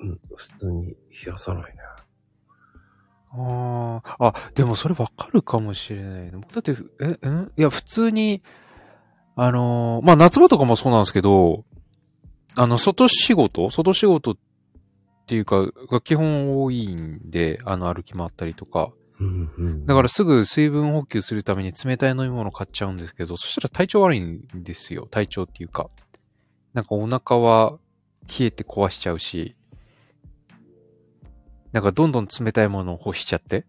うん、普通に冷やさないね。
ああ、あ、でもそれわかるかもしれないな。僕だって、え、んいや、普通に、あのーまあ、夏場とかもそうなんですけど、あの、外仕事外仕事っていうか、が基本多いんで、あの、歩き回ったりとか。
うんうん
だからすぐ水分補給するために冷たい飲み物買っちゃうんですけど、そしたら体調悪いんですよ。体調っていうか。なんかお腹は冷えて壊しちゃうし、なんかどんどん冷たいものを欲しちゃって。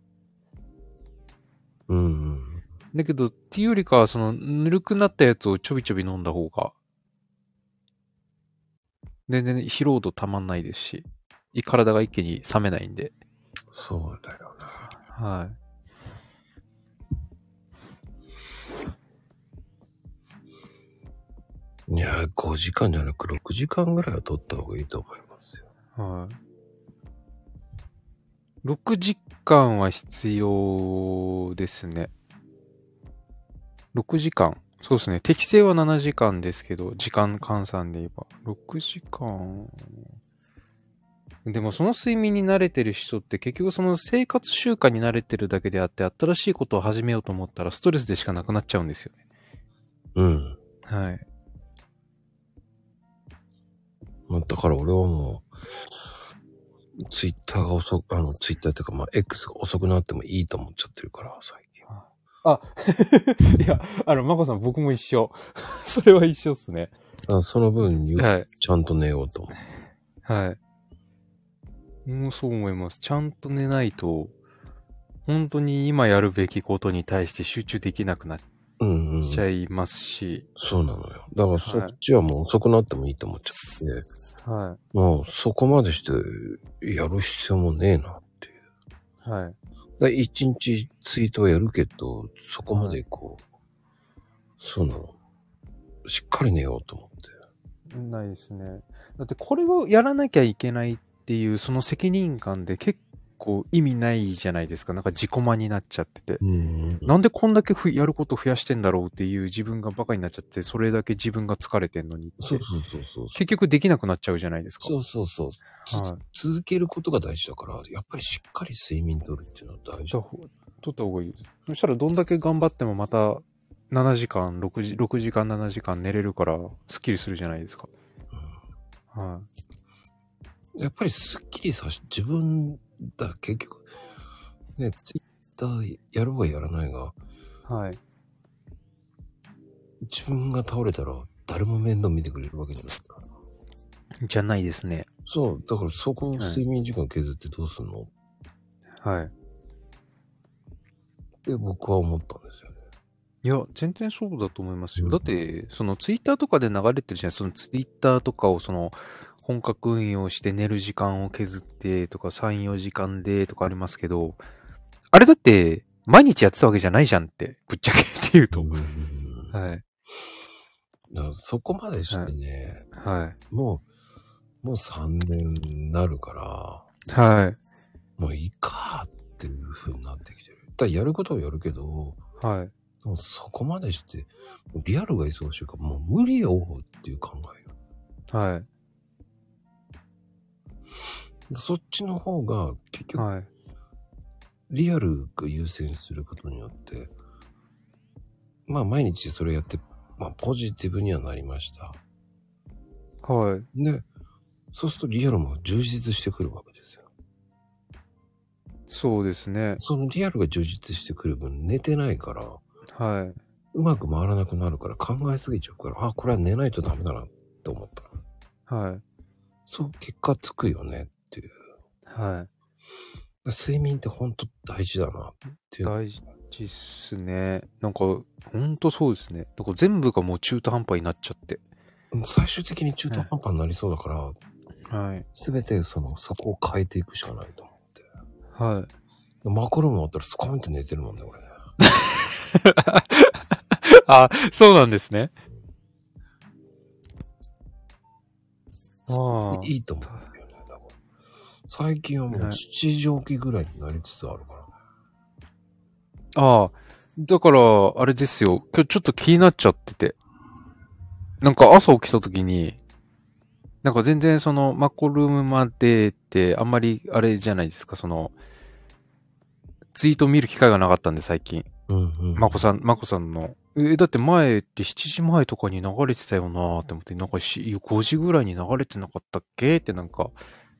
うんうん。
だけど、っていうよりかは、その、ぬるくなったやつをちょびちょび飲んだ方が、全然疲労度たまんないですし、い体が一気に冷めないんで。
そうだよな。
はい。
いや、5時間じゃなく6時間ぐらいは取った方がいいと思いますよ。
はい。6時間は必要ですね。6時間。そうですね。適正は7時間ですけど、時間換算で言えば。6時間。でもその睡眠に慣れてる人って結局その生活習慣に慣れてるだけであって、新しいことを始めようと思ったらストレスでしかなくなっちゃうんですよね。
うん。
はい。
まあ、だから俺はもう、ツイッターが遅く、あの、ツイッターっていうか、まあ、X が遅くなってもいいと思っちゃってるから、最近。
あ、いや、あの、まこさん僕も一緒。 それは一緒っすね。
あその分、ゆ
はい。
ちゃんと寝ようと思
はい。もうそう思います。ちゃんと寝ないと、本当に今やるべきことに対して集中できなくなっ
う。うんうん。
ちゃいますし、
そうなのよ。だからそっちはもう遅くなってもいいと思っちゃって、
は
もうそこまでしてやる必要もねえなっていう。
い。はい。
だ一日ツイートはやるけど、そこまでこう、その、しっかり寝ようと思って。
ないですね。だってこれをやらなきゃいけないっていうその責任感で結構意味ないじゃないですか。なんか自己満になっちゃってて。
うん
なんでこんだけふやること増やしてんだろうっていう自分がバカになっちゃって、それだけ自分が疲れてんのにって。
そうそうそうそう。
結局できなくなっちゃうじゃないですか。
そうそうそう。つ
はい
続けることが大事だから、やっぱりしっかり睡眠取るっていうのは大事
じゃ。あ、取った方がいいです。そしたらどんだけ頑張ってもまた7時間、6時、6時間、7時間寝れるから、スッキリするじゃないですか。は
やっぱりスッキリさし、自分だ、結局、ね、ツイッターやろうがやらないが、
い。はい。
自分が倒れたら誰も面倒見てくれるわけじゃないから。
じゃないですね。
そう、だからそこを
はい
睡眠時間削ってどうすんの、っ
はい。
て僕は思ったんですよね。
いや、全然そうだと思います
う
よ。
ん
だって、そのツイッターとかで流れてるじゃないそのツイッターとかをその、本格運用して寝る時間を削ってとか、3、4時間でとかありますけど、あれだって、毎日やってたわけじゃないじゃんって、ぶっちゃけって言うと。
だか
はい。
らそこまでしてね、
は
もう、もう3年になるから、
い。はい。
もういいかっていう風になってきてる。だからやることはやるけど、
はい。
でもそこまでして、もうリアルが忙しいから、もう無理よっていう考えよ。
は
そっちの方が、結
い。
局、
はい。
リアルが優先することによって、まあ毎日それやって、まあポジティブにはなりました。
はい。
で、そうするとリアルも充実してくるわけですよ。
そうですね。
そのリアルが充実してくる分、寝てないから、
は
うまく回らなくなるから考えすぎちゃうから、あ、これは寝ないとダメだなって思った。
い。はい。
そう、結果つくよねっていう。
は
睡眠ってほんと大事だなって
い。
いう。
大事っすね。なんか、ほんとそうですね。なんか全部がもう中途半端になっちゃって。
最終的に中途半端になりそうだから、
はい。
すべてその、そこを変えていくしかないと思って。
は
マクロム終わったらスコーンって寝てるもんね、俺ね。
い。あ、そうなんですね。ああ。
いいと思うんだよね。だから最近はもう7時起きぐらいになりつつあるから。
ああ。だから、あれですよ。今日ちょっと気になっちゃってて。なんか朝起きた時に、なんか全然そのマコルームまでってあんまりあれじゃないですか、その、ツイート見る機会がなかったんで最近。
うんうん。
マコさん、マコさんの。え、だって前って7時前とかに流れてたよなーって思って、なんかし5時ぐらいに流れてなかったっけってなんか。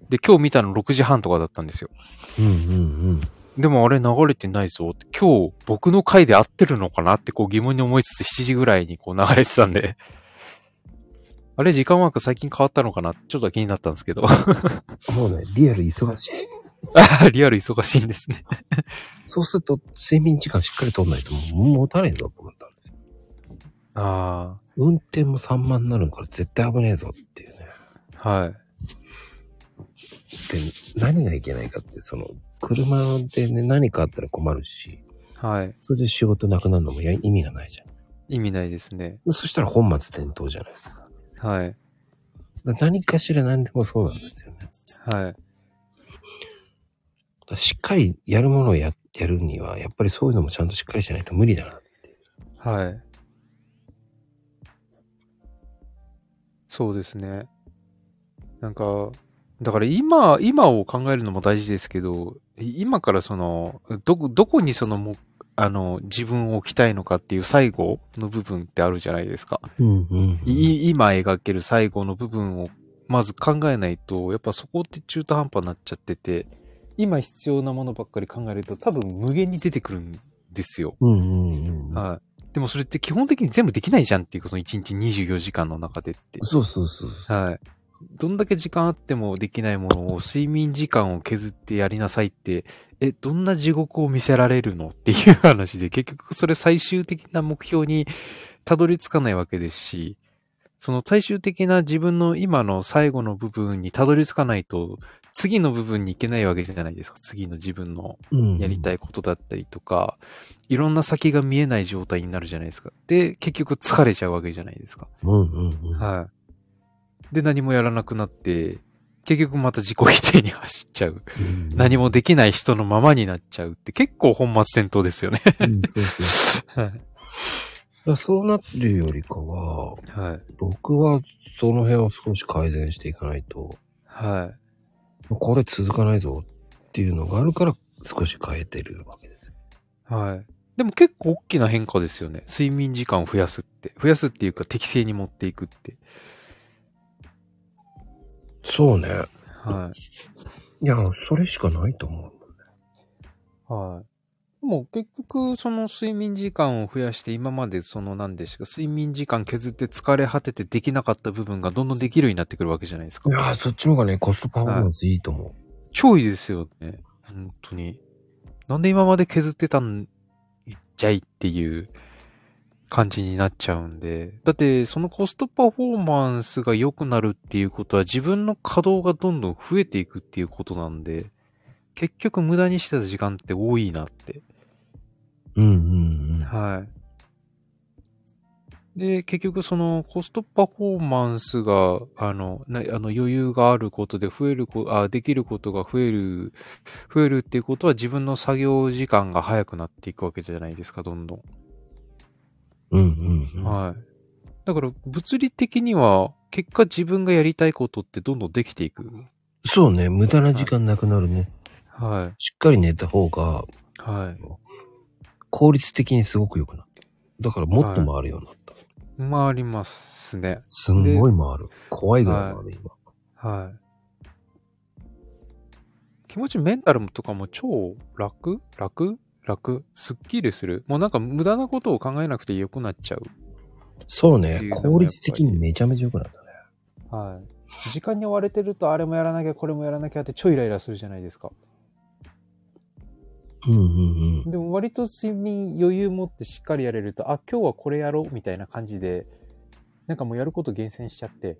で、今日見たの6時半とかだったんですよ。
うんうん
でもあれ流れてないぞって。今日僕の回で合ってるのかなってこう疑問に思いつつ7時ぐらいにこう流れてたんで。 あれ時間枠最近変わったのかなちょっとは気になったんですけど。
うん。もうね、リアル忙しい。
あリアル忙しいんですね。
そうすると、睡眠時間しっかりとんないと、もう持たれんぞと思ったんで。
あ
運転も散漫になるから絶対危ねえぞっていうね。
あ、はい。
で、何がいけないかって、その、車でね、何かあったら困るし、
はい。
それで仕事なくなるのもや意味がないじゃん。
意味ないですね。
でそしたら本末転倒じゃないですか。
はい。
だから何かしら何でもそうなんですよね。だか
はい。
らしっかりやるものをややるには、やっぱりそういうのもちゃんとしっかりしないと無理だな。
はい。そうですね。なんか、だから今、今を考えるのも大事ですけど、い今からその、どこ、どこにそのも、あの、自分を置きたいのかっていう最後の部分ってあるじゃないですか。
うんうんいい。
い今描ける最後の部分をまず考えないと、やっぱそこって中途半端になっちゃってて、今必要なものばっかり考えると多分無限に出てくるんですよ。
うんうんうん。
はい。でもそれって基本的に全部できないじゃんっていうか、その1日24時間の中でって。
そうそうそう。
はい。どんだけ時間あってもできないものを睡眠時間を削ってやりなさいって、え、どんな地獄を見せられるのっていう話で、結局それ最終的な目標にたどり着かないわけですし、その最終的な自分の今の最後の部分にたどり着かないと、次の部分に行けないわけじゃないですか。次の自分の
うん
やり
い。
たいことだったりとか、いろんな先が見えない状態になるじゃないですか。で、結局疲れちゃうわけじゃないですか。
うんうんうん。
はい。で、何もやらなくなって、結局また自己否定に走っちゃう。何
も。
もできない人のままになっちゃうって結構本末転倒ですよね。
うんそうそうだか
はい。
らそうなってるよりかは、
はい。
僕はその辺を少し改善していかないと、
は
これ続かないぞっていうのがあるから少し変えてるわけです。
い。はい。でも結構大きな変化ですよね。睡眠時間を増やすって。増やすっていうか適正に持っていくって。
そうね。
はい。
いや、それしかないと思う。
はい。でも結局、その睡眠時間を増やして、今までその何でしたか、睡眠時間削って疲れ果ててできなかった部分がどんどんできるようになってくるわけじゃないですか
い。やー、そっちの方がね、コストパフォーマンスいいと思
超いいですよね。本当に。なんで今まで削ってたんじゃいっていう感じになっちゃうんで。だって、そのコストパフォーマンスが良くなるっていうことは自分の稼働がどんどん増えていくっていうことなんで、結局無駄にしてた時間って多いなって
う。うんうん
はい。で、結局そのコストパフォーマンスが、あの、なあの余裕があることで増えるこあ、できることが増える、増えるっていうことは自分の作業時間が早くなっていくわけじゃないですか、どんどん。
うん。うんうん。
はい。だから物理的には、結果自分がやりたいことってどんどんできていく。
そうね、無駄な時間なくなるね。
はい。
しっかり寝た方が
はい。
効率的にすごく良くなった。だからもっと回るようになった。
回りますね。
すんごい回る。怖いぐらい回る、今。
はい。気持ち、メンタルとかも超楽楽楽すっきりする。もうなんか無駄なことを考えなくて良くなっちゃう。
そう
って
ね
い、うのもやっぱり
効率的にめちゃめちゃ良くなったね。
はい。時間に追われてるとあれもやらなきゃこれもやらなきゃって超イライラするじゃないですか。
うんうんうん。
でも割と睡眠余裕持ってしっかりやれると、あ、今日はこれやろうみたいな感じで、なんかもうやること厳選しちゃって。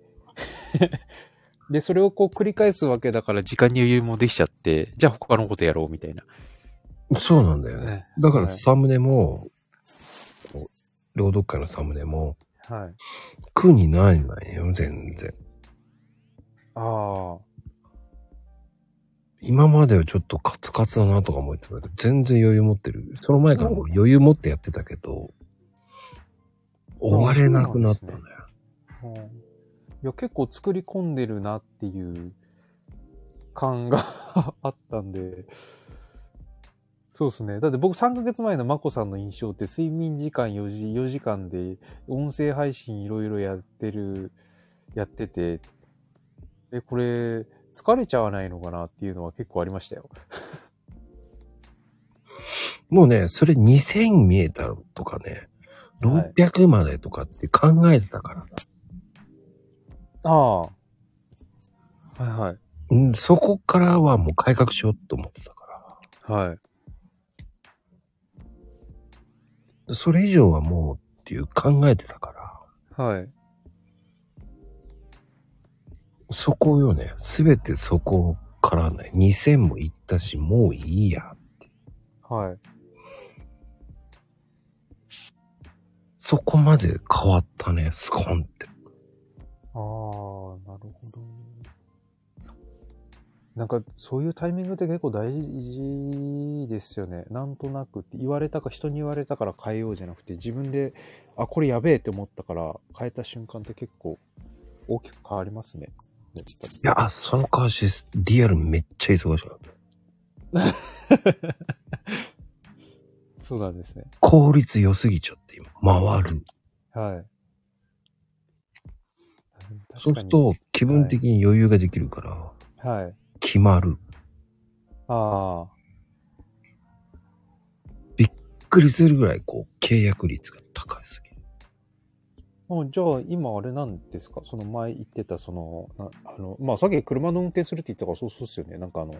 で、それをこう繰り返すわけだから時間に余裕もできちゃって、じゃあ他のことやろうみたいな。
そうなんだよね。
ね
だから
はい
サムネも、こう朗読会のサムネも、
はい。
苦になんないよ、全然。
ああ。
今まではちょっとカツカツだなとか思ってたけど、全然余裕持ってる。その前からも余裕持ってやってたけど、終われなくなったね。
うんいや、結構作り込んでるなっていう感が あったんで、そうですね。だって僕3ヶ月前のまこさんの印象って睡眠時間4時、4時間で音声配信いろいろやってる、やってて、で、これ疲れちゃわないのかなっていうのは結構ありましたよ。
もうね、それ2000見えたとかね、
はい
600までとかって考えてたから、
ああ。はいはい。
うんそこからはもう改革しようと思ってたか
はい。
ら。それ以上はもうっていう考えてたから。
はい。
そこよね。すべてそこからね。2000も行ったし、もういいや。
はい。
そこまで変わったね。スコンって。
ああ、なるほど。なんか、そういうタイミングって結構大事ですよね。なんとなくって言われたか、人に言われたから変えようじゃなくて、自分で、あ、これやべえって思ったから、変えた瞬間って結構大きく変わりますね。やっぱり
いや、あその顔して、リアルめっちゃ忙しかった。
そうなんですね。
効率良すぎちゃって、今。回る。
はい。
そうすると、気分的に余裕ができるから、
確かに、はい。
決まる。
ああ、
びっくりするぐらい、こう、契約率が高いすぎる。
もうじゃあ今あれなんですかその前言ってたその、なあの、まあさっき車の運転するって言ったからそうそうっすよね。なんかあの、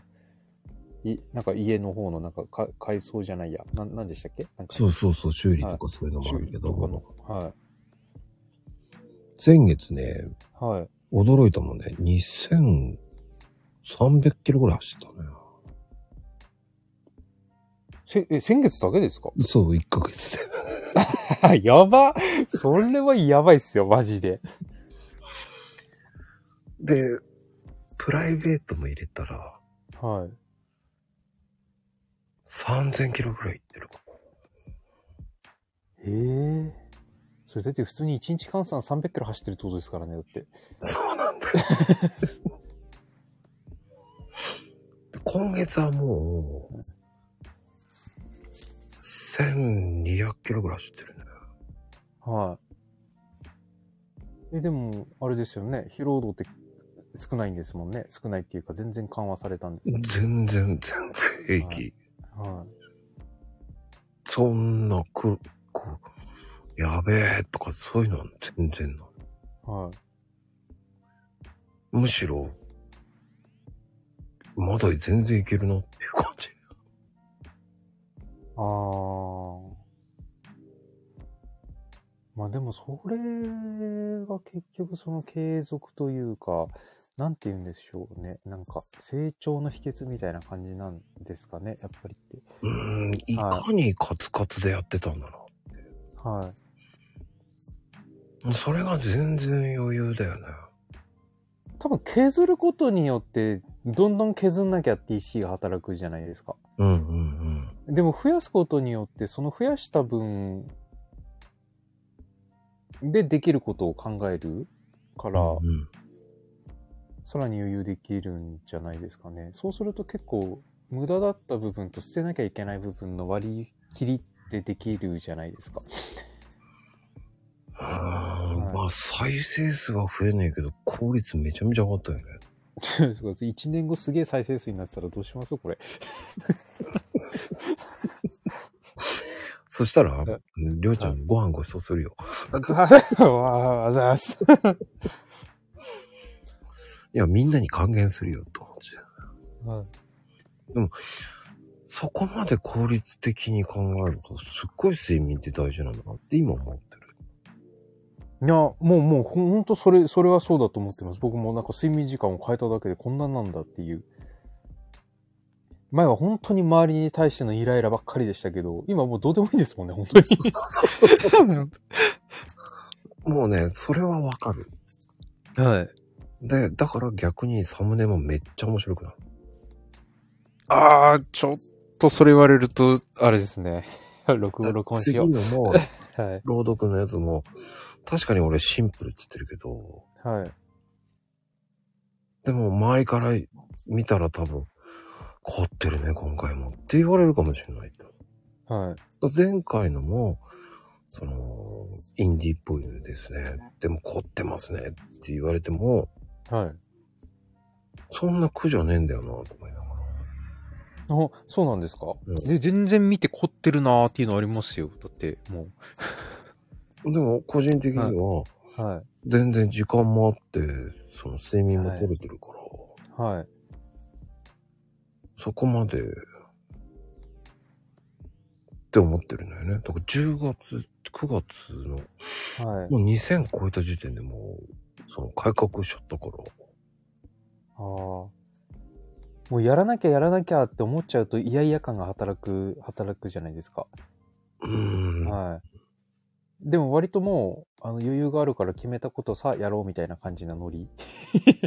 い、なんか家の方のなんかか改装じゃないや。な、なんでしたっけなんか
そうそうそう、修理と
は
かそういうのもあ
修
る
理
け
と
ど、
かの。は
先月ね、
い。はい。
驚いたもんね、2300キロぐらい走ったね。
せ、え、先月だけですか
そう、1ヶ月で。
やばそれはやばいっすよ、マジで。
で、プライベートも入れたら、
はい。
3000キロぐらい行ってるか。
ええー。それだって普通に1日換算300キロ走ってるってことですからね、だって。
そうなんだよ。で今月はもう、1200キロぐらい走ってるね。
はい。え、でも、あれですよね。疲労度って少ないんですもんね。少ないっていうか、全然緩和されたんですよ。
全然、全然平
は
気
い。は
そんな、くる、こう、やべえとかそういうのは全然ない。
い。はい。
むしろ、まだ全然いけるなっていう感じ。
あー。まあでも、それが結局その継続というか、なんて言うんでしょうね。なんか、成長の秘訣みたいな感じなんですかね。やっぱりって。
うーん、いかにカツカツでやってたんだろ
は
う。それが全然余裕だよね。
い。多分、削ることによって、どんどん削んなきゃって意識が働くじゃないですか。
うんうん
でも増やすことによって、その増やした分でできることを考えるか
う
ら、
ん。うん、
さらに余裕できるんじゃないですかね。そうすると結構、無駄だった部分と捨てなきゃいけない部分の割り切りってできるじゃないですか。
うーんまあ、再生数は増えないけど、効率めちゃめちゃ上がったよね。
1年後すげえ再生数になってたらどうしますこ れ。
そしたら
え、
りょうちゃんご飯ごちそうするよ。
わあ、ざいます。
いや、みんなに還元するよ、と思って。そこまで効率的に考えると、すっごい睡眠って大事なんだなって今思ってる。
いや、もうもうほんほんとそれ、それはそうだと思ってます。僕もなんか睡眠時間を変えただけでこんなんなんだっていう。前は本当に周りに対してのイライラばっかりでしたけど、今もうどうでもいいですもんね、本当に。
もうね、それはわかる。
はい。
で、だから逆にサムネもめっちゃ面白くなる。
ああ、ちょっとそれ言われると、
あれですね。録音、録音しよ
次のも、
う。はい。
朗読のやつも、確かに俺シンプルって言ってるけど、
はい。
でも周りから見たら多分、凝ってるね、今回も。って言われるかもしれない。
はい。
前回のも、その、インディーっぽいのですね。でも凝ってますねって言われても、
はい。
そんな苦じゃねえんだよな、と思いながら。
あ、そうなんですか、
うん
で、全然見て凝ってるなーっていうのありますよ。だって、も
でも、個人的には、
う。はい。
全然時間もあって、その睡眠も取れてるから、
はい。
そこまで、って思ってるんだよね。だから10月、9月の、
はい。
もう2000超えた時点でもう、その改革しちゃったから。
ああ。もうやらなきゃやらなきゃって思っちゃうと嫌々感が働く、働くじゃないですか。
うーん。
はい。でも割ともう、あの余裕があるから決めたことさ、やろうみたいな感じなノリ。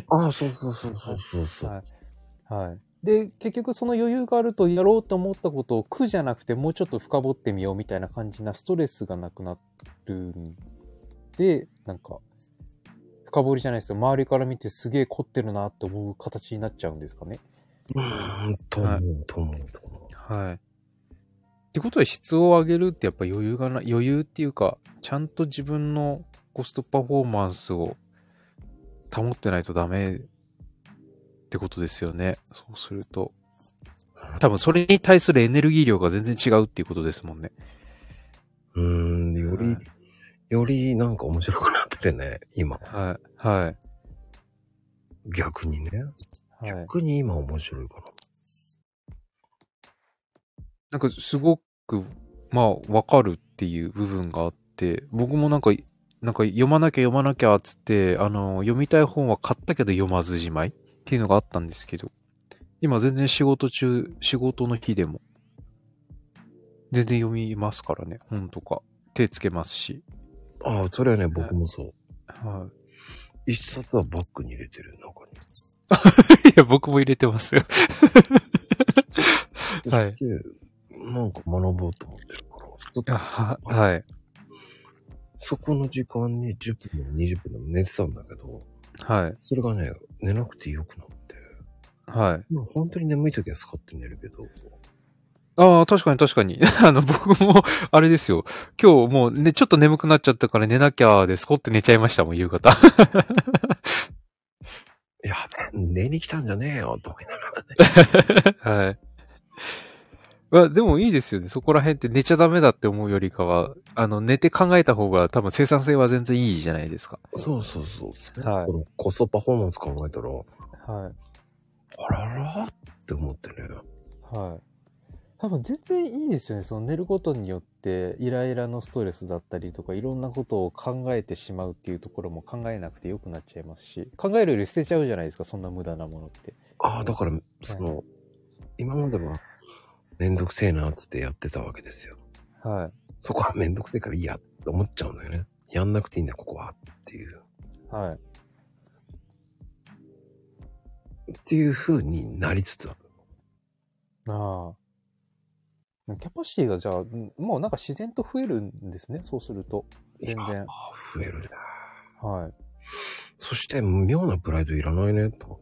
ああ、そうそうそうそうそうそう。
はいはい。で、結局その余裕があるとやろうと思ったことを苦じゃなくてもうちょっと深掘ってみようみたいな感じなストレスがなくなるんで、なんか、深掘りじゃないですけど、周りから見てすげえ凝ってるなって思う形になっちゃうんですかね。
うーん、と思
は
う、と思う、と思う。
はい。ってことは質を上げるってやっぱ余裕がな、余裕っていうか、ちゃんと自分のコストパフォーマンスを保ってないとダメってことですよね。そうすると。多分それに対するエネルギー量が全然違うっていうことですもんね。
うーん、より、よりなんか面白くなってるね、今。
はい。は
逆にね。
い。はい。
逆に今面白いかな。
なんかすごく、まあ、わかるっていう部分があって、僕もなんか、なんか読まなきゃ読まなきゃっつって、あの、読みたい本は買ったけど読まずじまいっていうのがあったんですけど、今全然仕事中、仕事の日でも、全然読みますからね、本とか。手つけますし。
ああ、それはね、僕もそう。
は
一冊はバッグに入れてる中に。
い。いや、僕も入れてますよ。はい
そして、なんか学ぼうと思ってるから。ちょっと
は、はい。
そこの時間に10分でも20分でも寝てたんだけど、
はい。
それがね、寝なくてよくなって。
はい。
まあ本当に眠い時はスカって寝るけど、
ああ、確かに確かに。 あの、僕も、あれですよ。今日もうね、ちょっと眠くなっちゃったから寝なきゃで、スコって寝ちゃいましたもん、夕方。
やべ、寝に来たんじゃねえよ、と思いながらね。
はい。まあ、でもいいですよね。そこら辺って寝ちゃダメだって思うよりかは、あの、寝て考えた方が多分生産性は全然いいじゃないですか。
そうそうそう。
はい
そのコストパフォーマンス考えたら、
はい。
あららって思ってね。
はい。多分全然いいですよね。その寝ることによって、イライラのストレスだったりとか、いろんなことを考えてしまうっていうところも考えなくてよくなっちゃいますし、考えるより捨てちゃうじゃないですか、そんな無駄なものって。
ああ、だから、その、今までは、めんどくせえなっつってやってたわけですよ。
はい。
そこはめんどくせえからいいやって思っちゃうんだよね。やんなくていいんだ、ここは。っていう。
はい。
っていう風になりつつある。
ああ。キャパシティがじゃあ、んもうなんか自然と増えるんですね、そうすると。全然。
ああ、増えるね。
はい。
そして、妙なプライドいらないね、と思っ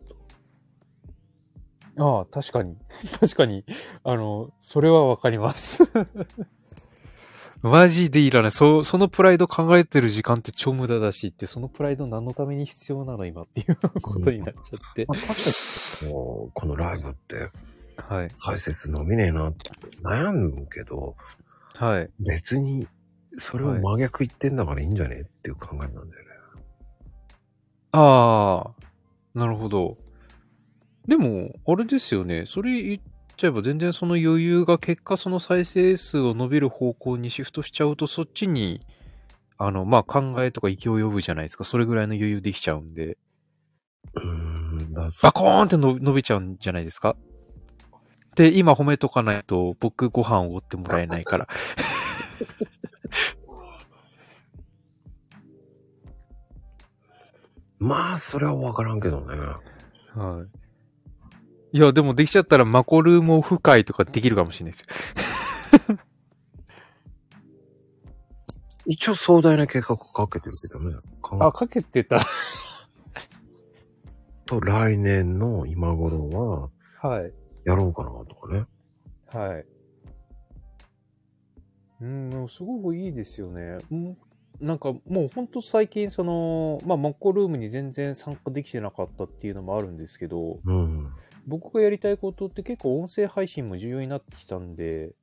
た。
ああ、確かに。 確かに。あの、それはわかります。マジでいらない。そ、そのプライド考えてる時間って超無駄だしって、そのプライド何のために必要なの今っていうことになっちゃって。
まあ、確かに、もうこのライブって、
はい。
再生数伸びねえなって悩むけど、
はい。
別に、それを真逆言ってんだからいいんじゃねっていう考えなんだよね。
ああ、なるほど。でも、あれですよね。それ言っちゃえば全然その余裕が結果その再生数を伸びる方向にシフトしちゃうとそっちに、あの、まあ、考えとか勢いを呼ぶじゃないですか。それぐらいの余裕できちゃうんで。
うーん、だ
バコーンっての伸びちゃうんじゃないですか。で、今褒めとかないと僕ご飯をおってもらえない から。
まあ、それはわからんけどね。
はい。いや、でもできちゃったらマコルームオフ会とかできるかもしれないですよ。
一応壮大な計画をかけてるけどね。か
あ、かけてた。
と来年の今頃は、
はい。
やろうかなとかね。
はい。うん、でもすごくいいですよね。うんなんかもうほんと最近その、まあ、マッコルームに全然参加できてなかったっていうのもあるんですけど、
うん。
僕がやりたいことって結構音声配信も重要になってきたんで、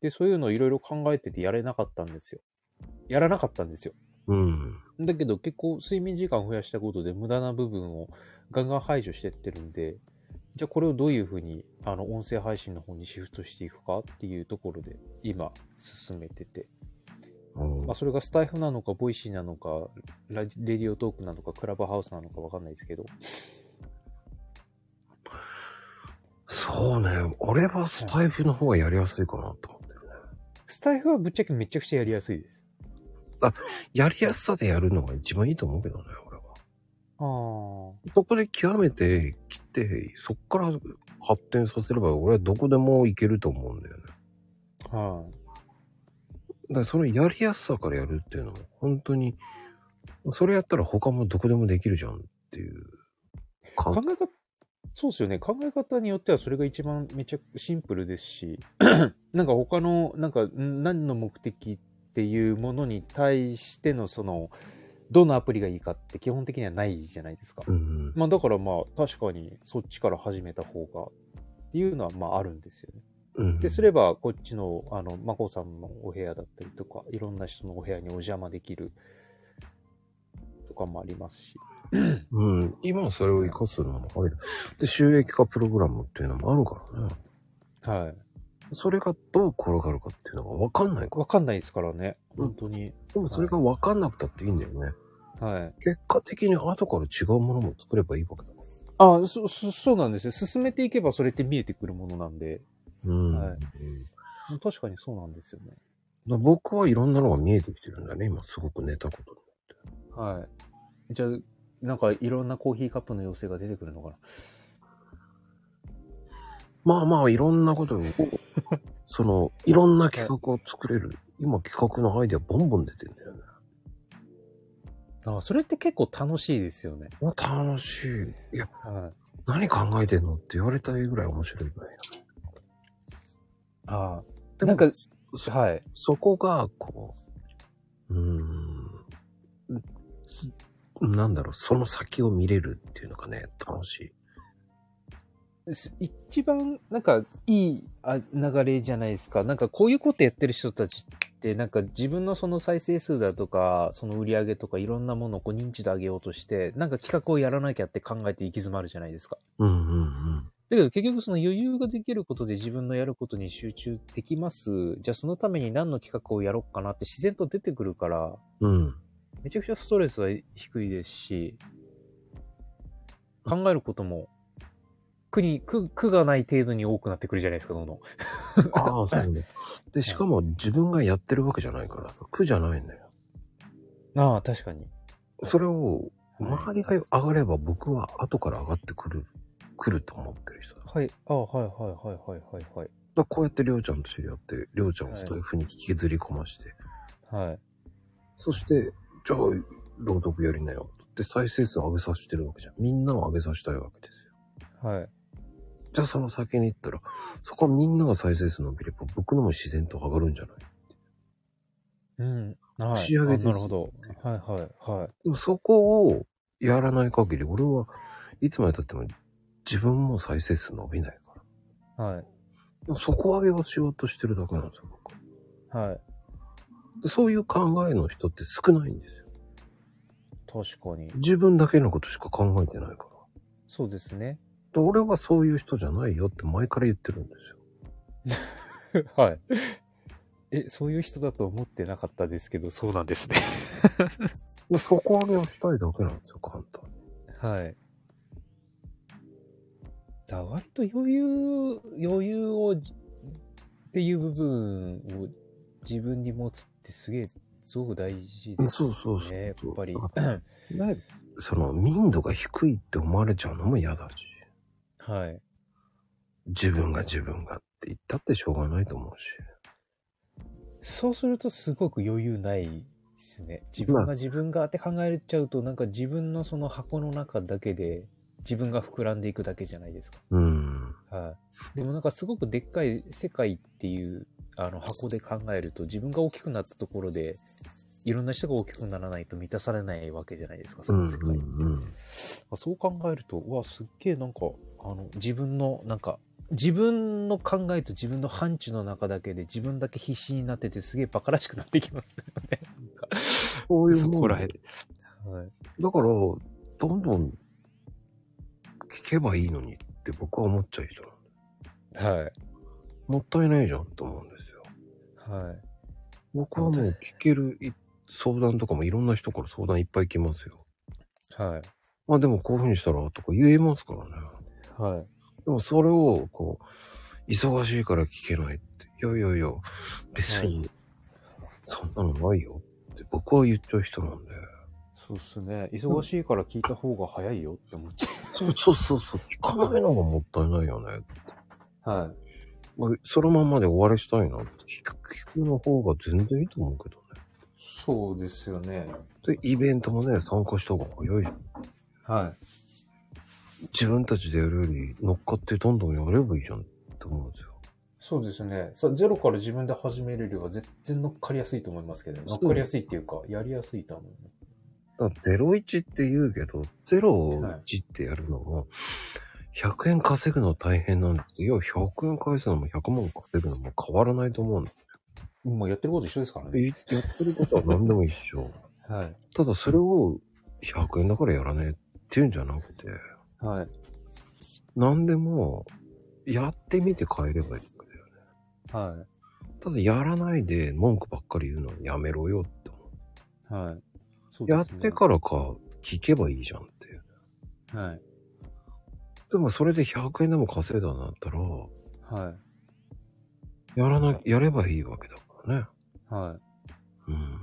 で、そういうのをいろいろ考えててやれなかったんですよ。やらなかったんですよ。
うん。
だけど結構睡眠時間を増やしたことで無駄な部分をガンガン排除してってるんで、じゃあこれをどういうふうに、あの、音声配信の方にシフトしていくかっていうところで、今、進めてて。
うん
まあ、それがスタイフなのか、ボイシーなのか、ラジレディオトークなのか、クラブハウスなのかわかんないですけど。
そうね。俺はスタイフの方がやりやすいかなと思ってるね。
スタイフはぶっちゃけめちゃくちゃやりやすいです。
やりやすさでやるのが一番いいと思うけどね、俺は。
ああ。
そこで極めてきて、そっから発展させれば俺はどこでもいけると思うんだよね。
はい、
だからそのやりやすさからやるっていうのも本当に、それやったら他もどこでもできるじゃんっていう感
考え方、そうですよね。考え方によってはそれが一番めちゃシンプルですし、 なんか他の、なんかん何の目的っていうものに対してのその、どのアプリがいいかって基本的にはないじゃないですか。
うんうん。
まあだからまあ確かにそっちから始めた方がっていうのはまああるんですよね。
うん
で、すれば、こっちの、あの、まこさんのお部屋だったりとか、いろんな人のお部屋にお邪魔できるとかもありますし。
うん。今それを活かすのもありだ。で、収益化プログラムっていうのもあるからね。
はい。
それがどう転がるかっていうのが分かんないから。
わかんないですからね。本当に。
でもそれが分かんなくたっていいんだよね。
はい。
結果的に後から違うものも作ればいいわけだ。
あそ、そ、そうなんですよ。進めていけばそれって見えてくるものなんで。
うん。
はい
うんだ
確かにそうなんですよね。
から僕はいろんなのが見えてきてるんだね。今すごく寝たことに。
はい。じゃあ、なんかいろんなコーヒーカップの妖精が出てくるのかな。
まあまあいろんな ことを、その、いろんな企画を作れる。今企画のアイデアボンボン出てんだよね。
あそれって結構楽しいですよね。
まあ楽しい。いや、
はい。
何考えてんのって言われたいぐらい面白いぐらいな。
あ
でも
なんか、はい。
そこが、こう、うーん、なんだろう、その先を見れるっていうのがね、楽しい。
す一番なんかいいあ流れじゃないですか。なんかこういうことやってる人たちってなんか自分のその再生数だとかその売り上げとかいろんなものをこう認知度上げようとしてなんか企画をやらなきゃって考えて行き詰まるじゃないですか。
うんうん
だけど結局その余裕ができることで自分のやることに集中できます。じゃあそのために何の企画をやろうかなって自然と出てくるから
うん。うん。
めちゃくちゃストレスは低いですし、考えることも苦に、苦、苦がない程度に多くなってくるじゃないですか、どんどん。
ああ、そうね。 で、しかも自分がやってるわけじゃないからさ、苦じゃないんだよ。
ああ、確かに。
それを、周りが上がれば僕は後から上がってくる、来ると思ってる人だ。だか
はい、ああ、はい、はい、はい、はい、はい、
らこうやってりょうちゃんと知り合って、りょうちゃんをスタイフに引きずり込まして、
はい。はい。
そして、じゃあ、朗読やりなよ。って再生数上げさせてるわけじゃん。みんなを上げさせたいわけですよ。
はい。
じゃあその先に行ったら、そこはみんなが再生数伸びれば、僕のも自然と上がるんじゃない
うん。はい。
仕上げです
あなるほど。はい、はい、はい。
でもそこをやらない限り、俺はいつまで経っても自分も再生数伸びないから。
はい、
でも底上げをしようとしてるだけなんですよ、僕。
はい。
でそういう考えの人って少ないんですよ。
確かに。
自分だけのことしか考えてないから。
そうですね。
で俺はそういう人じゃないよって前から言ってるんですよ。
はい。え、そういう人だと思ってなかったですけど、そうなんで すね。
で底上げをしたいだけなんですよ、簡単に。
はい。だ割と余裕、余裕を、っていう部分を自分に持つってすげえ、すごく大事です
そうそうそう。
ね、やっぱ り。
だか
は
らねその民度が低いって思われちゃうのも嫌だし、
い。
自分が自分がって言ったってしょうがないと思うし。
そうするとすごく余裕ないですね。自分が自分がって考えちゃうと、なんか自分のその箱の中だけで、自分が膨らんでいくだけじゃないですか。
うん。
はい。でもなんかすごくでっかい世界っていうあの箱で考えると自分が大きくなったところでいろんな人が大きくならないと満たされないわけじゃないですか、その世界。
うん
そう考えると、うわ、すっげえなんかあの自分のなんか自分の考えと自分の範疇の中だけで自分だけ必死になっててすげえ馬鹿らしくなってきますよね。
そういう
そ
もん
こらへん。
はい、
だから、どんどん聞けばいいのにっって僕は思っちゃう人なの
はい。
もったいないじゃんと思うんですよ。
はい。
僕はもう聞けるい相談とかもいろんな人から相談いっぱい来ますよ。
はい。
まあでもこういうふうにしたらとか言えますからね。
はい。
でもそれをこう、忙しいから聞けないって。いやいやいや、別に、そんなのないよって僕は言っちゃう人なんで。
そうっすね。忙しいから聞いた方が早いよって思っち
そうそうそうそう、聞かないのがもったいないよね。
ゃう。はい。
まあ、そのまんまで終わりしたいなって。聞く、聞くの方が全然いいと思うけどね。
そうですよね。
で、イベントもね、参加した方が早いし
はい。
自分たちでやるより乗っかってどんどんやればいいじゃんって思うんですよ。
そうですね。さゼロから自分で始めるよりは絶対乗っかりやすいと思いますけど、乗っかりやすいっていうか、やりやすいと思う。
だから01って言うけど、01ってやるのも、100円稼ぐの大変なんですよ。要は100円返すのも100万稼ぐのも変わらないと思うんだ。
もうやってること一緒ですからね。
やってることは何でも一緒。
はい。
ただそれを100円だからやらねえっていうんじゃなくて、
はい。
何でもやってみて変えればいいんだよね。
は
ただやらないで文句ばっかり言うのはやめろよって思う。
い。はい。そう
や
で
っ
すね。
てからか聞けばいいじゃんっていう。
はい。
でもそれで100円でも稼いだんだったら、
は
やらな、やればいいわけだからね。
い。はい。
うん。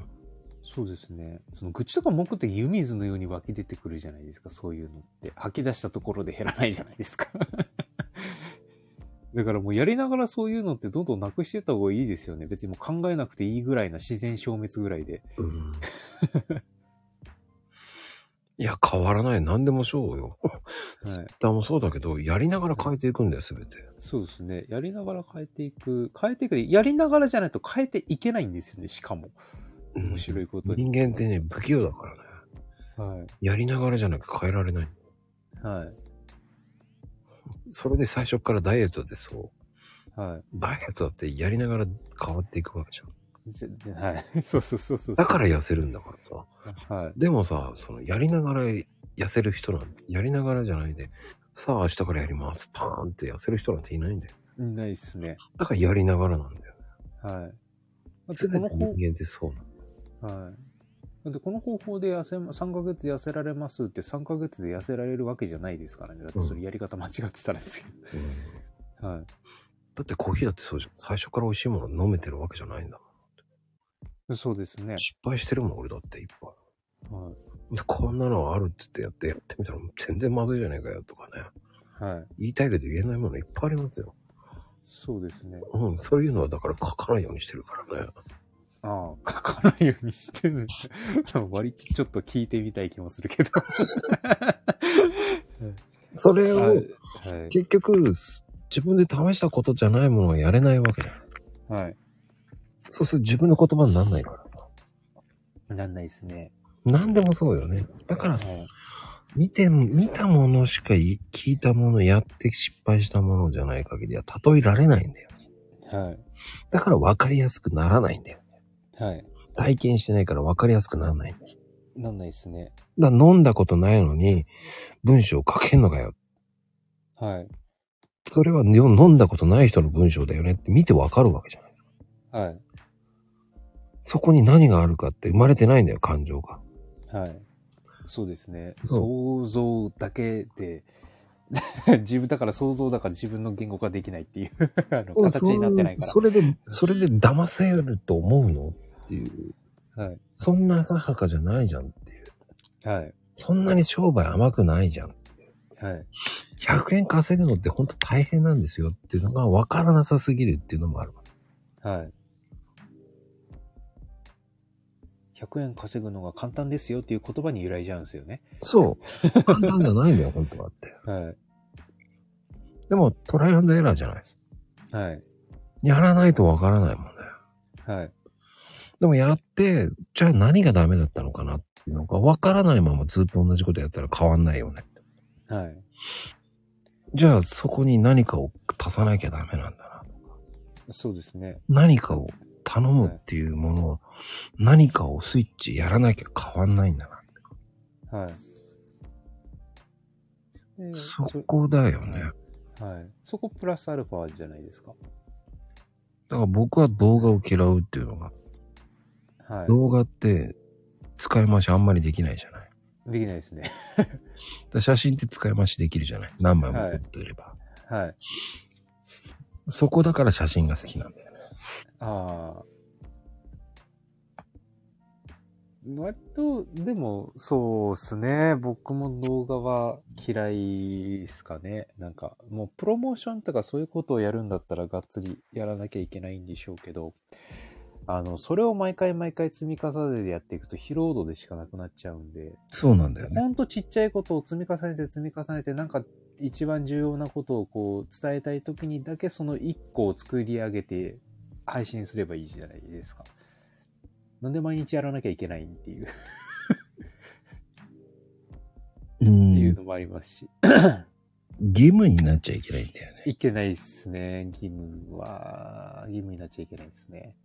そうですね。その愚痴とか文句って湯水のように湧き出てくるじゃないですか、そういうのって。吐き出したところで減らないじゃないですか。 だからもうやりながらそういうのってどんどんなくしてった方がいいですよね。別にもう考えなくていいぐらいな自然消滅ぐらいで。
うん。 いや、変わらない。何でもそうよ。
はい。
だもそうだけど、やりながら変えていくんだよ、すべて。
そうですね。やりながら変えていく。変えていく。やりながらじゃないと変えていけないんですよね、しかも。
うん
面白いことに。
人間ってね、不器用だからね。
は
やりながらじゃなく変えられない。
い。はい。
それで最初からダイエットでそう。
はい。
ダイエットだってやりながら変わっていくわけじゃん。
じゃじゃはい。 そうそうそうそう。
だから痩せるんだからさ。
ら。はい。
でもさ、その、やりながら痩せる人なんて、やりながらじゃないで、さあ明日からやります、パーンって痩せる人なんていないんだよ。
ないっすね。
だからやりながらなんだよ。
はい。
すべて人間ってそうなの。
はい。だってこの方法で痩せ、3ヶ月で痩せられますって3ヶ月で痩せられるわけじゃないですからね。だってそれやり方間違ってたらですけ
うん
ど。はい。
だってコーヒーだってそうじゃん。最初から美味しいもの飲めてるわけじゃないんだもん。
そうですね。
失敗してるもん、俺だっていっぱ。
はい
で、こんなのあるって言ってやって、やってみたら全然まずいじゃねえかよとかね。
い。はい。
言いたいけど言えないものいっぱいありますよ。
そうですね。
うん、そういうのはだから書かないようにしてるからね。
ああ、書かないようにしてる。 割とちょっと聞いてみたい気もするけど。
それ
は
を、
い。はい。
結局、自分で試したことじゃないものはやれないわけだよ。
はい。
そうすると自分の言葉にならないから。
なんないですね。
何でもそうよね。だから、
はい。
見て、見たものしかい聞いたもの、やって失敗したものじゃない限りは例えられないんだよ。
は
だから分かりやすくならないんだよ。
い。はい。
体験してないから分かりやすくならないんだよ。
なんないですね。
だから飲んだことないのに、文章を書けんのかよ。
はい。
それはよ飲んだことない人の文章だよねって見て分かるわけじゃない。
はい。
そこに何があるかって生まれてないんだよ、感情が。
はい。そうですね。
そう
想像だけで、 自分だから想像だから自分の言語化できないっていう あの形になってないか
それで、それで騙せると思うのっていう。
ら。はい。
そんな浅はかじゃないじゃんっていう。
はい。
そんなに商売甘くないじゃん。
はい。
100円稼ぐのってほんと大変なんですよっていうのが分からなさすぎるっていうのもある。
はい。100円稼ぐのが簡単ですよっていう言葉に由来じゃうんですよね。
そう。簡単じゃないんだよ、本当はって。
は
でも、トライアンドエラーじゃない。
い。はい。
やらないと分からないもんね。
はい。
でもやって、じゃあ何がダメだったのかなっていうのが分からないままずっと同じことやったら変わんないよね。
はい。
じゃあそこに何かを足さなきゃダメなんだな。
そうですね。
何かを頼むっていうものを、何かをスイッチやらなきゃ変わんないんだな。
はい。で
そ
そ
こだよね。
はい。そこプラスアルファじゃないですか。
だから僕は動画を嫌うっていうのが、
はい。
動画って使い回しあんまりできないじゃない。だか
できないですね。
ら写真って使い回しできるじゃない。何枚も撮っていれば。
はい。
そこだから写真が好きなんだよね。
ああ。割と、でも、そうっすね。僕も動画は嫌いっすかね。なんか、もうプロモーションとかそういうことをやるんだったらがっつりやらなきゃいけないんでしょうけど、あの、それを毎回毎回積み重ねてやっていくと疲労度でしかなくなっちゃうんで、
そうなんだよね。
ほんとちっちゃいことを積み重ねて積み重ねて、なんか一番重要なことをこう伝えたい時にだけその一個を作り上げて配信すればいいじゃないですか。なんで毎日やらなきゃいけないっていう、
う。
っていうんのもありますし。
義務になっちゃいけないんだよね。
いけないっすね。義務は、義務になっちゃいけないですね。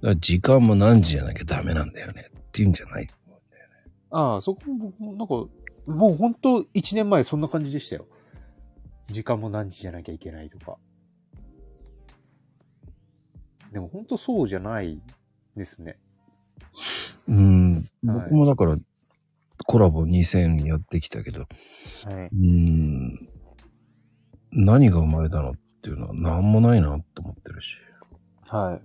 だから時間も何時じゃなきゃダメなんだよね。っていうんじゃない。
ああ、そこも僕もなんか、もうほんと1年前そんな感じでしたよ。時間も何時じゃなきゃいけないとか。でもほんとそうじゃないですね。
うん。
はい
僕もだから、コラボ2000やってきたけど、
はい。
うーん何が生まれたのっていうのは何もないなと思ってるし。
は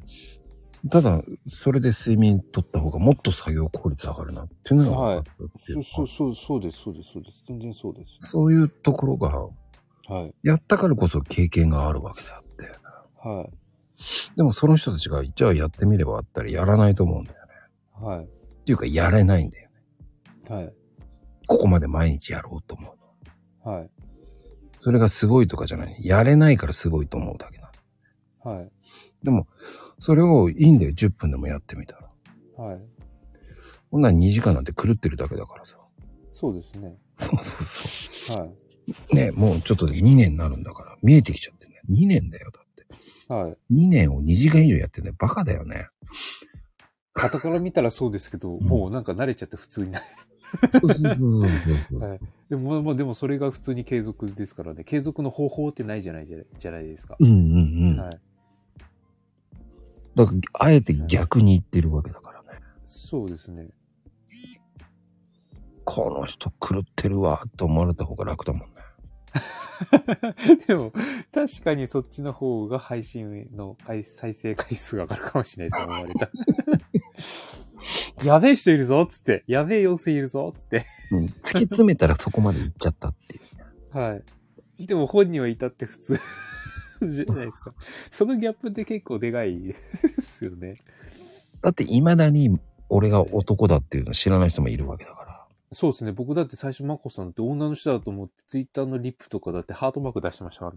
い。
ただ、それで睡眠取った方がもっと作業効率上がるなっていうのが
はい
分かったっていう
そう
か
そうそう、そうです、そうです、そうです。全然そうです。
そういうところが、
はい。
やったからこそ経験があるわけであって。
は
でもその人たちが、じゃあやってみればあったりやらないと思うんだよね。
い。はい。
っていうか、やれないんだよね。
はい。
ここまで毎日やろうと思う。
はい。
それがすごいとかじゃない。やれないからすごいと思うだけな。
はい。
でも、それをいいんだよ。10分でもやってみたら。
はい。
こんなん2時間なんて狂ってるだけだからさ。
そうですね。
そうそうそ
は
う。ね、もうちょっとで2年になるんだから、見えてきちゃってね。2年だよ、だって。
い。はい。
2年を2時間以上やってね、バカだよね。
傍から見たらそうですけど、
ん
もうなんか慣れちゃって普通にな
そうそうそうそうそう。
はいでも、まあまあ、でもそれが普通に継続ですからね。継続の方法ってないじゃないじゃじゃないです か。
うんうんうん。
はい。
だから、あえて逆に言ってるわけだからね。
そうですね。
この人狂ってるわ、と思われた方が楽だもんね。
でも、確かにそっちの方が配信の回再生回数が上がるかもしれないですね、思われた。 やべえ人いるぞっつって。やべえ妖精いるぞっつって。
うん。突き詰めたらそこまで行っちゃったっていう。
はい。でも本人は至って普通じゃないですか。そのギャップって結構でかいですよね。
だって、未だに俺が男だっていうの知らない人もいるわけだから。
そうですね。僕だって最初、マコさんって女の人だと思って、ツイッターのリップとかだってハートマーク出してましたか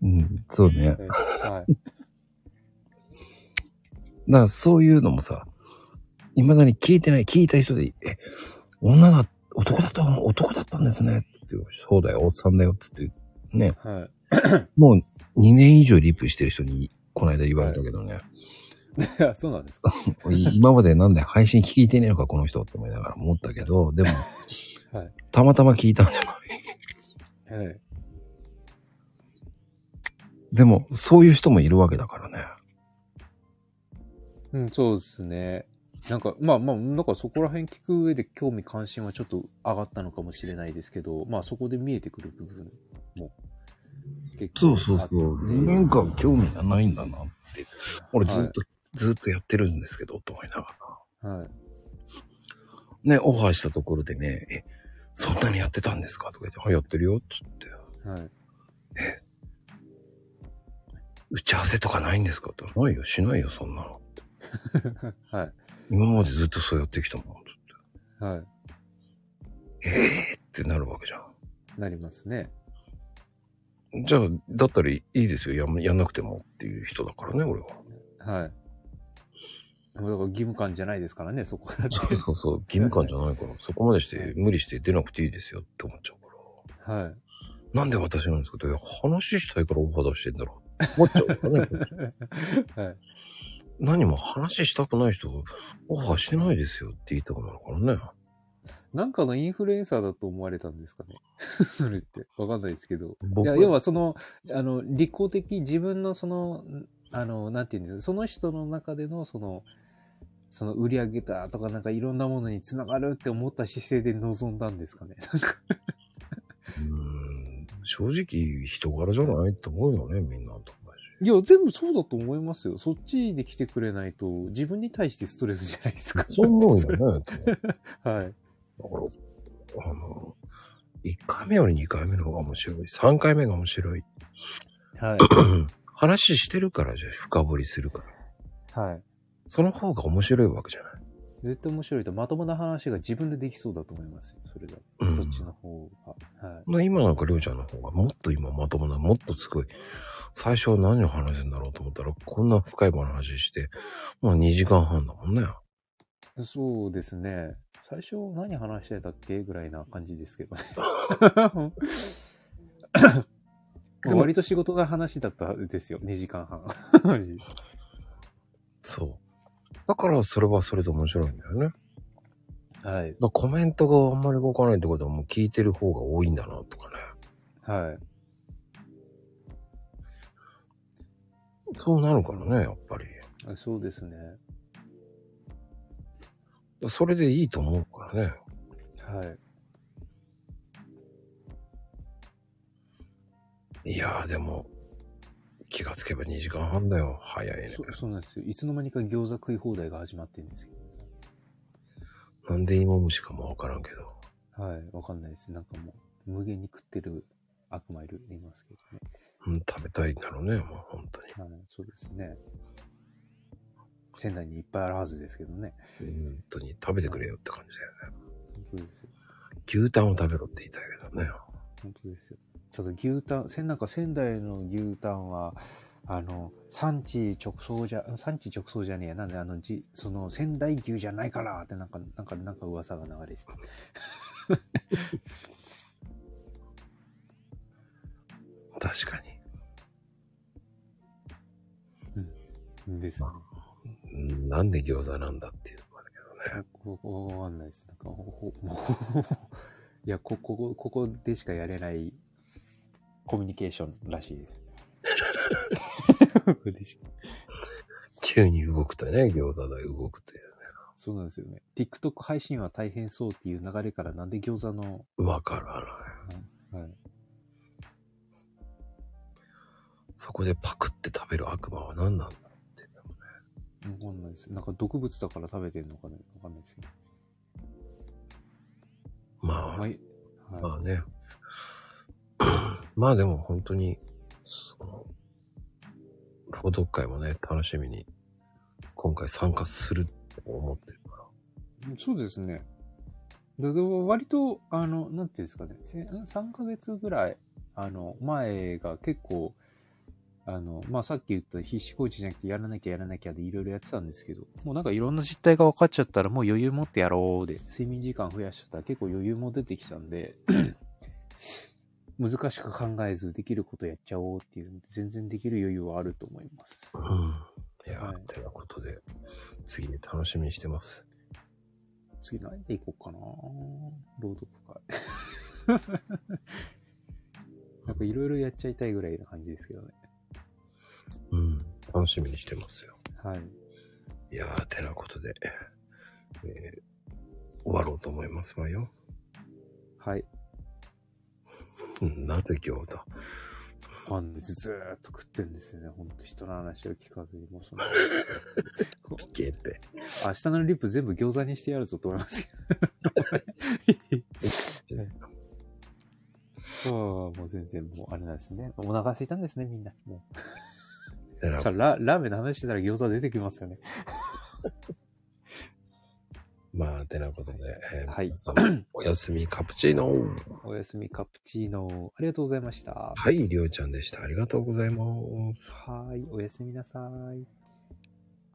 らね。
うん、そうね。だか
はい。
ら、そういうのもさ、未だに聞いてない、聞いた人で、え、女だ、男だった、男だったんですね。ってそうだよ、おっさんだよ、つって。ね、
はい。
もう2年以上リプしてる人に、この間言われたけどね、
い やそうなんですか。
今までなんで配信聞いてねえのか、この人って思いながら思ったけど、でも、
はい。
たまたま聞いたんじゃない。
はい。
でも、そういう人もいるわけだからね。
うん、そうですね。なんか、まあまあ、なんかそこら辺聞く上で興味関心はちょっと上がったのかもしれないですけど、まあそこで見えてくる部分も結構あって。
なんか興味がないんだなって。俺ずっと、ずっとやってるんですけど、と思いながら。
はい。
ね、オファーしたところでね、え、そんなにやってたんですかとか言って、あ、やってるよ、つって。
はい。
打ち合わせとかないんですかって。ないよ、しないよ、そんなの。
はい。
今までずっとそうやってきたもん。
は
ええってなるわけじゃ
い。なりますね。
ん。じゃあ、だったらいいですよ、やんやんなくてもっていう人だからね、俺は。
はい。でもだから義務感じゃないですからね、そこだっ
そうそう そう、義務感じゃないから、そこまでして無理して出なくていいですよって思っちゃうから。
て。はい。
なんで私なんですけど、いや話したいからオファー出してんだろう。思っちゃうからね。こっち
はい。
何も話したくない人、オファーしてないですよって言いたくなるからね。
なんかのインフルエンサーだと思われたんですかね。 それって。わかんないですけど。い
僕
や、要はその、あの、立候的、自分のその、あの、なんて言うんですか、その人の中での、その、その売り上げたとかなんかいろんなものにつながるって思った姿勢で臨んだんですかね。 なんか、
うん正直人柄じゃないと思うよね、みんなと同じ。
いや、全部そうだと思いますよ。そっちで来てくれないと、自分に対してストレスじゃないですか。
そう思う
それ
よね。だか
は
ら、
い。
あの、1回目より2回目の方が面白い。3回目が面白い。
はい。
話してるからじゃあ深掘りするから。
はい。
その方が面白いわけじゃない。
絶対面白いと、まともな話が自分でできそうだと思いますよ。それが。
うん
そっちの方が。はい。
まあ今なんかりょうちゃんの方がもっと今まともな、もっとすごい、最初は何を話すんだろうと思ったら、こんな深い話して、まあ2時間半だもんね。
そうですね。最初何話してたっけぐらいな感じですけどね。 でも割と仕事の話だったですよ。2時間 半。
そう。だからそれはそれで面白いんだよね。だか
はい。
らコメントがあんまり動かないってことはもう聞いてる方が多いんだなとかね。
はい。
そうなるからね、やっぱり。
あそうですね。
それでいいと思うからね。
はい。
いやーでも、気がつけば2時間半だよ。早いね
そ。そうなんですよ。いつの間にか餃子食い放題が始まってるんですけ
なんで芋虫かもわからんけど。
ど。はい。わかんないです。なんかもう、無限に食ってる悪魔いる、いますけどね。
うん、食べたいんだろうね、もう本当に。
あのそうですね。仙台にいっぱいあるはずですけどね。
本当に食べてくれよって感じだよね。
そうですよ。
牛タンを食べろって言いたいけどね。
本当ですよ。ただ牛タン、仙なんか仙台の牛タンは、あの、産地直送じゃ、産地直送じゃねえや。なんで、あの、じ、その、仙台牛じゃないからってなんか、なんか、なんか噂が流れてた。
確かに。
ですね。
うんなんで餃子なんだっていうのもあるけどね。
ここわかんないです。なんか、ほほもういや、ここ、ここでしかやれないコミュニケーションらしいです。こ こでしか
急に動くとね、餃子で動くという
そうなんですよね。TikTok 配信は大変そうっていう流れから、なんで餃子の、
ね。わからない。
はい、
そこでパクって食べる悪魔は何なんだっていうのもね。
わかんないです。なんか毒物だから食べてるのかねわかんないですけど。
まあ、
はい。はい。
まあね。 まあでも本当に、その、朗読会もね、楽しみに、今回参加すると思ってるから。
そうですね。だでも割と、あの、なんていうんですかね、せ3ヶ月ぐらい、あの、前が結構、あの、まあ、さっき言った必死工事じゃなくて、やらなきゃやらなきゃでいろいろやってたんですけど、もうなんかいろんな実態が分かっちゃったら、もう余裕持ってやろうで、睡眠時間増やしちゃったら結構余裕も出てきたんで、 難しく考えずできることやっちゃおうっていうので、全然できる余裕はあると思います。
うん。いや、
はい
てなことで、次に楽しみにしてます。
次何で行こうかな朗読会。なんかいろいろやっちゃいたいぐらいな感じですけどね。
うん。楽しみにしてますよ。
はい。
いやー、てなことで、えー終わろうと思いますわよ。
はい。
うんなぜ餃子
ファンでずーっと食ってんですよね。ほんと人の話を聞かずに、もうその、
聞けって。
明日のリップ全部餃子にしてやるぞと思いますけど。はいああ、もう全然もうあれなんですね。お腹空いたんですね、みんな。も
てな
うさあララーメンの話してたら餃子出てきますよね。
まあ、てなことで、えー
はい
皆様おやすみカプチーノ
おやすみカプチーノ。ありがとうございました。
はい、りょうちゃんでした。ありがとうございます。
はい、おやすみなさい。